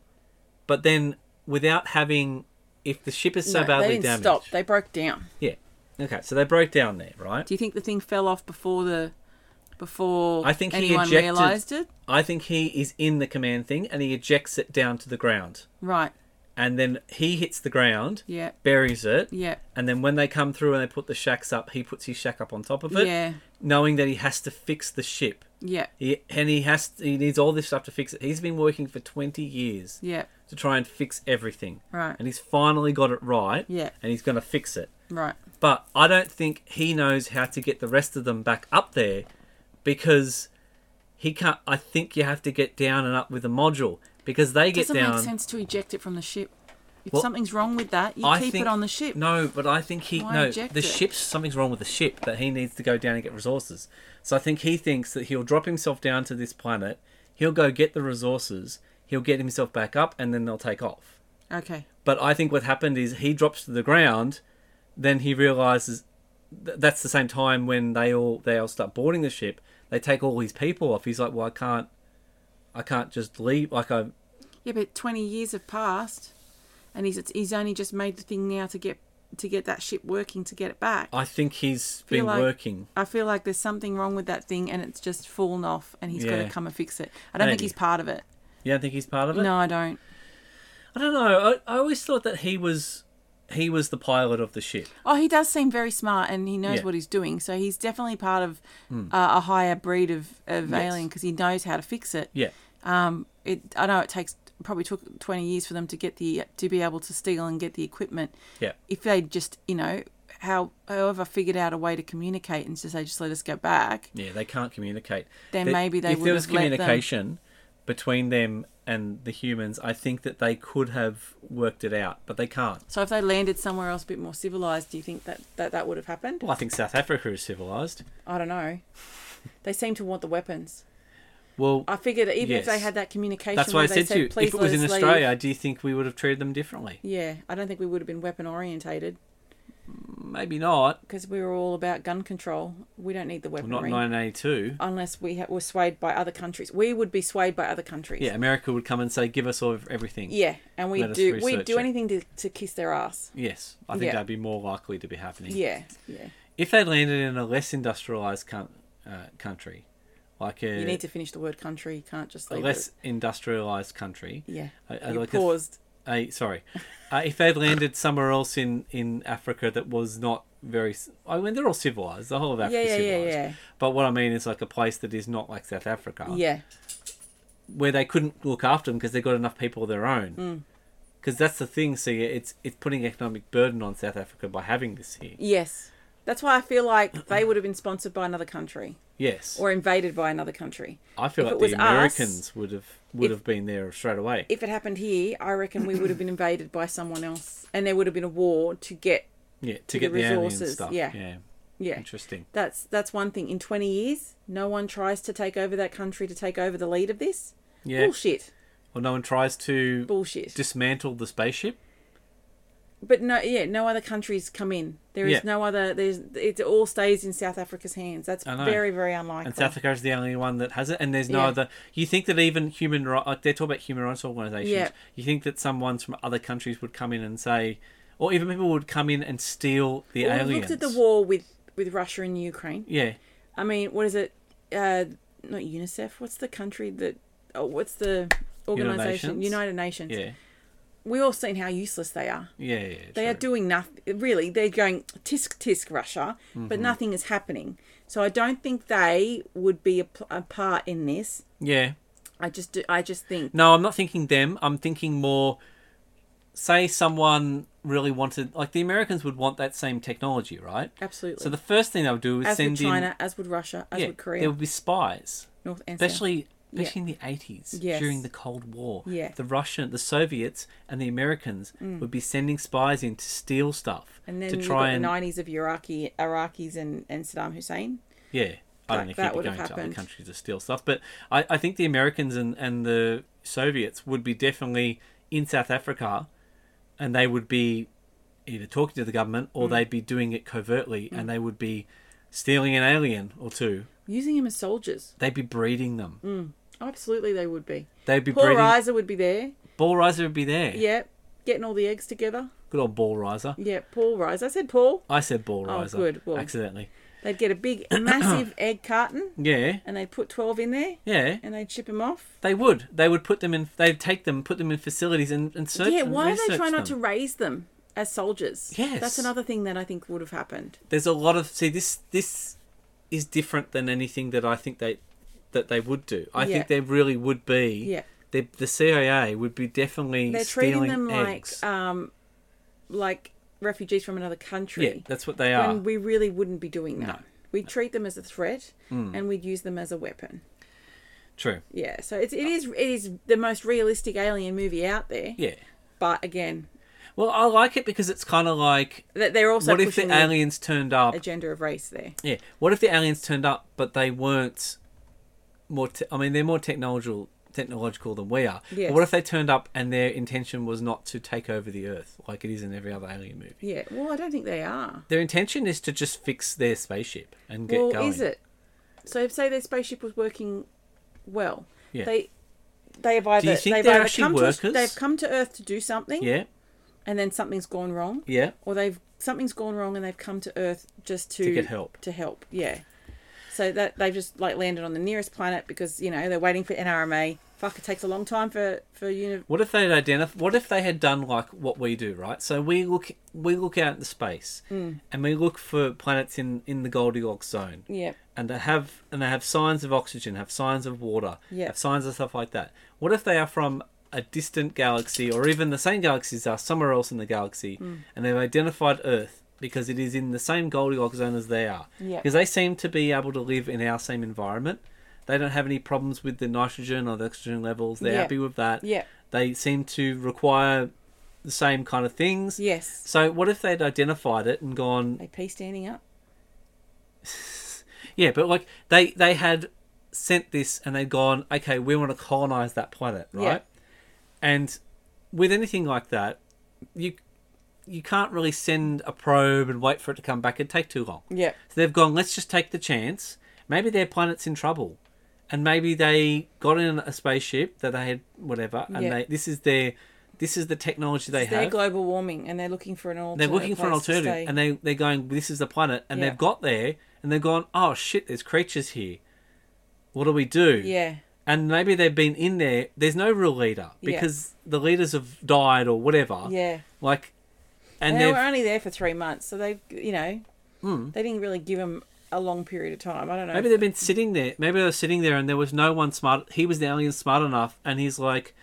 S1: but then without having, if the ship is so
S2: No,
S1: badly
S2: they didn't
S1: damaged,
S2: stop. They broke down.
S1: Yeah. Okay, so they broke down there, right?
S2: Do you think the thing fell off before the before
S1: I think he
S2: anyone
S1: ejected-
S2: realized it?
S1: I think he is in the command thing and he ejects it down to the ground.
S2: Right.
S1: And then he hits the ground,
S2: Yeah.
S1: buries it,
S2: Yeah.
S1: and then when they come through and they put the shacks up, he puts his shack up on top of it,
S2: Yeah.
S1: knowing that he has to fix the ship.
S2: Yeah.
S1: He, and he has he needs all this stuff to fix it. He's been working for 20 years
S2: Yeah.
S1: to try and fix everything.
S2: Right.
S1: And he's finally got it right.
S2: Yeah.
S1: And he's going to fix it.
S2: Right.
S1: But I don't think he knows how to get the rest of them back up there because he can't. I think you have to get down and up with the module because they get
S2: Doesn't
S1: down.
S2: make sense to eject it from the ship. If
S1: Well,
S2: something's wrong with that, you
S1: I
S2: keep
S1: think-
S2: it on the ship.
S1: No, but I think he
S2: Why
S1: no
S2: eject
S1: the
S2: it?
S1: ship's something's wrong with the ship that he needs to go down and get resources. So I think he thinks that he'll drop himself down to this planet. He'll go get the resources. He'll get himself back up, and then they'll take off.
S2: Okay.
S1: But I think what happened is he drops to the ground, then he realizes th- that's the same time when they all they all start boarding the ship. They take all his people off. He's like, "Well, I can't, I can't just leave." Like I,
S2: Yeah, but twenty years have passed, and he's he's only just made the thing now to get to get that ship working to get it back.
S1: I think he's
S2: Feel
S1: been
S2: like-
S1: working.
S2: I feel like there's something wrong with that thing, and it's just fallen off, and he's got
S1: Yeah.
S2: to come and fix it. I don't think
S1: Maybe.
S2: he's part of it.
S1: You don't think he's part of it?
S2: No, I don't.
S1: I don't know. I, I always thought that he was, he was the pilot of the ship.
S2: Oh, he does seem very smart, and he knows
S1: Yeah. Hmm.
S2: what he's doing. So he's definitely part of uh, a higher breed of of alien because he knows how to fix it.
S1: Yeah,
S2: Um, it I know it takes probably took twenty years for them to get the to be able to steal and get the equipment.
S1: yeah,
S2: if they just you know how however figured out a way to communicate and just say just let us go back
S1: yeah. They can't communicate.
S2: Then
S1: They-
S2: maybe they
S1: if there
S2: would
S1: was
S2: have let them-
S1: communication between them and the humans, I think that they could have worked it out, but they can't.
S2: so if they landed somewhere else a bit more civilized do you think that that, that would have happened
S1: Well, I think South Africa is civilized.
S2: i don't know they seem to want the weapons
S1: Well,
S2: i figured even if they
S1: Yes.
S2: had that communication
S1: that's why
S2: where
S1: I
S2: they
S1: said to you,
S2: "Please
S1: if it
S2: let
S1: was in
S2: us leave,"
S1: Australia, do you think we would have treated them differently?
S2: yeah i don't think we would have been weapon orientated
S1: Maybe not.
S2: because we were all about gun control we don't need the
S1: Well, not
S2: weaponry
S1: 1982.
S2: unless we ha- were swayed by other countries we would be swayed by other countries
S1: Yeah, America would come and say, "Give us all of everything."
S2: yeah and we
S1: Let us
S2: do we
S1: research
S2: do
S1: it.
S2: anything to, to kiss their ass
S1: Yes, I think
S2: Yeah.
S1: that'd be more likely to be happening.
S2: yeah yeah
S1: If they landed in a less industrialized com- uh, country, like a,
S2: You need to finish the word country. You can't just
S1: a
S2: leave
S1: less
S2: it.
S1: industrialized country.
S2: Yeah.
S1: I- I
S2: you
S1: like a-
S2: paused.
S1: Uh, sorry, uh, if they'd landed somewhere else in, in Africa that was not very, c- I mean they're all civilized. The whole of Africa
S2: Yeah, yeah, yeah,
S1: civilized.
S2: yeah.
S1: But what I mean is like a place that is not like South Africa,
S2: yeah.
S1: where they couldn't look after them because they got enough people of their
S2: Mm.
S1: own. Because that's the thing. See, it's it's putting economic burden on South Africa by having this here.
S2: Yes. That's why I feel like they would have been sponsored by another country
S1: Yes,
S2: or invaded by another country.
S1: I feel
S2: if
S1: like
S2: it was
S1: the
S2: us-
S1: Americans would have would
S2: if-
S1: have been there straight away.
S2: If it happened here, I reckon we would have been invaded by someone else and there would have been a war to get
S1: yeah, to
S2: the
S1: get the, alien
S2: resources,
S1: stuff.
S2: yeah.
S1: yeah,
S2: Yeah.
S1: interesting.
S2: That's that's one thing. In twenty years, no one tries to take over that country to take over the lead of this.
S1: Yeah,
S2: Bullshit.
S1: well, no one tries to
S2: Bullshit.
S1: dismantle the spaceship.
S2: but no, yeah, no other countries come in. There is
S1: Yeah.
S2: no other. There's it all stays in South Africa's hands. That's
S1: I know.
S2: very very unlikely.
S1: And South Africa is the only one that has it, and there's no
S2: Yeah.
S1: other. You think that even human rights, like they're talking about human rights organisations.
S2: Yeah.
S1: You think that someone's from other countries would come in and say, or even people would come in and steal the
S2: Well, we
S1: aliens.
S2: looked at the war with with Russia and Ukraine.
S1: Yeah,
S2: I mean, what is it? Uh, not UNICEF. What's the country that? Oh, what's the organization?
S1: Nations?
S2: United Nations.
S1: yeah,
S2: We all seen how useless they are.
S1: yeah. yeah
S2: They are
S1: true.
S2: doing nothing. Really, they're going tisk tisk Russia, but
S1: Mm-hmm.
S2: nothing is happening. So I don't think they would be a, p- a part in this.
S1: Yeah.
S2: I just do, I just think
S1: No, I'm not thinking them. I'm thinking more. Say someone really wanted, like the Americans would want that same technology, right?
S2: absolutely.
S1: So the first thing they would do is
S2: as
S1: send
S2: would China,
S1: in.
S2: as would Russia, as
S1: Yeah,
S2: would Korea,
S1: there would be spies,
S2: North and South.
S1: especially especially in the 80s
S2: Yes.
S1: during the Cold War.
S2: Yeah. Mm.
S1: The Russian, the Soviets, and the Americans would be sending spies in to steal stuff
S2: And then
S1: to
S2: you've
S1: try
S2: got
S1: and
S2: the 90s of Iraqi, Iraqis and, and Saddam Hussein.
S1: Yeah. I don't
S2: Like,
S1: think
S2: that
S1: he'd be
S2: would have
S1: going to other
S2: happened.
S1: countries to steal stuff. But I, I think the Americans and, and the Soviets would be definitely in South Africa and they would be either talking to the government
S2: Mm.
S1: or they'd be doing it covertly and they would be stealing an alien or two.
S2: Using him as soldiers.
S1: They'd be breeding them.
S2: Absolutely, they would be.
S1: They'd be
S2: Poor
S1: breeding.
S2: Isa would be there.
S1: Ball riser would be there.
S2: Yep. Getting all the eggs together.
S1: Good old ball riser.
S2: Yep. Paul Riser. I said Paul.
S1: I said ball
S2: Oh,
S1: riser.
S2: good. Well-
S1: Accidentally.
S2: They'd get a big, massive egg carton
S1: Yeah.
S2: and they'd put 12 in there
S1: Yeah.
S2: and they'd ship him off.
S1: They would. They would put them in. They'd take them, put them in facilities, and and search.
S2: yeah,
S1: and
S2: why do they
S1: research
S2: try not
S1: them.
S2: to raise them as soldiers?
S1: Yes.
S2: That's another thing that I think would have happened.
S1: there's a lot of see this this is different than anything that I think they that they would do. I
S2: Yeah.
S1: think they really would be
S2: Yeah.
S1: the the CIA would be definitely
S2: They're treating
S1: stealing
S2: them
S1: eggs.
S2: like um, like refugees from another country.
S1: yeah, that's what they are.
S2: when we really wouldn't be doing that. We'd treat them as a threat
S1: Mm.
S2: and we'd use them as a weapon.
S1: True.
S2: Yeah, so it's, it is it is the most realistic alien movie out there.
S1: Yeah.
S2: But again,
S1: Well, I like it because it's kind of like
S2: that they're also
S1: what if
S2: pushing
S1: the
S2: the
S1: aliens turned up?
S2: agenda of race there.
S1: Yeah. What if the aliens turned up, but they weren't more? Te- I mean, they're more technological technological than we are. But
S2: Yes.
S1: What if they turned up and their intention was not to take over the Earth like it is in every other alien movie?
S2: Yeah, well, I don't think they are.
S1: Their intention is to just fix their spaceship and get
S2: Well,
S1: going.
S2: is it? So if say their spaceship was working well,
S1: Yeah.
S2: they they have either
S1: you think
S2: they've
S1: they're
S2: either
S1: actually
S2: come to
S1: workers?
S2: they've come to Earth to do something,
S1: Yeah,
S2: and then something's gone wrong,
S1: yeah.
S2: or they've something's gone wrong and they've come to Earth just to,
S1: get help.
S2: To help, yeah. So that they've just like landed on the nearest planet because you know they're waiting for NRMA. Fuck, it takes a long time for for uni-
S1: What if they'd identify? What if they had done like what we do, right? So we look, we look out into space,
S2: Mm.
S1: and we look for planets in in the Goldilocks zone,
S2: Yeah,
S1: and they have and they have signs of oxygen, have signs of water,
S2: Yeah.
S1: have signs of stuff like that. What if they are from a distant galaxy, or even the same galaxy as us, somewhere else in the galaxy,
S2: Mm.
S1: and they've identified Earth because it is in the same Goldilocks zone as they are,
S2: Yeah.
S1: because they seem to be able to live in our same environment. They don't have any problems with the nitrogen or the oxygen levels. They're
S2: Yeah.
S1: happy with that.
S2: yeah,
S1: They seem to require the same kind of things.
S2: yes.
S1: So what if they'd identified it and gone,
S2: They pee standing up.
S1: Yeah, but like they they had sent this and they'd gone, okay, we want to colonize that planet, right?
S2: Yeah.
S1: And with anything like that, you you can't really send a probe and wait for it to come back. It'd take too long.
S2: Yeah,
S1: So they've gone, let's just take the chance. Maybe their planet's in trouble. And maybe they got in a spaceship that they had whatever and
S2: Yeah.
S1: they this is their this is the technology they
S2: it's their
S1: have.
S2: global warming, and they're looking for an alternative.
S1: They're looking for an
S2: place to
S1: alternative,
S2: stay.
S1: and they they're going. This is the planet, and
S2: Yeah.
S1: they've got there, and they've gone. Oh shit! There's creatures here. What do we do?
S2: yeah,
S1: And maybe they've been in there. There's no real leader
S2: Yeah.
S1: because the leaders have died or whatever.
S2: yeah.
S1: Like, Ah. and
S2: And they
S1: they've Hmm.
S2: were only there for three months, so they, you know, they didn't really give them a long period of time. I don't know.
S1: maybe they've been sitting there. Maybe they were sitting there, and there was no one smart. He was the alien smart enough, and he's like,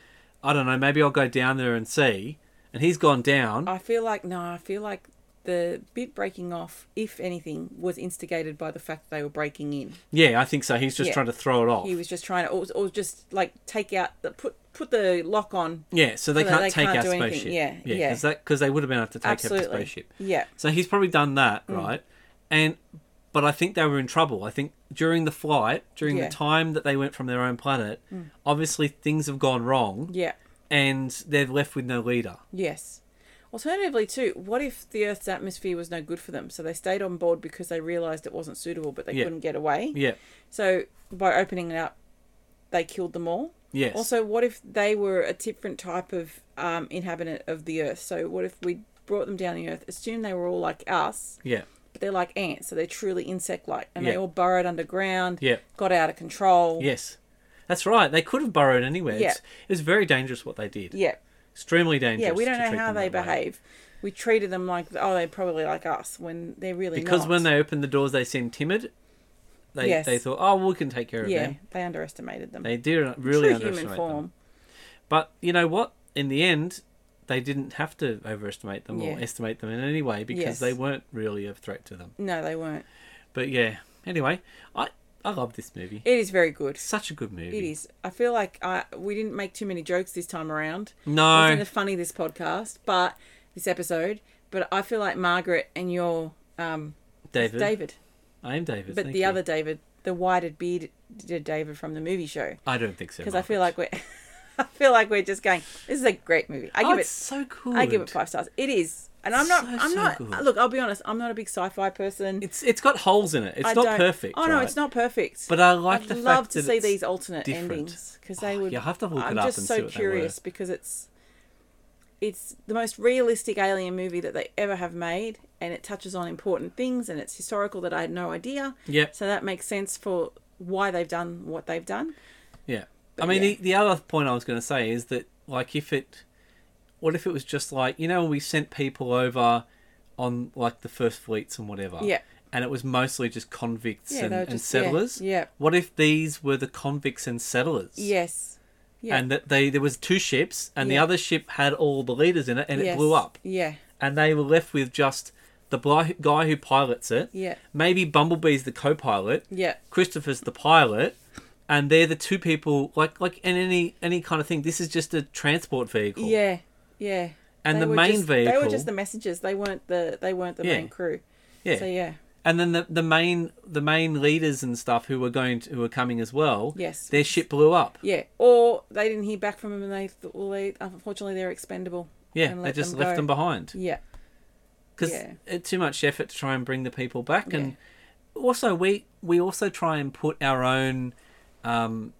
S1: I don't know. Maybe I'll go down there and see. And he's gone down.
S2: I feel like no. I feel like the bit breaking off, if anything, was instigated by the fact that they were breaking in.
S1: yeah, I think so. He's just
S2: Yeah.
S1: trying to throw it off.
S2: He was just trying to, or, or just like take out, the, put put the lock on.
S1: Yeah, so they
S2: So they-
S1: can't
S2: they
S1: take
S2: can't
S1: our
S2: do anything.
S1: spaceship.
S2: Yeah, yeah.
S1: because they would have been able to take out the
S2: Absolutely.
S1: spaceship.
S2: Yeah.
S1: So he's probably done that,
S2: Mm.
S1: right? And but I think they were in trouble. I think during the flight, during
S2: Yeah. Mm.
S1: the time that they went from their own planet, obviously things have gone wrong,
S2: Yeah.
S1: and they're left with no leader.
S2: Yes. Alternatively, too, what if the Earth's atmosphere was no good for them? So they stayed on board because they realized it wasn't suitable, but they
S1: Yeah.
S2: couldn't get away.
S1: Yeah.
S2: So by opening it up, they killed them all.
S1: Yes.
S2: Also, what if they were a different type of um, inhabitant of the Earth? So what if we brought them down the Earth, assumed they were all like us,
S1: yeah.
S2: but they're like ants, so they're truly insect-like, and they
S1: Yeah.
S2: all burrowed underground,
S1: Yeah.
S2: got out of control.
S1: Yes. That's right. They could have burrowed anywhere.
S2: Yeah.
S1: It's, it was very dangerous what they did.
S2: Yeah.
S1: Extremely dangerous.
S2: Yeah, we don't
S1: to
S2: know
S1: treat
S2: how
S1: them
S2: they
S1: that way.
S2: behave. We treated them like, oh, they're probably like us when they're really
S1: Because
S2: not.
S1: when they opened the doors, they seemed timid. They,
S2: Yes.
S1: they thought, oh, we can take care of
S2: yeah,
S1: them.
S2: they underestimated them.
S1: They did really
S2: True
S1: underestimate
S2: human
S1: them.
S2: form.
S1: But you know what? In the end, they didn't have to overestimate them or
S2: Yeah.
S1: estimate them in any way because
S2: Yes.
S1: they weren't really a threat to them.
S2: No, they weren't.
S1: But yeah, anyway, I I love this movie.
S2: It is very good.
S1: Such a good movie.
S2: It is. I feel like I we didn't make too many jokes this time around.
S1: No.
S2: It wasn't as funny this podcast, but this episode. But I feel like Margaret and your um
S1: David.
S2: David,
S1: I am David.
S2: but
S1: thank
S2: the
S1: you.
S2: other David, the whited beard David from the movie show.
S1: I don't think so.
S2: Because I feel like we're, I feel like we're just going. This is a great movie. I
S1: oh,
S2: give
S1: it's
S2: it.
S1: so good.
S2: I give it five stars. It is, and I'm not.
S1: So,
S2: I'm
S1: so
S2: not.
S1: good.
S2: Look, I'll be honest. I'm not a big sci-fi person.
S1: It's it's got holes in it. It's
S2: I
S1: not
S2: don't-
S1: perfect.
S2: Oh no,
S1: right?
S2: it's not perfect.
S1: But I like
S2: I'd
S1: the
S2: love
S1: fact
S2: to
S1: that
S2: see
S1: it's
S2: these alternate
S1: different.
S2: endings because they
S1: Oh,
S2: would.
S1: you'll have to look
S2: I'm
S1: it up
S2: just
S1: and
S2: so
S1: see what they were.
S2: curious because it's. It's the most realistic alien movie that they ever have made, and it touches on important things, and it's historical that I had no idea.
S1: Yep.
S2: So that makes sense for why they've done what they've done.
S1: Yeah. I mean,
S2: yeah.
S1: the, the other point I was going to say is that, like, if it, what if it was just like, you know, we sent people over on, like, the first fleets and whatever.
S2: Yeah.
S1: And it was mostly just convicts
S2: Yeah,
S1: and,
S2: they were
S1: and
S2: just- yeah,
S1: settlers.
S2: yeah.
S1: What if these were the convicts and settlers?
S2: Yes. Yeah.
S1: And that they there was two ships, and the
S2: Yeah.
S1: other ship had all the leaders in it, and it blew
S2: Yes.
S1: up,
S2: Yeah.
S1: and they were left with just the bli- guy who pilots it.
S2: Yeah.
S1: Maybe Bumblebee's the co-pilot.
S2: Yeah.
S1: Christopher's the pilot, and they're the two people like like in any any kind of thing. This is just a transport vehicle.
S2: Yeah, yeah.
S1: And the
S2: were
S1: main
S2: just, They were
S1: vehicle-
S2: just the messengers. They weren't the they weren't the
S1: Yeah.
S2: main crew.
S1: Yeah.
S2: So yeah,
S1: And then the, the main the main leaders and stuff who were going to, who were coming as well.
S2: Yes.
S1: Their ship blew up.
S2: yeah. Or they didn't hear back from them, and they thought, well, they unfortunately they're expendable.
S1: Yeah.
S2: and
S1: They
S2: let
S1: just
S2: them
S1: left
S2: go.
S1: them behind
S2: Yeah,
S1: because
S2: Yeah.
S1: too much effort to try and bring the people back. And also we we also try and put our own, um,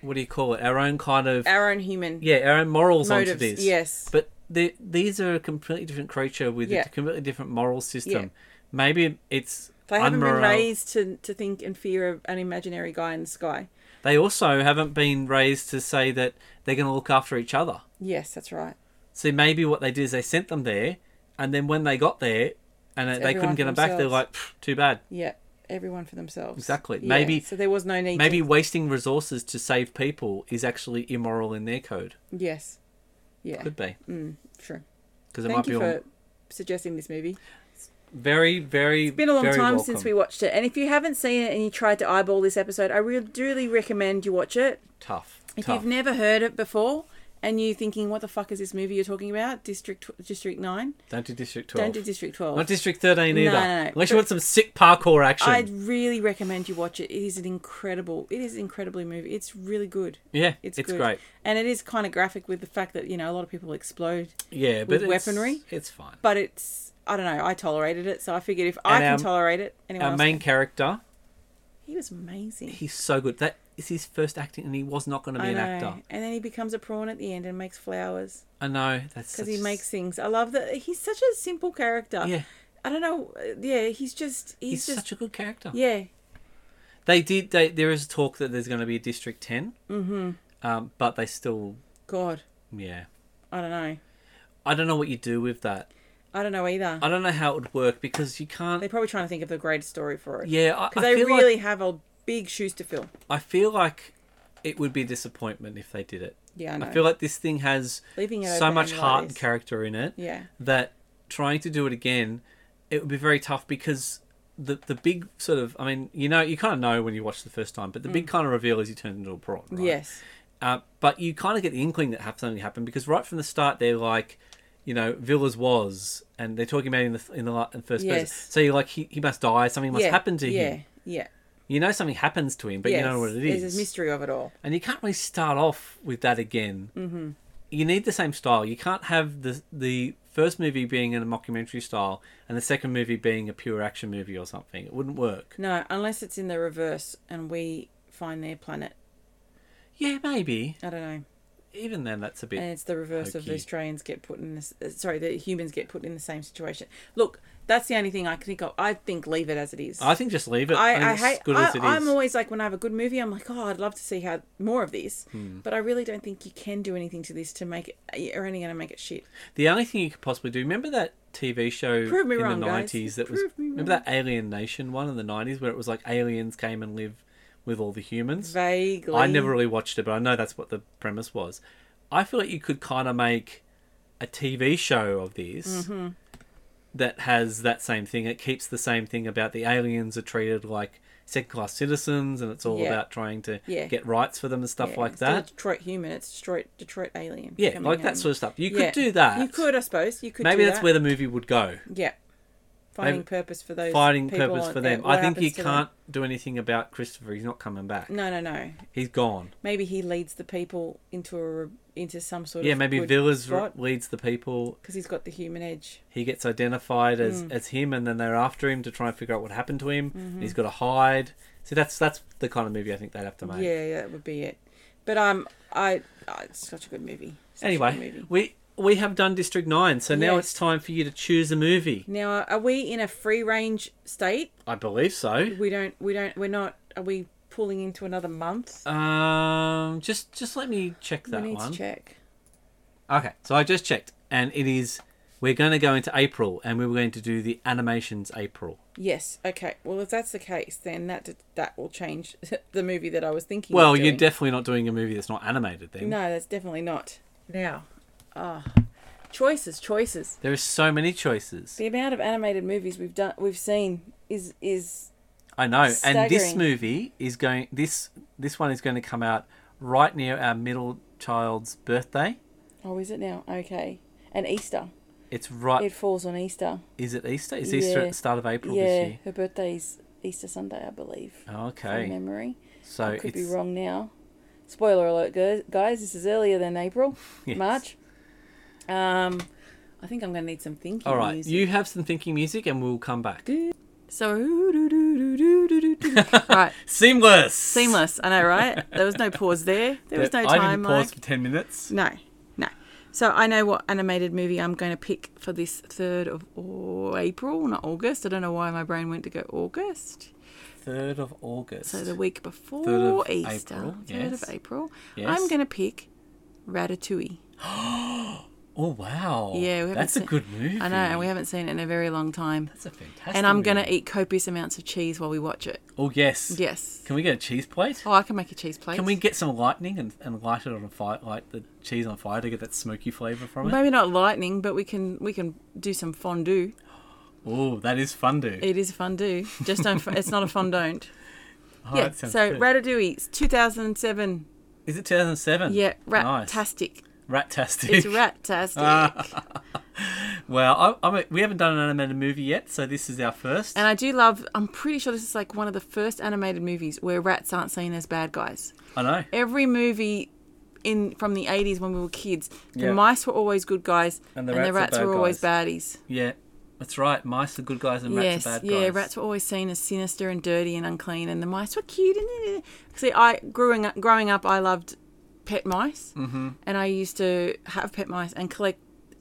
S1: what do you call it? Our own kind of
S2: our own human.
S1: yeah our own morals
S2: Motives,
S1: onto this.
S2: yes.
S1: but the, these are a completely different creature with
S2: Yeah.
S1: a completely different moral system.
S2: Yeah.
S1: Maybe it's
S2: They haven't
S1: unmoral.
S2: been raised to to think and fear of an imaginary guy in the sky.
S1: They also haven't been raised to say that they're going to look after each other.
S2: Yes, that's right.
S1: So maybe what they did is they sent them there, and then when they got there, and they
S2: everyone
S1: couldn't get
S2: for
S1: them back, they're
S2: themselves.
S1: like, "Pff, too bad.
S2: Yeah, everyone for themselves.
S1: Exactly.
S2: Yeah,
S1: Maybe-
S2: so there was no need.
S1: Maybe
S2: to,
S1: wasting resources to save people is actually immoral in their code.
S2: yes. Yeah,
S1: Could be
S2: sure.
S1: because it might
S2: Thank
S1: be
S2: you
S1: all
S2: for suggesting this movie.
S1: very, very.
S2: It's been a long time since we watched it, and if you haven't seen it and you tried to eyeball this episode, I really, really recommend you watch it.
S1: tough.
S2: If
S1: tough.
S2: you've never heard it before and you're thinking, "What the fuck is this movie you're talking about?" District District Nine.
S1: Don't do District 12
S2: Don't do District Twelve.
S1: Not District 13
S2: No,
S1: either.
S2: no, no.
S1: Unless you want some sick parkour action.
S2: I really recommend you watch it. It is an incredible. It is an incredibly movie. It's really good.
S1: yeah, it's,
S2: It's, good.
S1: great.
S2: and it is kind of graphic with the fact that you know a lot of people explode,
S1: Yeah, but it's,
S2: weaponry.
S1: It's fine.
S2: but it's I don't know. I tolerated it, so I figured if I
S1: And
S2: can
S1: our-
S2: tolerate it, anyone
S1: Our
S2: else.
S1: main
S2: can.
S1: character,
S2: He was amazing.
S1: he's so good. That is his first acting, and he was not going to be
S2: I
S1: an
S2: know.
S1: actor.
S2: And then he becomes a prawn at the end and makes flowers
S1: I know. That's such
S2: because he
S1: a-
S2: makes things. I love that he's such a simple character.
S1: Yeah.
S2: I don't know. uh, Yeah, he's just he's,
S1: He's
S2: just
S1: such a good character.
S2: yeah
S1: They did. They, there is talk that there's going to be a District 10, mm-hmm. um, but they still,
S2: God,
S1: yeah.
S2: I don't know.
S1: I don't know what you do with that.
S2: I don't know either.
S1: I don't know how it would work because you can't.
S2: They're probably trying to think of the greatest story for it.
S1: yeah, I, I
S2: because they
S1: feel
S2: really
S1: like
S2: have a big shoes to fill.
S1: I feel like it would be a disappointment if they did it.
S2: Yeah, I know.
S1: I feel like this thing has
S2: Leaving it
S1: so
S2: open
S1: much
S2: in
S1: heart and
S2: ways.
S1: character in it
S2: Yeah.
S1: that trying to do it again, it would be very tough because the the big sort of I mean you know you kind of know when you watch the first time, but the big kind of reveal is he turns into a prawn. Right?
S2: Mm. Yes.
S1: Uh, but you kind of get the inkling that have something happened because right from the start they're like, you know, Villas was, and they're talking about it in the in the, la- in the first
S2: Yes.
S1: person. So you're like, he, he must die. Something must
S2: yeah,
S1: happen to
S2: yeah,
S1: him.
S2: Yeah.
S1: You know something happens to him, but you don't know what it
S2: There's
S1: is.
S2: a mystery of it all.
S1: and you can't really start off with that again. Mm-hmm. You need the same style. You can't have the the first movie being in a mockumentary style and the second movie being a pure action movie or something. It wouldn't work.
S2: No, unless it's in the reverse and we find their planet.
S1: Yeah, maybe.
S2: I don't know.
S1: Even then, that's a bit.
S2: And it's the reverse of the
S1: hokey.
S2: Australians get put in this. uh, Sorry, the humans get put in the same situation. Look, that's the only thing I can think of. I think leave it as it is.
S1: I think just leave it. think
S2: I, I
S1: it's
S2: hate.
S1: good
S2: I,
S1: as it is.
S2: I'm always like when I have a good movie, I'm like, oh, I'd love to see how more of this,
S1: Hmm.
S2: but I really don't think you can do anything to this to make it. uh, You're only going to make it shit.
S1: The only thing you could possibly do. Remember that TV show
S2: Prove me
S1: in
S2: wrong,
S1: the
S2: guys.
S1: nineties that was.
S2: Prove me
S1: Remember that Alien Nation one in the nineties where it was like aliens came and live with all the humans.
S2: Vaguely,
S1: I never really watched it, but I know that's what the premise was. I feel like you could kind of make a TV show of this
S2: Mm-hmm.
S1: that has that same thing. It keeps the same thing about the aliens are treated like second class citizens, and it's all
S2: Yeah.
S1: about trying to
S2: Yeah.
S1: get rights for them and stuff
S2: Yeah,
S1: like
S2: instead of
S1: that.
S2: Detroit human. It's Detroit Detroit alien.
S1: Yeah,
S2: coming
S1: like that
S2: home.
S1: sort of stuff. You
S2: Yeah.
S1: could do that.
S2: You could, I suppose. You could.
S1: Maybe
S2: do
S1: that's
S2: that.
S1: where the movie would go.
S2: Yeah. Finding
S1: Maybe-
S2: purpose for those.
S1: Finding
S2: people
S1: purpose
S2: and-
S1: for
S2: and
S1: them.
S2: what
S1: I think you
S2: happens to them.
S1: can't do anything about Christopher. He's not coming back.
S2: No, no, no.
S1: He's gone.
S2: Maybe he leads the people into a re- into some sort
S1: Yeah,
S2: of
S1: maybe
S2: good
S1: Villas
S2: spot
S1: leads the people
S2: because he's got the human edge.
S1: he gets identified as,
S2: Mm.
S1: as him and then they're after him to try and figure out what happened to him
S2: Mm-hmm.
S1: and he's got to hide see that's that's the kind of movie i think they'd have to make
S2: Yeah, yeah, that would be it. But um, I oh, it's such a good movie. Such a good
S1: anyway
S2: movie.
S1: we we have done district 9 so now
S2: Yes.
S1: it's time for you to choose a movie
S2: Now, uh, are we in a free range state?
S1: i believe so
S2: We don't. We don't. We're not. Are we pulling into another month?
S1: um just just let me check Uh, that
S2: we need
S1: one
S2: to check.
S1: okay so i just checked and it is we're going to go into april and we were going to do the animations april
S2: Yes. Okay. Well, if that's the case, then that that will change the movie that I was thinking. of
S1: well you're
S2: doing.
S1: definitely not doing a movie that's not animated then
S2: No, that's definitely not. Now, ah, choices, choices.
S1: there are so many choices
S2: The amount of animated movies we've done, we've seen, is is
S1: I know, and this
S2: Staggering.
S1: movie is going this this one is going to come out right near our middle child's birthday.
S2: oh, is it now? Okay, and Easter.
S1: It's right.
S2: It falls on Easter.
S1: is it Easter? Is Easter at
S2: Yeah.
S1: the start of April this
S2: Yeah,
S1: year? Oh,
S2: her birthday's Easter Sunday, I believe. From
S1: Okay,
S2: memory.
S1: so
S2: I could
S1: it's
S2: be wrong now. Spoiler alert, gu- guys. This is earlier than April,
S1: Yes.
S2: March. Um, I think I'm going to need some thinking.
S1: all right.
S2: music.
S1: You have some thinking music, and we'll come back.
S2: So, right,
S1: Seamless.
S2: seamless. I know, right? There was no pause there. There was no
S1: I
S2: time.
S1: didn't pause
S2: like-
S1: for ten minutes.
S2: No, no. So I know what animated movie I'm going to pick for this third of Au- April, not August. I don't know why my brain went to go August.
S1: Third of August.
S2: So the week before
S1: of
S2: Easter,
S1: April,
S2: third
S1: yes.
S2: of April,
S1: Yes.
S2: I'm going to pick Ratatouille.
S1: oh wow.
S2: Yeah, we haven't
S1: that's a
S2: seen-
S1: good movie.
S2: I know, and we haven't seen it in a very long time.
S1: That's a fantastic.
S2: And I'm going
S1: movie.
S2: to eat copious amounts of cheese while we watch it.
S1: Oh yes.
S2: Yes.
S1: Can we get a cheese plate?
S2: Oh, I can make a cheese plate.
S1: Can we get some lightning and, and light it on a fire, light the cheese on fire to get that smoky flavour from it?
S2: Maybe not lightning, but we can we can do some fondue.
S1: Oh, that is fondue.
S2: It is a fondue. Just don't. it's not a fondant.
S1: Oh,
S2: yeah.
S1: that sounds
S2: So
S1: good.
S2: Ratatouille, it's 2007.
S1: is it 2007?
S2: Yeah,
S1: Nice. Ah.
S2: rat-tastic.
S1: Rat-tastic.
S2: It's rat-tastic.
S1: well, I, I'm a, we haven't done an animated movie yet, so this is our first.
S2: and I do love. I'm pretty sure this is like one of the first animated movies where rats aren't seen as bad guys.
S1: I know.
S2: Every movie in from the 80s when we were kids, the
S1: Yeah.
S2: mice were always good guys,
S1: And
S2: and
S1: the
S2: the
S1: rats
S2: rats,
S1: are
S2: were
S1: bad
S2: always baddies.
S1: Yeah, that's right. Mice are good guys and rats
S2: yes,
S1: are bad guys.
S2: yeah, rats were always seen as sinister and dirty and unclean, and the mice were cute. And eh, see, I growing up, growing up, I loved pet mice, mm-hmm. and I used to have pet mice and collect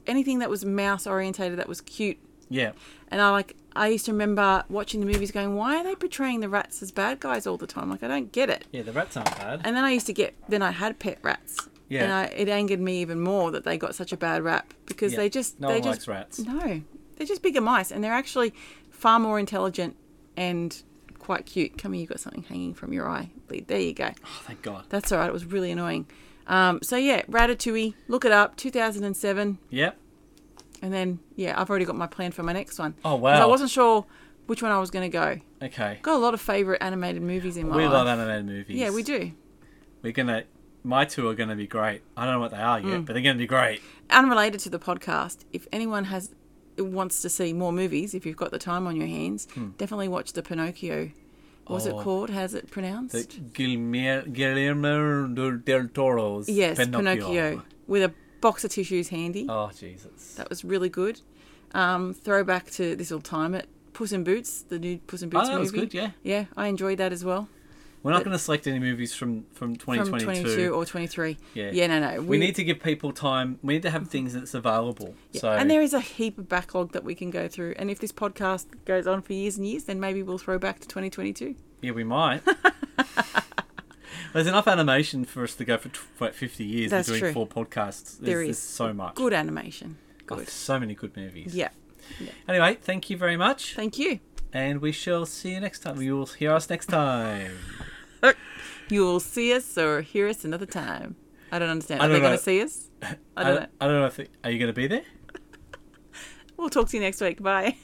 S2: anything that was mouse orientated that was cute.
S1: Yeah.
S2: And I like, I used to remember watching the movies, going, "Why are they portraying the rats as bad guys all the time? Like, I don't get it."
S1: Yeah, the rats aren't bad.
S2: And then I used to get, then I had pet rats.
S1: Yeah.
S2: And I, it angered me even more that they got such a bad rap because
S1: Yeah.
S2: they just
S1: No
S2: they
S1: one likes
S2: just
S1: rats.
S2: no, they're just bigger mice, and they're actually far more intelligent and quite cute. Come here, you got something hanging from your eye. There you go.
S1: Oh, thank God.
S2: That's all right. It was really annoying. Um, so yeah, Ratatouille. Look it up. 2007,
S1: Yeah.
S2: and then yeah, I've already got my plan for my next one.
S1: Oh,
S2: 'Cause I
S1: wow.
S2: wasn't sure which one I was going to go.
S1: Okay.
S2: Got a lot of favorite animated movies in my
S1: We
S2: life.
S1: love animated movies.
S2: Yeah, we do.
S1: We're gonna my two are going to be great. I don't know what they are
S2: Hmm.
S1: yet, but they're going to be great.
S2: unrelated to the podcast, if anyone has wants to see more movies, if you've got the time on your hands, definitely watch the Pinocchio. What's
S1: Hmm. Oh.
S2: it called? How's it pronounced?
S1: The Guilmer- Guillermo del- del Toro's
S2: yes, Pinocchio. with a box of tissues handy.
S1: Oh Jesus!
S2: That was really good. Um, throwback to this will time it. Puss in Boots, the new Puss in Boots
S1: Oh, that
S2: movie.
S1: was good, yeah.
S2: yeah, I enjoyed that as well.
S1: We're not
S2: but-
S1: going to select any movies from from
S2: From
S1: 2022.
S2: 22 or 23.
S1: Yeah.
S2: yeah, no, no.
S1: we need to give people time. We need to have things that's available. So
S2: and there is a heap of backlog that we can go through. And if this podcast goes on for years and years, then maybe we'll throw back to 2022.
S1: yeah, we might. There's enough animation for us to go for, tw for 50 years.
S2: That's
S1: We're doing
S2: true.
S1: four podcasts. There's,
S2: There
S1: there's
S2: is.
S1: so much.
S2: Good animation.
S1: Oh,
S2: Good.
S1: so many good movies.
S2: Yeah.
S1: Anyway, thank you very much,
S2: Thank you.
S1: and we shall see you next time. You will hear us next time.
S2: You'll see us or hear us another time. I don't understand.
S1: I
S2: Are
S1: don't
S2: they going
S1: know.
S2: to see us? I
S1: I
S2: don't know.
S1: I don't know if are you going to be there.
S2: We'll talk to you next week. Bye.